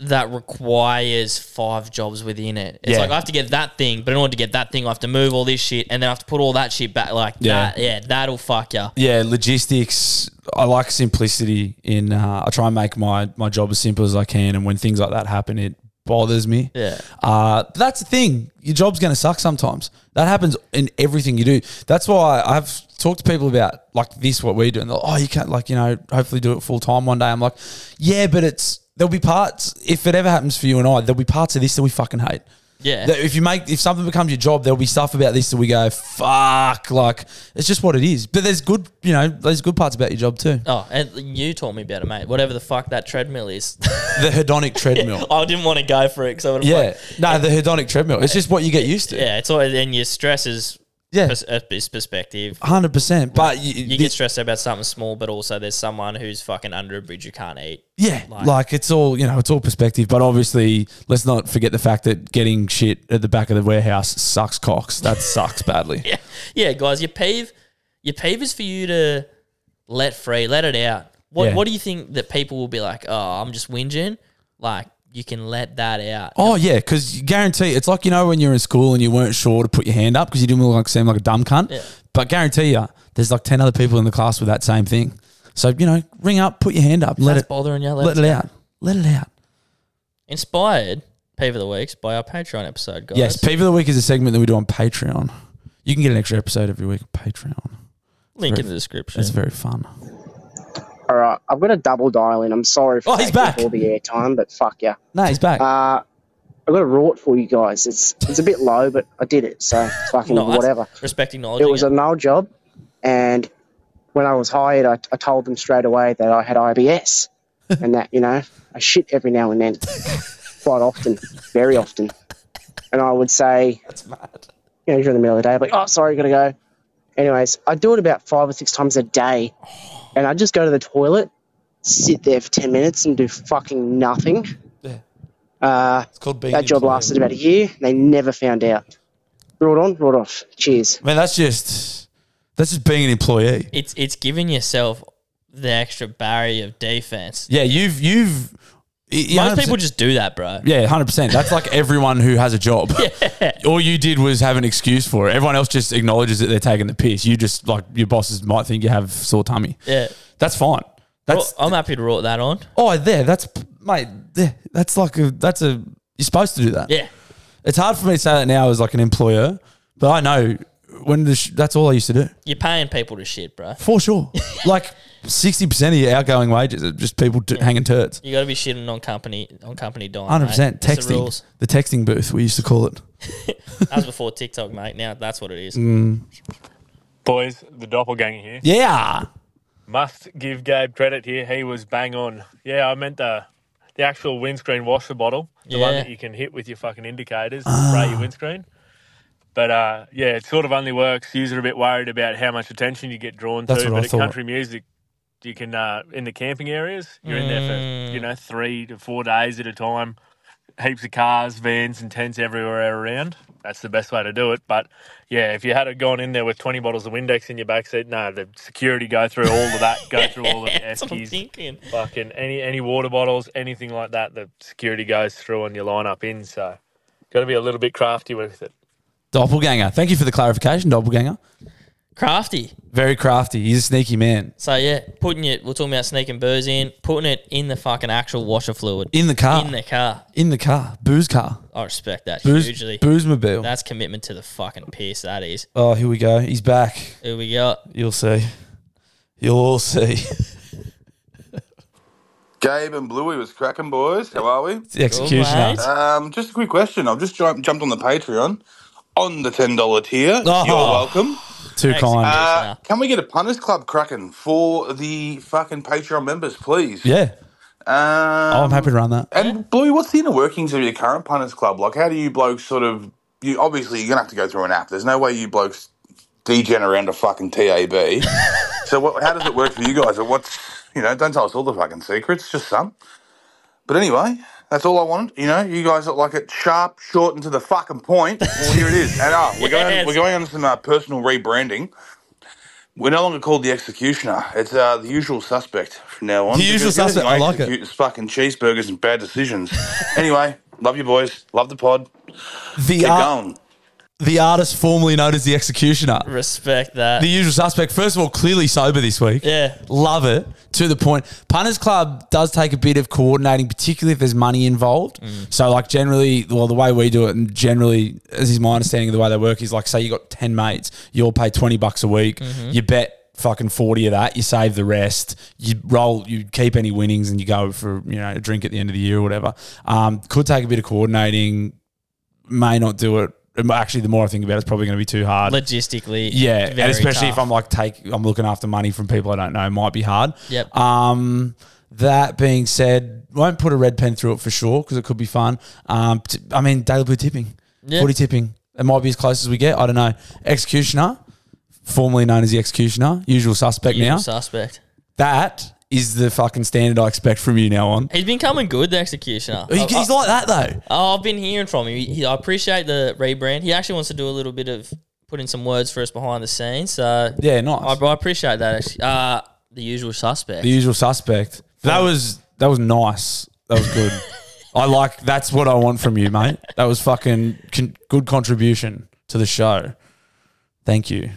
S2: that requires five jobs within it. It's
S1: Yeah.
S2: like I have to get that thing, but in order to get that thing, I have to move all this shit, and then I have to put all that shit back. Like
S1: Yeah.
S2: that, yeah, that'll fuck you.
S1: Yeah, logistics. I like simplicity. In uh, I try and make my my job as simple as I can, and when things like that happen, it bothers me.
S2: Yeah.
S1: Uh, but that's the thing. Your job's going to suck sometimes. That happens in everything you do. That's why I've talked to people about like this, what we do, and they're like, oh, you can't like you know hopefully do it full time one day. I'm like, yeah, but it's there'll be parts if it ever happens for you and I, there'll be parts of this that we fucking hate.
S2: Yeah.
S1: That if you make if something becomes your job, there'll be stuff about this that we go fuck. Like it's just what it is. But there's good, you know, there's good parts about your job too.
S2: Oh, and you taught me about it, mate. Whatever the fuck that treadmill is,
S1: The hedonic treadmill.
S2: I didn't want to go for it because I would.
S1: Yeah, no, the hedonic treadmill. It's just what you get used to.
S2: yeah. It's always and your stress is
S1: Yeah,
S2: pers- uh, is perspective.
S1: hundred percent. But you,
S2: You get stressed about something small, but also there's someone who's fucking under a bridge you can't eat.
S1: Yeah,
S2: Like-
S1: like, it's all you know, it's all perspective. But obviously, let's not forget the fact that getting shit at the back of the warehouse sucks cocks. That sucks badly.
S2: Yeah, yeah, guys. Your peeve, your peeve is for you to let free, let it out. What
S1: Yeah.
S2: What do you think that people will be like? Oh, I'm just whinging. Like you can let that out.
S1: Oh yeah, because you guarantee it's like you know when you're in school and you weren't sure to put your hand up because you didn't look like seem like a dumb cunt.
S2: Yeah.
S1: But guarantee you, there's like ten other people in the class with that same thing. So you know, ring up, put your hand up, let
S2: That's
S1: it
S2: bothering you. Let,
S1: let
S2: it
S1: it out, let it out.
S2: Inspired peeve of the weeks by our Patreon episode, guys.
S1: Yes, peeve of the week is a segment that we do on Patreon. You can get an extra episode every week. on Patreon,
S2: link in the description.
S1: it's very fun.
S4: All right, I've got a double dial in. I'm sorry for
S1: Oh, he's
S4: taking
S1: back.
S4: all the airtime, but fuck yeah.
S1: No, he's back.
S4: Uh, I've got a rort for you guys. It's it's a bit low, but I did it, so fucking
S2: No, that's
S4: whatever.
S2: Respecting knowledge.
S4: It was an old job, and when I was hired, I, I told them straight away that I had IBS and that, you know, I shit every now and then, quite often, very often. And I would say, That's mad. You know, during the middle of the day, I'd be like, oh, sorry, gotta go. Anyways, I do it about five or six times a day, and I just go to the toilet, sit there for 10 minutes, and do fucking nothing. Uh,
S1: it's called being
S4: that job lasted about a year. They never found out. Brought on, brought off. Cheers.
S1: Man, that's just that's just being an employee.
S2: it's it's giving yourself the extra barrier of defense.
S1: Yeah, you've you've
S2: Most people just do that, bro.
S1: yeah, hundred percent. That's like everyone who has a job. All you did was have an excuse for it. Everyone else just acknowledges that they're taking the piss. You just like your bosses might think you have sore tummy.
S2: Yeah.
S1: That's fine. That's
S2: I'm happy to write that on.
S1: oh there. That's mate. There, that's like a that's a you're supposed to do that.
S2: Yeah.
S1: It's hard for me to say that now as like an employer, but I know when the sh- that's all I used to do.
S2: You're paying people to shit, bro.
S1: For sure. like 60% of your outgoing wages are just people d- hanging turds.
S2: You got to be shitting on company on company dime.
S1: 100%
S2: mate. It's the
S1: texting.
S2: rules.
S1: The texting booth, we used to call it.
S2: That was before TikTok, mate. Now that's what it is.
S1: Mm.
S5: Boys, the doppelganger here.
S1: Um, Yeah.
S5: Must give Gabe credit here. He was bang on. Yeah, I meant the the actual windscreen washer bottle, the one
S2: Yeah.
S5: that you can hit with your fucking indicators to spray
S1: Ah.
S5: your windscreen. But uh, yeah, it sort of only works. Yous are a bit worried about how much attention you get drawn
S1: That's
S5: to.
S1: what I
S5: But at
S1: thought.
S5: country music, you can uh, in the camping areas, you're in there for you know three to four days at a time. Heaps of cars, vans, and tents everywhere around. That's the best way to do it. But yeah, if you had it gone in there with 20 bottles of Windex in your back seat, no, the security go through all of that, go through all of the
S2: That's what I'm
S5: Eskies,
S2: thinking.
S5: fucking any any water bottles, anything like that, the security goes through on your line up in. So, got to be a little bit crafty with it.
S1: Doppelganger. Thank you for the clarification, Doppelganger.
S2: Crafty.
S1: Very crafty. He's a sneaky man.
S2: So yeah, putting it. We're talking about sneaking booze in. Putting it in the fucking actual washer fluid
S1: In the car.
S2: in the car.
S1: In the car. Booze car.
S2: I respect that
S1: Booze,
S2: hugely.
S1: boozemobile.
S2: That's commitment to the fucking piss. That is.
S1: oh, here we go. He's back.
S2: Who we got?
S1: You'll see. You'll all see. it's
S6: Gabe and Bluey was cracking, boys. How are we?
S1: the executioner.
S2: mate.
S6: Um, just a quick question. I've just jumped, jumped on the Patreon on the ten dollar tier.
S1: Oh.
S6: You're welcome.
S1: Too
S2: Ex-
S1: kind.
S6: Uh,
S2: now.
S6: can we get a punters club cracking for the fucking Patreon members, please?
S1: yeah.
S6: Um,
S1: Oh, I'm happy to run that.
S6: And Bluey, what's the inner workings of your current punters club? Like, how do you blokes sort of? You obviously you're gonna have to go through an app. There's no way you blokes degen around a fucking tab. so what, how does it work for you guys? Or What's you know? Don't tell us all the fucking secrets, just some. But anyway, that's all I wanted. You know, you guys look like it sharp, short, and to the fucking point. Well, here it is. And ah, we're going
S2: Yes.
S6: we're going on some uh, personal rebranding. We're no longer called the executioner. It's uh, the usual suspect from now on.
S1: The usual
S6: Because the only
S1: suspect.
S6: thing
S1: I like it.
S6: execute is fucking cheeseburgers and bad decisions. anyway, love you boys. Love the pod.
S1: The,
S6: Keep
S1: ar-
S6: going.
S1: the artist formerly known as the executioner.
S2: Respect that.
S1: The usual suspect, first of all, clearly sober this week.
S2: yeah.
S1: Love it to the point. Punters Club does take a bit of coordinating, particularly if there's money involved.
S2: Mm.
S1: So, like, generally, well, the way we do it, and generally, as is my understanding of the way they work, is like, say you got 10 mates, you'll pay 20 bucks a week,
S2: Mm-hmm.
S1: you bet fucking 40 of that, you save the rest, you roll, you keep any winnings, and you go for, you know, a drink at the end of the year or whatever. Um, could take a bit of coordinating, may not do it. Actually, the more I think about it, it's probably going to be too hard.
S2: Logistically.
S1: Yeah, and
S2: very
S1: especially if
S2: tough.
S1: I'm like take I'm looking after money from people I don't know, might be hard.
S2: Yep.
S1: Um, that being said, won't put a red pen through it for sure because it could be fun. Um, t- I mean, daily blue tipping,
S2: Yeah.
S1: footy tipping. It might be as close as we get. I don't know. Executioner, formerly known as the executioner, usual suspect
S2: Usual
S1: now.
S2: suspect.
S1: that is the fucking standard I expect from you now on.
S2: He's been coming good, the executioner.
S1: He-
S2: I- I-
S1: he's like that though.
S2: Oh, I've been hearing from him. He, he- I appreciate the rebrand. He actually wants to do a little bit of putting some words for us behind the scenes. So
S1: Yeah, nice.
S2: I, I appreciate that. Actually, uh, the usual suspect.
S1: The usual suspect. That was that was nice. That was good. I like. That's what I want from you, mate. That was fucking con- good contribution to the show. Thank you.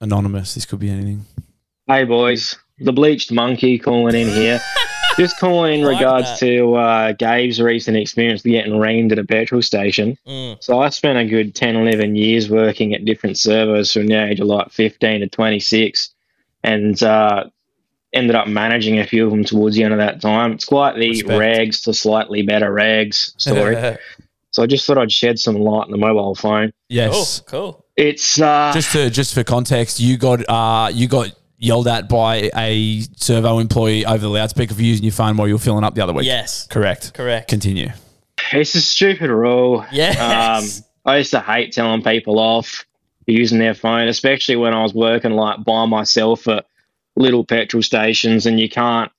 S1: Anonymous. This could be anything.
S7: Hey boys, the bleached monkey calling in here. Just calling in
S2: Like
S7: regards
S2: that.
S7: to uh, Gabe's recent experience with getting reamed at a petrol station.
S2: Mm.
S7: So I spent a good 10, 11 years working at different servos from the age of like 15 to 26 and uh, ended up managing a few of them towards the end of that time. It's quite the
S1: Respect.
S7: rags to slightly better rags story. so I just thought I'd shed some light on the mobile phone.
S1: yes.
S2: Cool.
S7: It's uh,
S1: Just to just for context, you got uh you got yelled at by a servo employee over the loudspeaker for using your phone while you were filling up the other week.
S2: Yes.
S1: Correct.
S2: Correct.
S1: Continue.
S7: it's a stupid rule.
S2: Yes.
S7: Um, I used to hate telling people off for using their phone, especially when I was working like by myself at little petrol stations, and you can't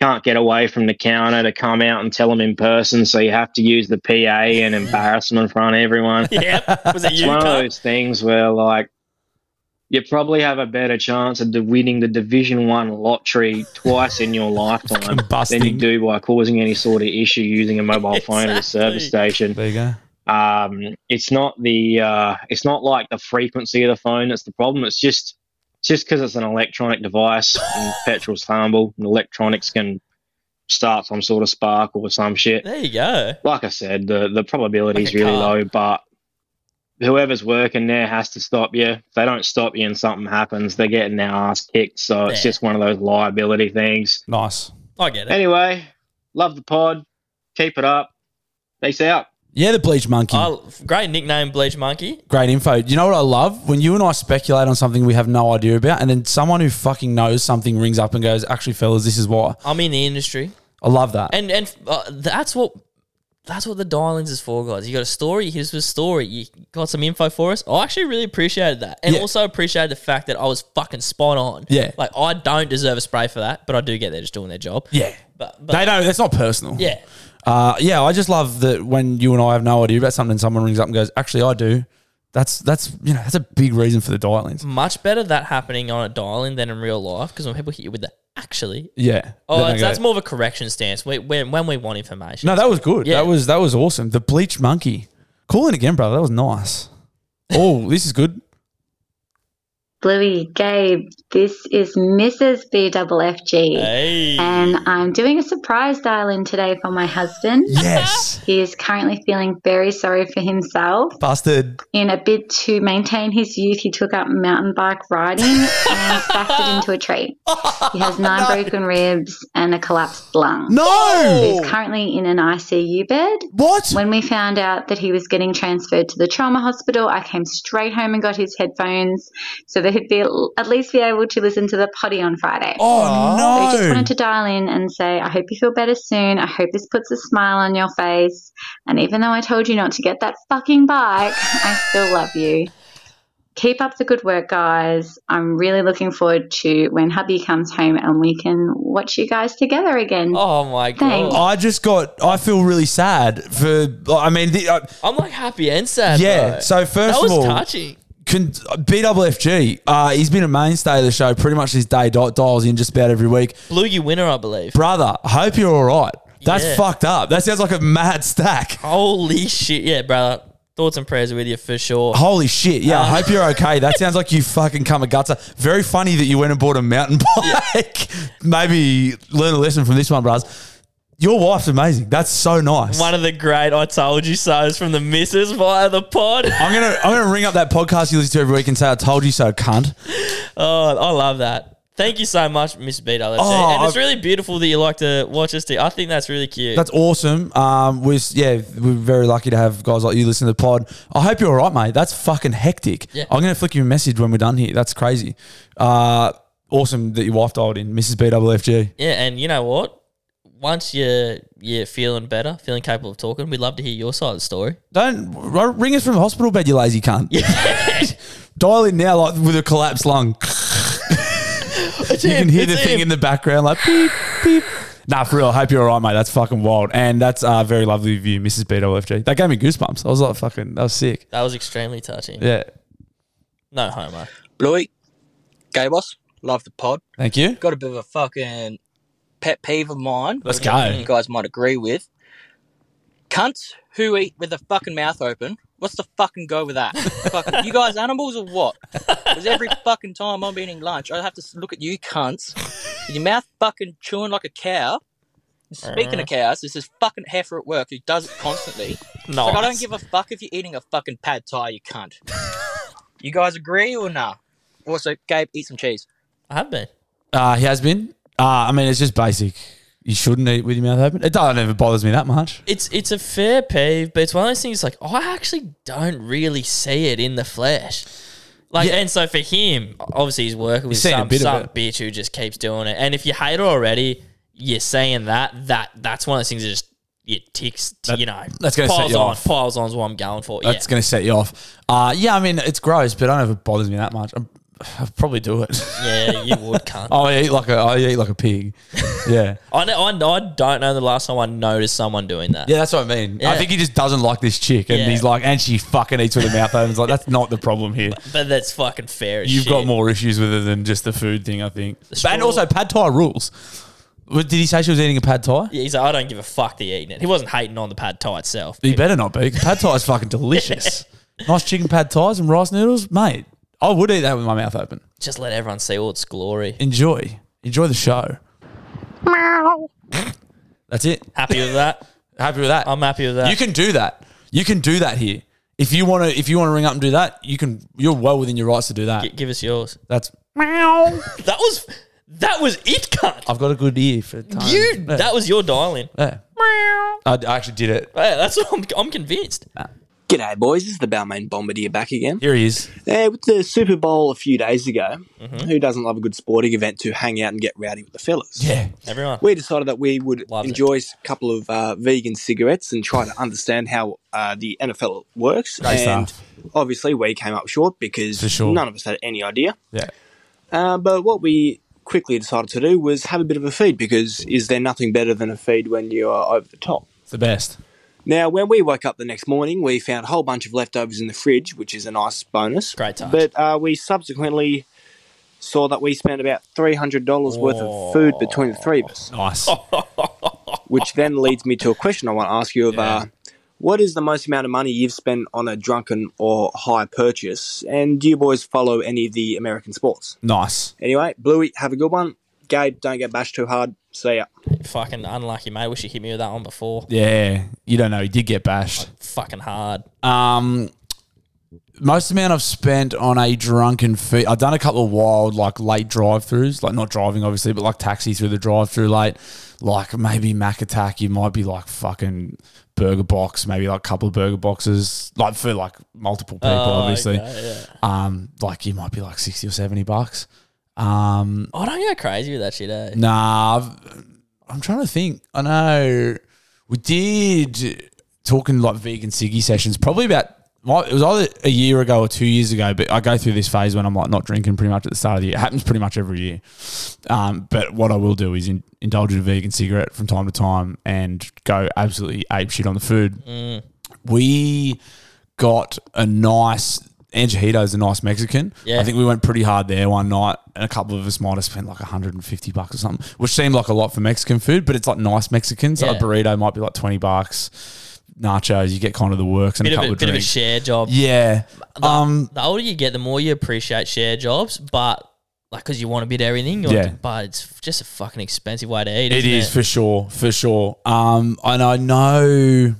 S7: can't get away from the counter to come out and tell them in person, so you have to use the PA and embarrass them in front of everyone.
S2: yep. Was it
S7: It's
S2: you?
S7: one of
S2: Carl?
S7: those things where like you probably have a better chance of the- winning the Division One lottery twice in your lifetime than you
S1: busting.
S7: do by causing any sort of issue using a mobile phone at a service
S2: Exactly.
S7: station
S1: There you go.
S7: um, it's not the uh, it's not like the frequency of the phone that's the problem. It's just it's just because it's an electronic device and petrol's flammable and electronics can start some sort of spark or some shit.
S2: There you go.
S7: Like I said, the the probability
S2: Like
S7: is
S2: a
S7: really
S2: car.
S7: low, but whoever's working there has to stop you. If they don't stop you and something happens, they're getting their ass kicked. So it's
S2: Yeah.
S7: just one of those liability things.
S1: Nice.
S2: I get it.
S7: Anyway, love the pod. Keep it up. Peace out.
S1: Yeah, the bleach monkey.
S2: I, great nickname, Bleach Monkey.
S1: Great info. You know what I love? When you and I speculate on something we have no idea about, and then someone who fucking knows something rings up and goes, actually, fellas, this is why.
S2: I'm in the industry,
S1: I love that.
S2: and and uh, that's what that's what the dial-ins is for, guys. You got a story, here's the story. You got some info for us. I actually really appreciated that, and
S1: Yeah.
S2: also appreciated the fact that I was fucking spot on.
S1: Yeah.
S2: like I don't deserve a spray for that, but I do get they're just doing their job.
S1: yeah.
S2: but, but
S1: They don't, that's not personal.
S2: yeah,
S1: Uh, yeah, I just love that when you and I have no idea about something, someone rings up and goes, actually, I do. That's, that's, you know, that's a big reason for the dial ins.
S2: much better that happening on a dial-in than in real life because when people hit you with the actually,
S1: Yeah.
S2: oh,
S1: Then they
S2: that's, that's
S1: go-
S2: more of a correction stance. We, when when we want information,
S1: No, that was good.
S2: Yeah.
S1: That was, that was awesome. The bleach monkey. Call in again, brother. That was nice. Oh, this is good.
S8: Bluey, Gabe, this is Mrs. BFFG,
S2: hey,
S8: and I'm doing a surprise dial in today for my husband.
S1: Yes.
S8: He is currently feeling very sorry for himself.
S1: Bastard.
S8: In a bid to maintain his youth, he took up mountain bike riding and backed it into a tree. He has nine broken ribs and a collapsed lung.
S1: No.
S8: He's currently in an ICU bed.
S1: What?
S8: When we found out that he was getting transferred to the trauma hospital, I came straight home and got his headphones so that he'd be at least be able to listen to the potty on Friday. So
S1: Oh,
S8: I just
S1: no.
S8: wanted to dial in and say, I hope you feel better soon. I hope this puts a smile on your face. And even though I told you not to get that fucking bike, I still love you. Keep up the good work, guys. I'm really looking forward to when hubby comes home and we can watch you guys together again.
S2: oh my
S8: Thanks.
S2: god,
S1: I just got. I feel really sad for. I mean, the, uh,
S2: I'm like happy and sad.
S1: yeah.
S2: bro.
S1: So first
S2: that
S1: of
S2: was
S1: all,
S2: touching.
S1: Con- BWFG, uh, he's been a mainstay of the show pretty much his day. Di- dials in just about every week.
S2: Loogie winner, I believe.
S1: Brother, I hope you're all right. That's
S2: Yeah.
S1: fucked up. That sounds like a mad stack.
S2: Holy shit. Yeah, brother. Thoughts and prayers with you for sure.
S1: Holy shit. Yeah,
S2: Uh,
S1: I hope you're okay. That sounds like you fucking come a gutter. Very funny that you went and bought a mountain bike. Maybe learn a lesson from this one, bros. Your wife's amazing. That's so nice.
S2: One of the great I told you so's from the missus via the pod.
S1: I'm gonna I'm gonna ring up that podcast you listen to every week and say I told you so, cunt.
S2: Oh, I love that. Thank you so much, Miss BWC.
S1: Oh,
S2: and it's
S1: I've-
S2: really beautiful that you like to watch us do. I think that's really cute.
S1: That's awesome. Um, we're s- yeah, we're very lucky to have guys like you listen to the pod. I hope you're all right, mate. That's fucking hectic.
S2: Yeah.
S1: I'm gonna flick you a message when we're done here. That's crazy. Uh, awesome that your wife dialed in, Mrs. BWFG.
S2: yeah, and you know what? Once you're you're feeling better, feeling capable of talking, we'd love to hear your side of the story.
S1: Don't r- ring us from the hospital bed, you lazy cunt. Dial in now, like with a collapsed lung. you can hear the
S2: It's
S1: thing
S2: him.
S1: in the background, like beep beep. Nah, for real. I hope you're all right, mate. That's fucking wild, and that's uh, very lovely of you, Mrs. BWFG. That gave me goosebumps. I was like, fucking, that was sick.
S2: That was extremely touching.
S1: Yeah,
S2: No homo.
S9: Bluey, gay boss, love the pod.
S1: thank you.
S9: Got a bit of a fucking pet peeve of mine.
S1: Let's go.
S9: You guys might agree with. Cunts who eat with the fucking mouth open. What's the fucking go with that? fucking, you guys animals or what? Because every fucking time I'm eating lunch, I have to s- look at you cunts with your mouth fucking chewing like a cow. And Speaking
S2: Mm.
S9: of cows, there's this fucking heifer at work who does it constantly.
S2: No.
S9: Like, I don't give a fuck if you're eating a fucking pad thai, you cunt. you guys agree or nah? Also, Gabe, eat some cheese.
S2: I have been.
S1: Uh, he has been. Uh, I mean, it's just basic. You shouldn't eat with your mouth open. It doesn't ever bothers me that much.
S2: It's it's a fair peeve, but it's one of those things like I actually don't really see it in the flesh. Like
S1: Yeah.
S2: and so for him, obviously he's working with
S1: He's seen a
S2: some,
S1: bit of
S2: some
S1: it.
S2: bitch who just keeps doing it. And if you hate her already, you're saying that that that's one of those things that just it ticks,
S1: That-
S2: you know.
S1: that's gonna set
S2: piles
S1: you
S2: on,
S1: off.
S2: piles on is what I'm going for.
S1: That's
S2: yeah.
S1: going to set you off. Uh, yeah, I mean, it's gross, but I don't know if it bothers me that much. I'm, I'll probably do it.
S2: yeah, you would cunt.
S1: I eat like a I eat like a pig. yeah,
S2: I, know, I, know- I don't know the last time I noticed someone doing that.
S1: yeah, that's what I mean. I
S2: Yeah.
S1: think he just doesn't like this chick, and
S2: Yeah.
S1: he's like, and she fucking eats with her mouth open. It's like that's not the problem here.
S2: But that's fucking fair as
S1: You've
S2: shit.
S1: got more issues with it than just the food thing, I think.
S2: straw-
S1: And also, pad thai rules. What- Did he say she was eating a pad thai?
S2: Yeah, he's like, I don't give a fuck that you're eating it. He wasn't hating on the pad thai itself.
S1: You better not be. 'cause Pad thai is fucking delicious. nice chicken pad thais and rice noodles, mate. I would eat that with my mouth open.
S2: Just let everyone see all its glory.
S1: Enjoy, enjoy the show. That's it.
S2: Happy with that?
S1: Happy with that.
S2: I'm happy with that.
S1: You can do that. You can do that here. If you want to, if you want to ring up and do that, you can. You're well within your rights to do that.
S2: G- give us yours.
S1: That's.
S2: That was that was it, cunt.
S1: I've got a good ear for time.
S2: You that was your dialing.
S1: Yeah. I, I actually did it.
S2: Hey, that's what I'm, I'm convinced.
S9: G'day, boys. This is the Balmain Bombardier back again.
S1: Here he is. Mm-hmm.
S9: Yeah, with the Super Bowl a few days ago, who doesn't love a good sporting event to hang out and get rowdy with the fellas?
S1: Yeah.
S2: Everyone.
S9: We decided that we would
S2: Loves it.
S9: enjoy a couple of uh, vegan cigarettes and try to understand how uh, the NFL works.
S1: Great
S9: and
S1: stuff.
S9: obviously, we came up short because
S1: For sure.
S9: none of us had any idea.
S1: Yeah.
S9: Uh, but what we quickly decided to do was have a bit of a feed because is there nothing better than a feed when you are over the top?
S1: It's the best.
S9: Now, when we woke up the next morning, we found a whole bunch of leftovers in the fridge, which is a nice bonus.
S2: Great touch.
S9: But uh, we subsequently saw that we spent about $300 worth of food between the three of us,
S1: Nice.
S7: Oh.
S9: which then leads me to a question I want to ask you of uh, what is the most amount of money you've spent on a drunken or high purchase? And do you boys follow any of the American sports?
S1: Nice.
S9: Anyway, Bluey, have a good one. Gabe, don't get bashed too hard. See ya.
S2: Fucking unlucky, mate. Wish you hit me with that one before.
S1: Yeah. You don't know. He did get bashed.
S2: Fucking hard.
S1: Um, most amount I've spent on a drunken feed. I've done a couple of wild, like late drive-throughs, like not driving obviously, but like taxi through the drive-through late. Like maybe Mac Attack, you might be like fucking burger box, maybe like a couple of burger boxes, like for like multiple people, obviously. Um, like you might be like sixty or seventy bucks. Um,
S2: I don't go crazy with that shit, eh?
S1: Nah, I've, I'm trying to think. I know we did talking like vegan ciggy sessions. Probably about well, it was either a year ago or two years ago. But I go through this phase when I'm like not drinking pretty much at the start of the year. It happens pretty much every year. Um, but what I will do is in, indulge in a vegan cigarette from time to time and go absolutely ape shit on the food. We got a nice Angelito's a nice Mexican.
S2: Yeah.
S1: I think we went pretty hard there one night, and a couple of us might have spent like 150 bucks or something, which seemed like a lot for Mexican food, but it's like nice Mexican. So
S2: Yeah.
S1: a burrito might be like 20 bucks. Nachos, you get kind of the works and
S2: Bit
S1: a
S2: of
S1: couple
S2: a,
S1: of
S2: bit of a
S1: drinks.
S2: share job.
S1: yeah. um,
S2: The older you get, the more you appreciate share jobs, but like because you want a bit of everything. you want
S1: Yeah.
S2: to- but it's just a fucking expensive way to eat.
S1: It
S2: isn't
S1: is for sure, for sure. Um, and I know.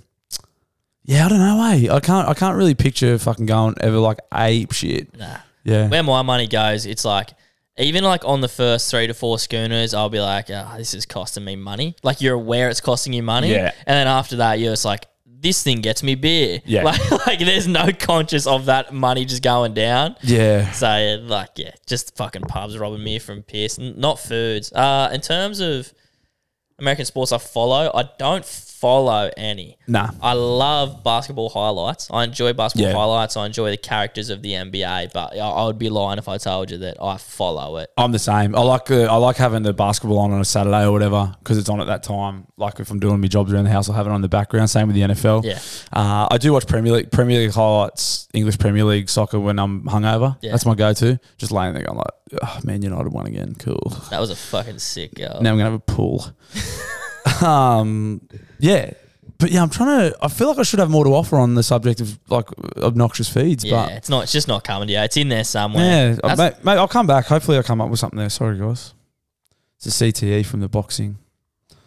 S1: Yeah, I don't know. eh? I can't. I can't really picture fucking going ever like ape shit.
S2: Nah.
S1: Yeah.
S2: where my money goes, it's like even like on the first three to four schooners, I'll be like, oh, this is costing me money. Like you're aware it's costing you money.
S1: Yeah.
S2: And then after that, you're just like, this thing gets me beer.
S1: Yeah.
S2: Like, like there's no conscious of that money just going down.
S1: yeah.
S2: So yeah, like yeah, just fucking pubs robbing me from piss, N- not foods. Uh, in terms of American sports, I follow. I don't follow any.
S1: Nah.
S2: I love basketball highlights. I enjoy basketball
S1: Yeah.
S2: highlights. I enjoy the characters of the NBA. But I, I would be lying if I told you that I follow it.
S1: I'm the same. I like uh, I like having the basketball on on a Saturday or whatever because it's on at that time. Like if I'm doing my jobs around the house, I'll have it on in the background. Same with the NFL.
S2: Yeah.
S1: Uh, I do watch Premier League Premier League highlights, English Premier League soccer when I'm hungover.
S2: Yeah.
S1: That's my go-to. Just laying there going like, oh, man, United won again. Cool.
S2: That was a fucking sick girl.
S1: Now I'm gonna have a pool. um, yeah, but yeah, I'm trying to. I feel like I should have more to offer on the subject of like obnoxious feeds,
S2: yeah, it's not. It's just not coming to you. It's in there
S1: but
S2: somewhere.
S1: yeah,
S2: That's-
S1: mate, mate, I'll come back. Hopefully, I'll come up with something there. Sorry, guys. It's a CTE from the boxing.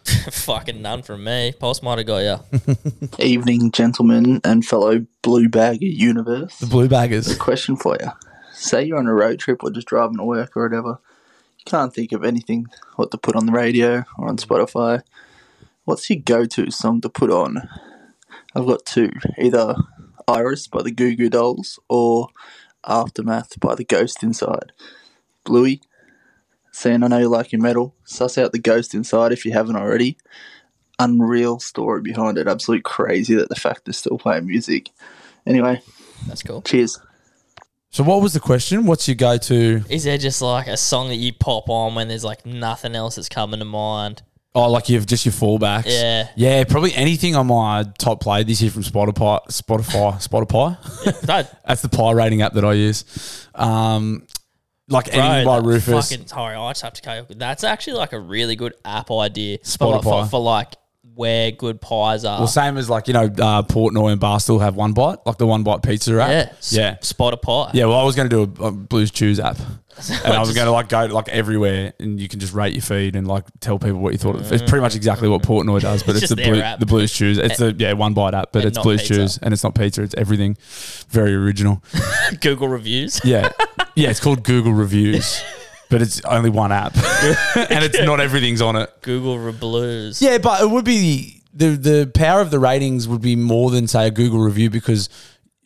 S2: fucking none from me. Pulse might have got you.
S10: Evening, gentlemen and fellow blue bagger universe.
S1: Blue baggers.
S10: Question for you. Say you're on a road trip or just driving to work or whatever. You can't think of anything what to put on the radio or on Spotify. What's your go to song to put on? I've got two either Iris by the Goo Goo Dolls or Aftermath by the Ghost Inside. Bluey, seeing I know you like your metal, suss out the Ghost Inside if you haven't already. Unreal story behind it. Absolute crazy that the fact they're still playing music. Anyway,
S2: That's cool.
S10: cheers.
S1: So, what was the question? What's your go-to?
S2: Is there just like a song that you pop on when there's like nothing else that's coming to mind?
S1: Oh, like you've just your fallbacks.
S2: Yeah.
S1: yeah. Probably anything on my top played this year from Spotify. Spotify. Spotify.
S2: That,
S1: That's the pie rating app that I use. Um, like anything by
S2: that
S1: Rufus.
S2: Fucking, sorry, I just have to cut you off. That's actually like a really good app idea for, like- for,
S1: Spotify.
S2: for like where good pies are.
S1: Well, same as like you know, uh, Portnoy and Barstool have one bite, like the one bite pizza app.
S2: yeah, s-
S1: yeah,
S2: Spot a pie.
S1: yeah. Well, I was going to do a, a Blues Choose app, and I was going to like go like everywhere, and you can just rate your feed and like tell people what you thought. Of. It's pretty much exactly what Portnoy does, but
S2: It's
S1: it's, the
S2: just their
S1: blue,
S2: app.
S1: the Blues Choose. It's the yeah one bite app, but
S2: and
S1: it's
S2: not
S1: Blues
S2: pizza.
S1: Choose, and it's not pizza. It's everything. Very original.
S2: Google reviews.
S1: Yeah, yeah. It's called Google Reviews. But it's only one app, and it's not everything's on it.
S2: Google Reblues.
S1: Yeah, but it would be the the power of the ratings would be more than say a Google review because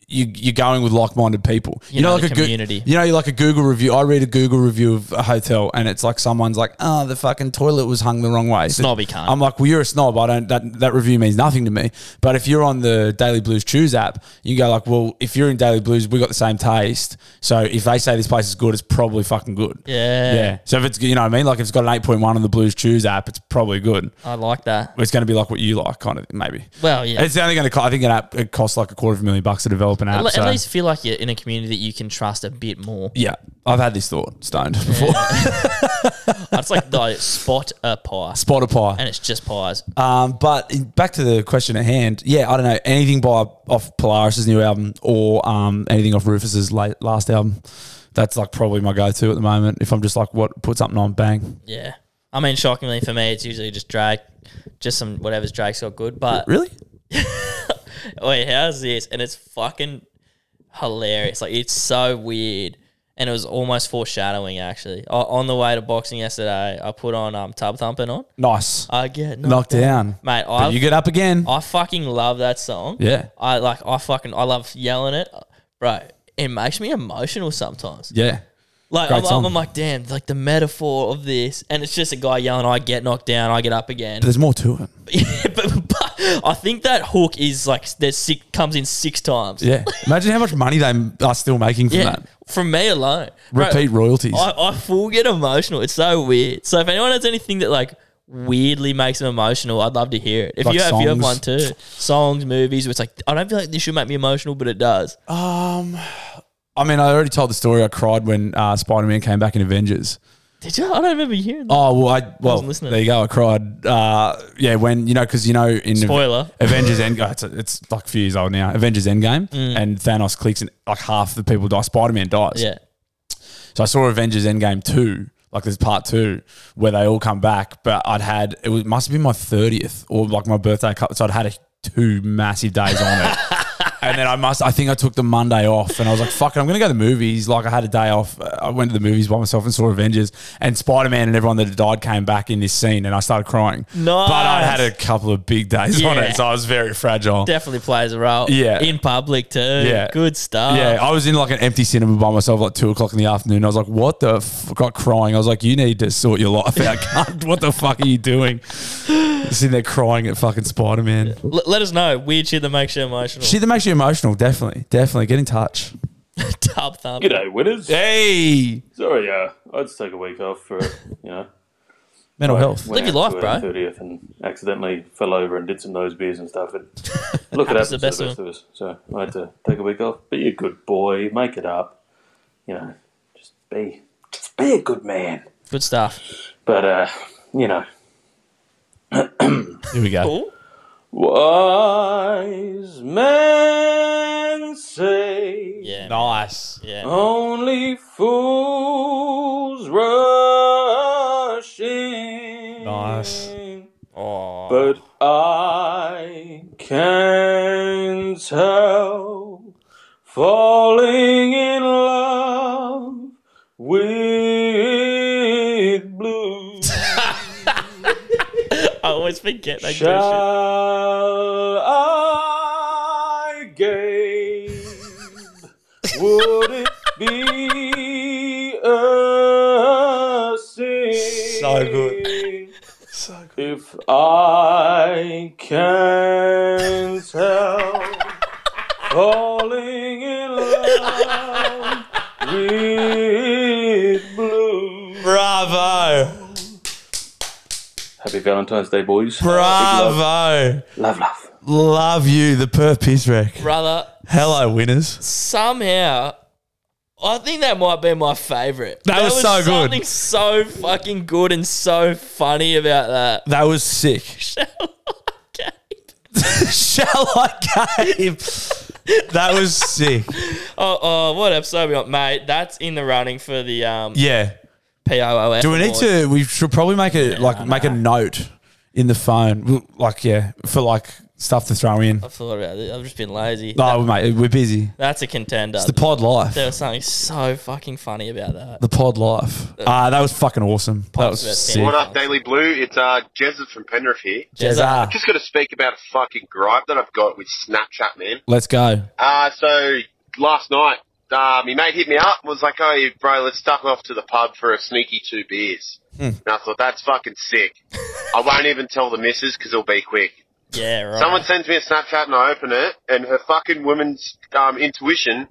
S1: you you're going with like minded people. You,
S2: know,
S1: like
S2: the
S1: a Goo-
S2: community.
S1: you know, you like a Google review. I read a Google review of a hotel, and it's like someone's like, "Oh, the fucking toilet was hung the wrong way." So
S2: Snobby cunt.
S1: I'm like, "Well, you're a snob. I don't that that review means nothing to me." But if you're on the Daily Blues Choose app, you go like, "Well, if you're in Daily Blues, we got the same taste. So if they say this place is good, it's probably fucking good."
S2: Yeah.
S1: Yeah. So if it's you know what I mean, like if it's got an eight point one on the Blues Choose app, it's probably good
S2: I like that.
S1: it's going to be like what you like, kind of maybe.
S2: Well, yeah.
S1: It's only going to. Co- I think an app it costs like a quarter of a million bucks to develop an
S2: At,
S1: app.
S2: le-
S1: so-
S2: at least feel like you're in a community that you can trust a bit more.
S1: yeah, I've had this thought stoned before.
S2: That's like the spot a pie,
S1: Spotify.
S2: and it's just pies.
S1: Um, but in- back to the question at hand. Yeah, I don't know anything by off Polaris's new album or um, anything off Rufus's late, last album. That's like probably my go-to at the moment. If I'm just like, what put something on, bang.
S2: Yeah. I mean, shockingly for me, it's usually just Drake, just some whatever's Drake's got good. But
S1: Really?
S2: wait, how's this? And it's fucking hilarious. Like it's so weird, and it was almost foreshadowing. Actually, O- on the way to boxing yesterday, I put on um tub thumping on.
S1: Nice.
S2: I get knocked,
S1: Knocked down,
S2: mate. I
S1: But you get up again.
S2: I fucking love that song.
S1: Yeah.
S2: I like. I fucking. I love yelling it, bro. It makes me emotional sometimes.
S1: yeah.
S2: Like
S1: Great
S2: I'm, I'm,
S1: song.
S2: I'm like, damn, like the metaphor of this, and it's just a guy yelling, "I get knocked down, I get up again."
S1: But there's more to it.
S2: but, but I think that hook is like there's six comes in six times.
S1: Yeah. Imagine how much money they are still making from
S2: Yeah,
S1: that.
S2: from me alone. Bro,
S1: Repeat royalties.
S2: I, I full get emotional. It's so weird. So if anyone has anything that like weirdly makes them emotional, I'd love to hear it. If
S1: Like
S2: you have, if you have
S1: songs.
S2: one too, songs, movies. It's like I don't feel like this should make me emotional, but it does.
S1: Um, I mean, I already told the story. I cried when uh, Spider Man came back in Avengers.
S2: Did you? I don't remember hearing that.
S1: Oh well, I well
S2: wasn't listening.
S1: there you go. I cried. Uh, yeah, when you know because you know in Av-
S2: Spoiler.
S1: Avengers Endgame, it's, it's like a few years old now. Avengers Endgame, and Thanos clicks and like half the people die. Spider Man dies.
S2: Mm. Yeah.
S1: So I saw Avengers Endgame two, like this part two, where they all come back. But I'd had it was must have been my thirtieth or like my birthday. cou- So I'd had a, two massive days on it. And then I must, I think I took the Monday off and I was like, fuck it, I'm going to go to the movies. Like, I had a day off. Uh, I went to the movies by myself and saw Avengers. And Spider Man and everyone that had died came back in this scene and I started crying.
S2: Nice.
S1: But I had a couple of big days on
S2: Yeah.
S1: it. So I was very fragile.
S2: Definitely plays a role.
S1: Oh. Yeah.
S2: In public too.
S1: Yeah.
S2: Good stuff.
S1: Yeah, I was in like an empty cinema by myself, like two o'clock in the afternoon. I was like, "What the?" F-? Got crying. I was like, "You need to sort your life out, cunt. What the fuck are you doing?" Sitting there crying at fucking Spider Man.
S2: L- let us know. Weird shit that makes you emotional.
S1: Shit that makes you emotional. Definitely, definitely get in touch.
S2: Tub thump.
S11: G'day, winners.
S1: Hey,
S11: Sorry, uh, I just took a week off for, you know.
S1: mental health.
S11: went
S2: Live your
S11: out
S2: life,
S11: to our
S2: bro.
S11: 30th and accidentally fell over and did some nose beers and stuff. And look, it happens to
S2: Happens to the
S11: the best,
S2: best
S11: of us. So I had to take a week off. But you're a good boy. Make it up. You know, just be, just be a good man.
S2: Good stuff.
S11: But, uh, you know,
S1: Here we go.
S2: Cool.
S11: wise men say
S2: Yeah. man.
S1: Nice.
S2: Yeah.
S11: only fools rush in.
S1: Nice.
S2: Oh.
S11: But I can't help falling in love with blue.
S2: I always forget that good shit.
S11: Shall I gaze? Would it be a sin?
S1: So good.
S11: If I can't help falling in love with blue.
S1: Bravo.
S11: Happy Valentine's Day, boys.
S1: Bravo.
S11: Love, love.
S1: Love you, the Perth piss wreck.
S2: Brother,
S1: Hello, winners.
S2: somehow, I think that might be my favorite.
S1: That was so good.
S2: Something so fucking good and so funny about that.
S1: That was sick. Shall I game? That was sick.
S2: Oh, oh, what episode we on, mate? That's in the running for the um,
S1: Yeah.
S2: POOF.
S1: Do we need
S2: award.
S1: to? We should probably make a like make a note in the phone, We'll- like yeah, for like stuff to throw in.
S2: I forgot about it. I've just been lazy.
S1: No, mate, we're busy.
S2: That's a contender.
S1: Oh, It's the pod life.
S2: there was something so fucking funny about that.
S1: The pod life.
S2: Uh,
S1: Ah, that was fucking awesome. That was
S2: Podcast.
S1: sick.
S12: What up, Daily Blue? It's uh, Jezzard from Penrith here.
S1: Jezza.
S12: Just going to speak about a fucking gripe that I've got with Snapchat, man.
S1: Let's go.
S12: Uh, so last night, uh, my mate hit me up and was like, "Oh, bro, let's duck off to the pub for a sneaky two beers."
S2: Hmm.
S12: And I thought that's fucking sick. I won't even tell the missus because it'll be quick.
S2: Yeah, right.
S12: Someone sends me a Snapchat and I open it, and her fucking woman's um, intuition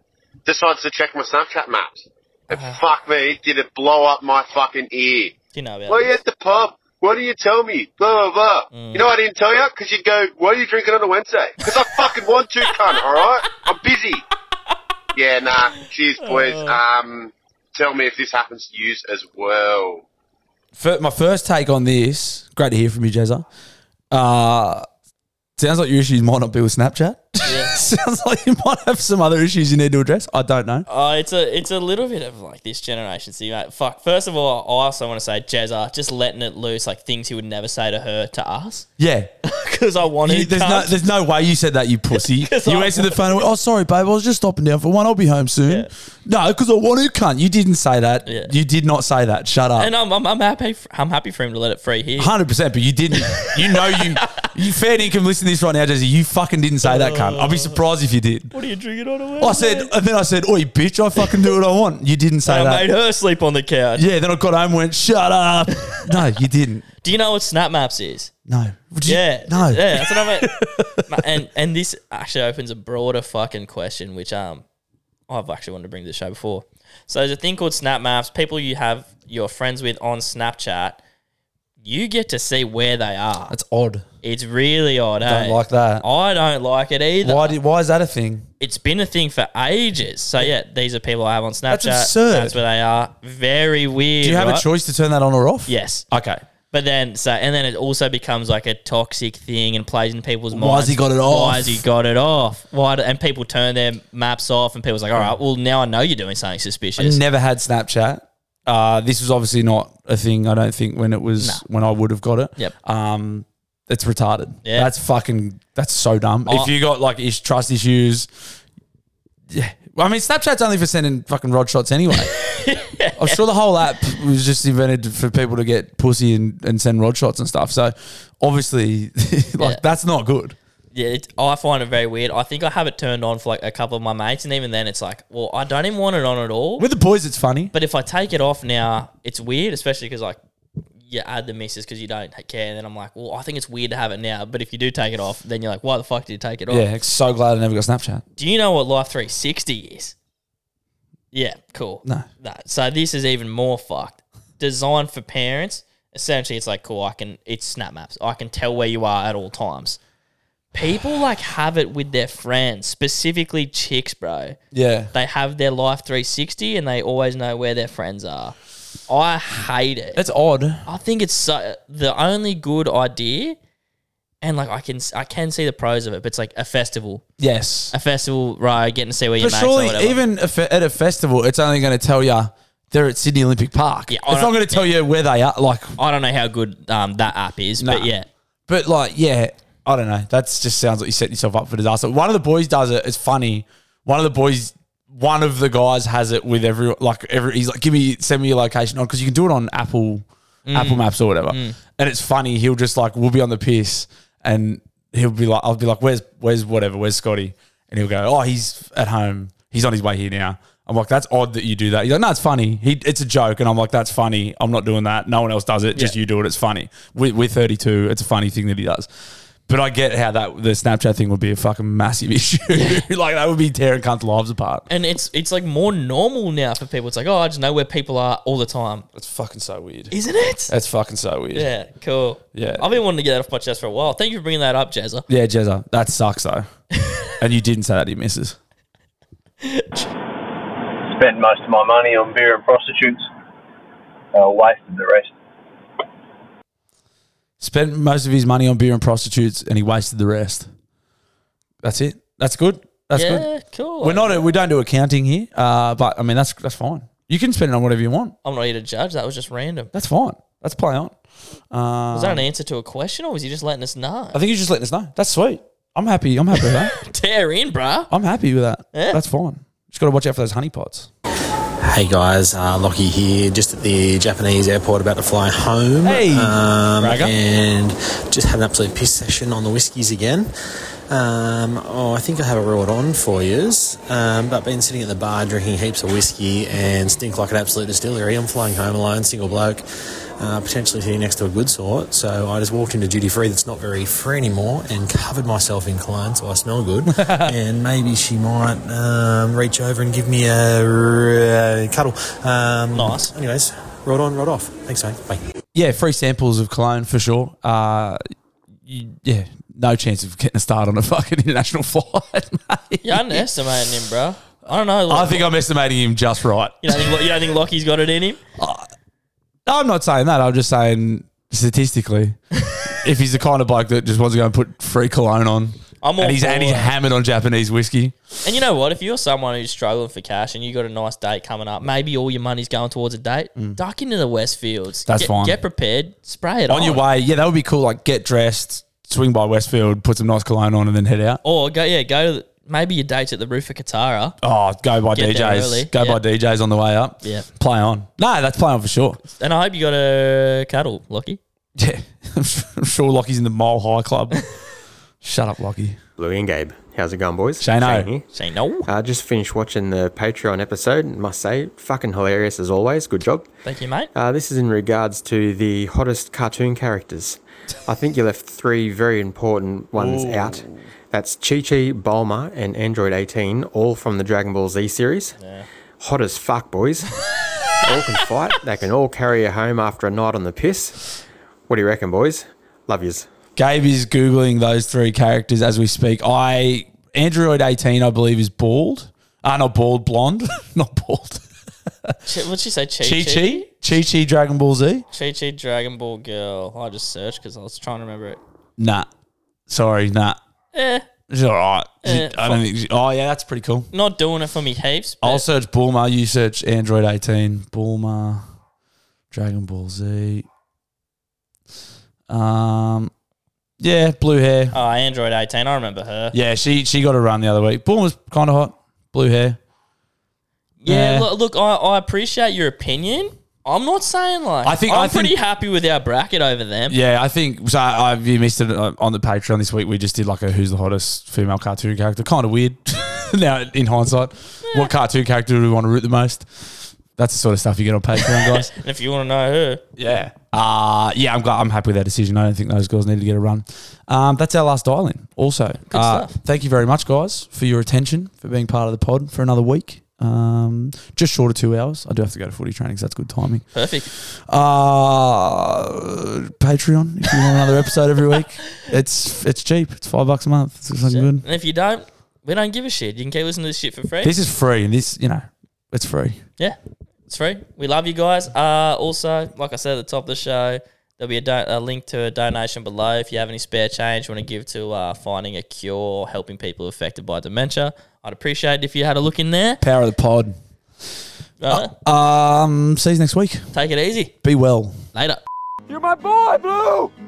S12: decides to check my Snapchat maps. And
S2: Uh-huh.
S12: fuck me, did it blow up my fucking ear?
S2: Do you know about
S12: Well,
S2: it?
S12: you at the pub. What do you tell me? Blah, blah, blah. You know what I didn't tell you? Because you'd go, why are you drinking on a Wednesday? Because I fucking want to, cunt, alright? I'm busy. Yeah, nah. Cheers, boys. Um, tell me if this happens to you as well.
S1: Fir- my first take on this. Great to hear from you, Jezza. Uh, sounds like your issues might not be with Snapchat. sounds like you might have some other issues you need to address. I don't know.
S2: Oh, it's a it's a little bit of like this generation. See, mate, fuck. First of all, I also want to say Jezza just letting it loose, like things he would never say to her to us,
S1: Yeah,
S2: because I wanted.
S1: You- there's no,
S2: cunt.
S1: there's no way you said that, you pussy.
S2: 'Cause
S1: you
S2: I
S1: answered the phone. and went, Oh, sorry, babe. I was just stopping down for one. I'll be home soon. No, because I want to, cunt. You didn't say that.
S2: Yeah.
S1: You did not say that. Shut up.
S2: and I'm, I'm I'm happy. For, I'm happy for him to let it free here.
S1: Uh. Hundred percent, but you didn't. You know you. You fair income. Listen to this right now, Jesse. You fucking didn't say that, cunt. I'll be surprised if you did.
S2: What are you drinking on a
S1: I said, and then I said, "Oi, bitch! I fucking do what I want." You didn't say
S2: I
S1: that.
S2: made her sleep on the couch.
S1: Yeah, then I got home and went, shut up. No, you didn't.
S2: Do you know what Snap Maps is?
S1: No. Did you-
S2: Yeah,
S1: No.
S2: yeah. That's what I meant. Ma- and and this actually opens a broader fucking question, which um, I've actually wanted to bring to the show before. So there's a thing called Snap Maps. People you have your friends with on Snapchat you get to see where they are. It's
S1: odd.
S2: It's really odd.
S1: Don't
S2: hey?
S1: like that.
S2: I don't like it either.
S1: Why? Do, why is that a thing?
S2: it's been a thing for ages. So yeah, these are people I have on Snapchat.
S1: That's absurd.
S2: That's where they are. Very weird.
S1: Do you have a
S2: right?
S1: choice to turn that on or off?
S2: Yes.
S1: Okay.
S2: But then, so and then it also becomes like a toxic thing and plays in people's minds.
S1: Why has he got it off?
S2: Why has he got it off? Why? Do, and people turn their maps off, and people's like, "All right, well now I know you're doing something
S1: I
S2: suspicious."
S1: never had Snapchat. Uh, this was obviously not a thing. I don't think when it was when I would have got it.
S2: Yep.
S1: Um, it's retarded.
S2: Yeah. Oh.
S1: That's fucking. That's so dumb.
S2: I-
S1: if you got like is- trust issues, yeah. Well, I mean, Snapchat's only for sending fucking rod shots anyway. I'm sure the whole app was just invented for people to get pussy and, and send rod shots and stuff. So obviously, like that's not good.
S2: Yeah, it, I find it very weird. I think I have it turned on for like a couple of my mates, and even then, it's like, well, I don't even want it on at all.
S1: With the boys, it's funny.
S2: But if I take it off now, it's weird, especially because like you add the misses because you don't care. And then I'm like, well, I think it's weird to have it now. But if you do take it off, then you're like, why the fuck did you take it off?
S1: Yeah, so glad I never got Snapchat.
S2: Do you know what Life 360 is? Yeah, cool.
S1: No.
S2: no. So this is even more fucked. Designed for parents. Essentially, it's like, cool, I can, it's snap maps. I can tell where you are at all times. People like have it with their friends, specifically chicks, bro.
S1: Yeah.
S2: They have their Life 360 and they always know where their friends are. I hate it.
S1: That's odd.
S2: I think it's so, the only good idea, and like I can I can see the pros of it, but it's like a festival.
S1: Yes,
S2: a festival, right? Getting to see where your
S1: But
S2: mates are.
S1: surely,
S2: whatever.
S1: even a fe- at a festival, it's only going to tell you they're at Sydney Olympic Park.
S2: Yeah, I
S1: it's not
S2: don't-
S1: going to tell you where they are. Like,
S2: I don't know how good um, that app is, but
S1: Nah.
S2: yeah,
S1: but like, yeah, I don't know. That just sounds like you set yourself up for disaster. One of the boys does it. It's funny. One of the boys, one of the guys has it with every like every. He's like, give me, send me your location on because you can do it on Apple,
S2: Mm.
S1: Apple Maps or whatever.
S2: Mm.
S1: And it's funny. He'll just like, we'll be on the piss, and he'll be like, I'll be like, where's where's whatever, where's Scotty, and he'll go, oh, he's at home. He's on his way here now. I'm like, that's odd that you do that. He's like, no, it's funny. He, it's a joke, and I'm like, that's funny. I'm not doing that. No one else does it. Just you do it. It's funny. We, we're 32. It's a funny thing that he does. But I get how that the Snapchat thing would be a fucking massive issue. like that would be tearing cunt lives apart.
S2: and it's it's like more normal now for people. It's like oh, I just know where people are all the time.
S1: That's fucking so weird,
S2: isn't it?
S1: That's fucking so weird.
S2: Yeah, cool.
S1: Yeah.
S2: I've been wanting to get that off my chest for a while. Thank you for bringing that up, Jezza.
S1: Yeah, Jezza, that sucks though. and you didn't say that to your missus.
S13: Spent most of my money on beer and prostitutes. I wasted the rest.
S1: Spent most of his money on beer and prostitutes, and he wasted the rest. That's it. That's good. That's
S2: yeah,
S1: good.
S2: cool.
S1: We're not. We don't do accounting here. Uh, but I mean, that's that's fine. You can spend it on whatever you want.
S2: I'm not here to judge. That was just random.
S1: That's fine. Let's play on. Uh,
S2: Was that an answer to a question, or was he just letting us know?
S1: I think you're just letting us know. That's sweet. I'm happy. I'm happy with that.
S2: Tear in, bruh.
S1: I'm happy with that.
S2: Yeah.
S1: That's fine. Just got to watch out for those honeypots.
S14: Hey guys, uh, Lockie here, just at the Japanese airport about to fly home.
S1: Hey,
S14: um,
S1: Ragga.
S14: and just had an absolute piss session on the whiskies again. Um, oh, I think I have a rod on for years, um, but been sitting at the bar drinking heaps of whiskey and stink like an absolute distillery. I'm flying home alone, single bloke, uh, potentially sitting next to a good sort. So I just walked into duty free that's not very free anymore and covered myself in cologne so I smell good. and maybe she might um, reach over and give me a, r- uh cuddle. Um, nice. Anyways, rod on, rod off. Thanks, mate. Bye.
S1: Yeah, free samples of cologne for sure. Uh, you, yeah, no chance of getting a start on a fucking international flight.
S2: You're underestimating him, bro. I don't know.
S1: I think I'm estimating him just right.
S2: You don't think, Lo- you don't think Lockie's got it in him?
S1: No, I'm not saying that. I'm just saying statistically, if he's the kind of bloke that just wants to go and put free cologne on,
S2: I'm all
S1: and he's
S2: for
S1: and he's
S2: it.
S1: hammered on Japanese whiskey.
S2: And you know what? If you're someone who's struggling for cash and you got a nice date coming up, maybe all your money's going towards a date, duck into the Westfields.
S1: Mm. That's
S2: get,
S1: fine.
S2: Get prepared, spray it on,
S1: on your way, yeah, that would be cool. Like get dressed, swing by Westfield, put some nice cologne on, and then head out.
S2: Or go, yeah, go. To the, maybe your date's at the roof of Katara.
S1: Oh, go by
S2: Get there early.
S1: DJs. Go by DJs on the way up.
S2: Yeah.
S1: play on. No, that's play on for sure.
S2: And I hope you got a cuddle, Uh, Lockie.
S1: Yeah, I'm sure, I'm sure Lockie's in the Mile High Club. Shut up, Lockie.
S15: Louis and Gabe. How's it going, boys?
S1: Shane-o.
S2: Shane no.
S15: I just finished watching the Patreon episode. and Must say, fucking hilarious as always. Good job.
S2: Thank you, mate.
S15: Uh, this is in regards to the hottest cartoon characters. I think you left three very important ones
S16: Ooh.
S15: out. That's Chi Chi, Bulma, and Android 18, all from the Dragon Ball Z series. Hot as fuck, boys. all can fight. They can all carry you home after a night on the piss. What do you reckon, boys? Love yous.
S1: Gabe is googling those three characters as we speak. I Android eighteen, I believe, is bald. Ah, not bald, blonde, not bald.
S2: Chi- What'd she say? Chi
S1: Chi Chi, Chi Chi, Dragon Ball Z.
S2: Chi Chi Dragon Ball Girl. I just searched because I was trying to remember it.
S1: Nah, sorry, nah.
S2: Eh.
S1: It's all right.
S2: Eh,
S1: I don't
S2: fuck.
S1: think. Oh yeah, that's pretty cool.
S2: Not doing it for me heaps.
S1: I'll search Bulma. You search Android 18. Bulma, Dragon Ball Z. Um, yeah, blue hair.
S2: Oh, Android 18. I remember her.
S1: Yeah, she she got a run the other week. Bulma's kind of hot. Blue hair.
S2: Yeah,
S1: Yeah.
S2: look, look I, I appreciate your opinion. I'm not saying like
S1: I think-
S2: I'm
S1: I think-
S2: pretty happy with our bracket over them.
S1: Yeah, I think so. I, if you missed it uh, on the Patreon this week, we just did like a "Who's the hottest female cartoon character?" Kind of weird. now, in hindsight, what cartoon character do we want to root the most? That's the sort of stuff you get on Patreon, guys.
S2: and if you want to know her,
S1: yeah, Uh, yeah, I'm, glad, I'm happy with that decision. I don't think those girls need to get a run. Um, that's our last dial in. Also, uh, thank you very much, guys, for your attention, for being part of the pod for another week. Um, just short of two hours. I do have to go to footy training, so that's good timing.
S2: Perfect.
S1: Uh, Patreon, if you want another episode every week, it's it's cheap. It's five bucks a month. It's something good.
S2: and if you don't, we don't give a shit. You can keep listening to this shit for free.
S1: This is free, and this you know, it's free.
S2: Yeah, it's free. We love you guys. Uh, also, like I said at the top of the show, there'll be a, do- a link to a donation below if you have any spare change you want to give to uh, finding a cure or helping people affected by dementia. I'd appreciate it if you had a look in there.
S1: Power of the pod.
S2: Right.
S1: Uh, Um, see you next week.
S2: Take it easy.
S1: Be well.
S2: Later.
S16: You're my boy, Blue!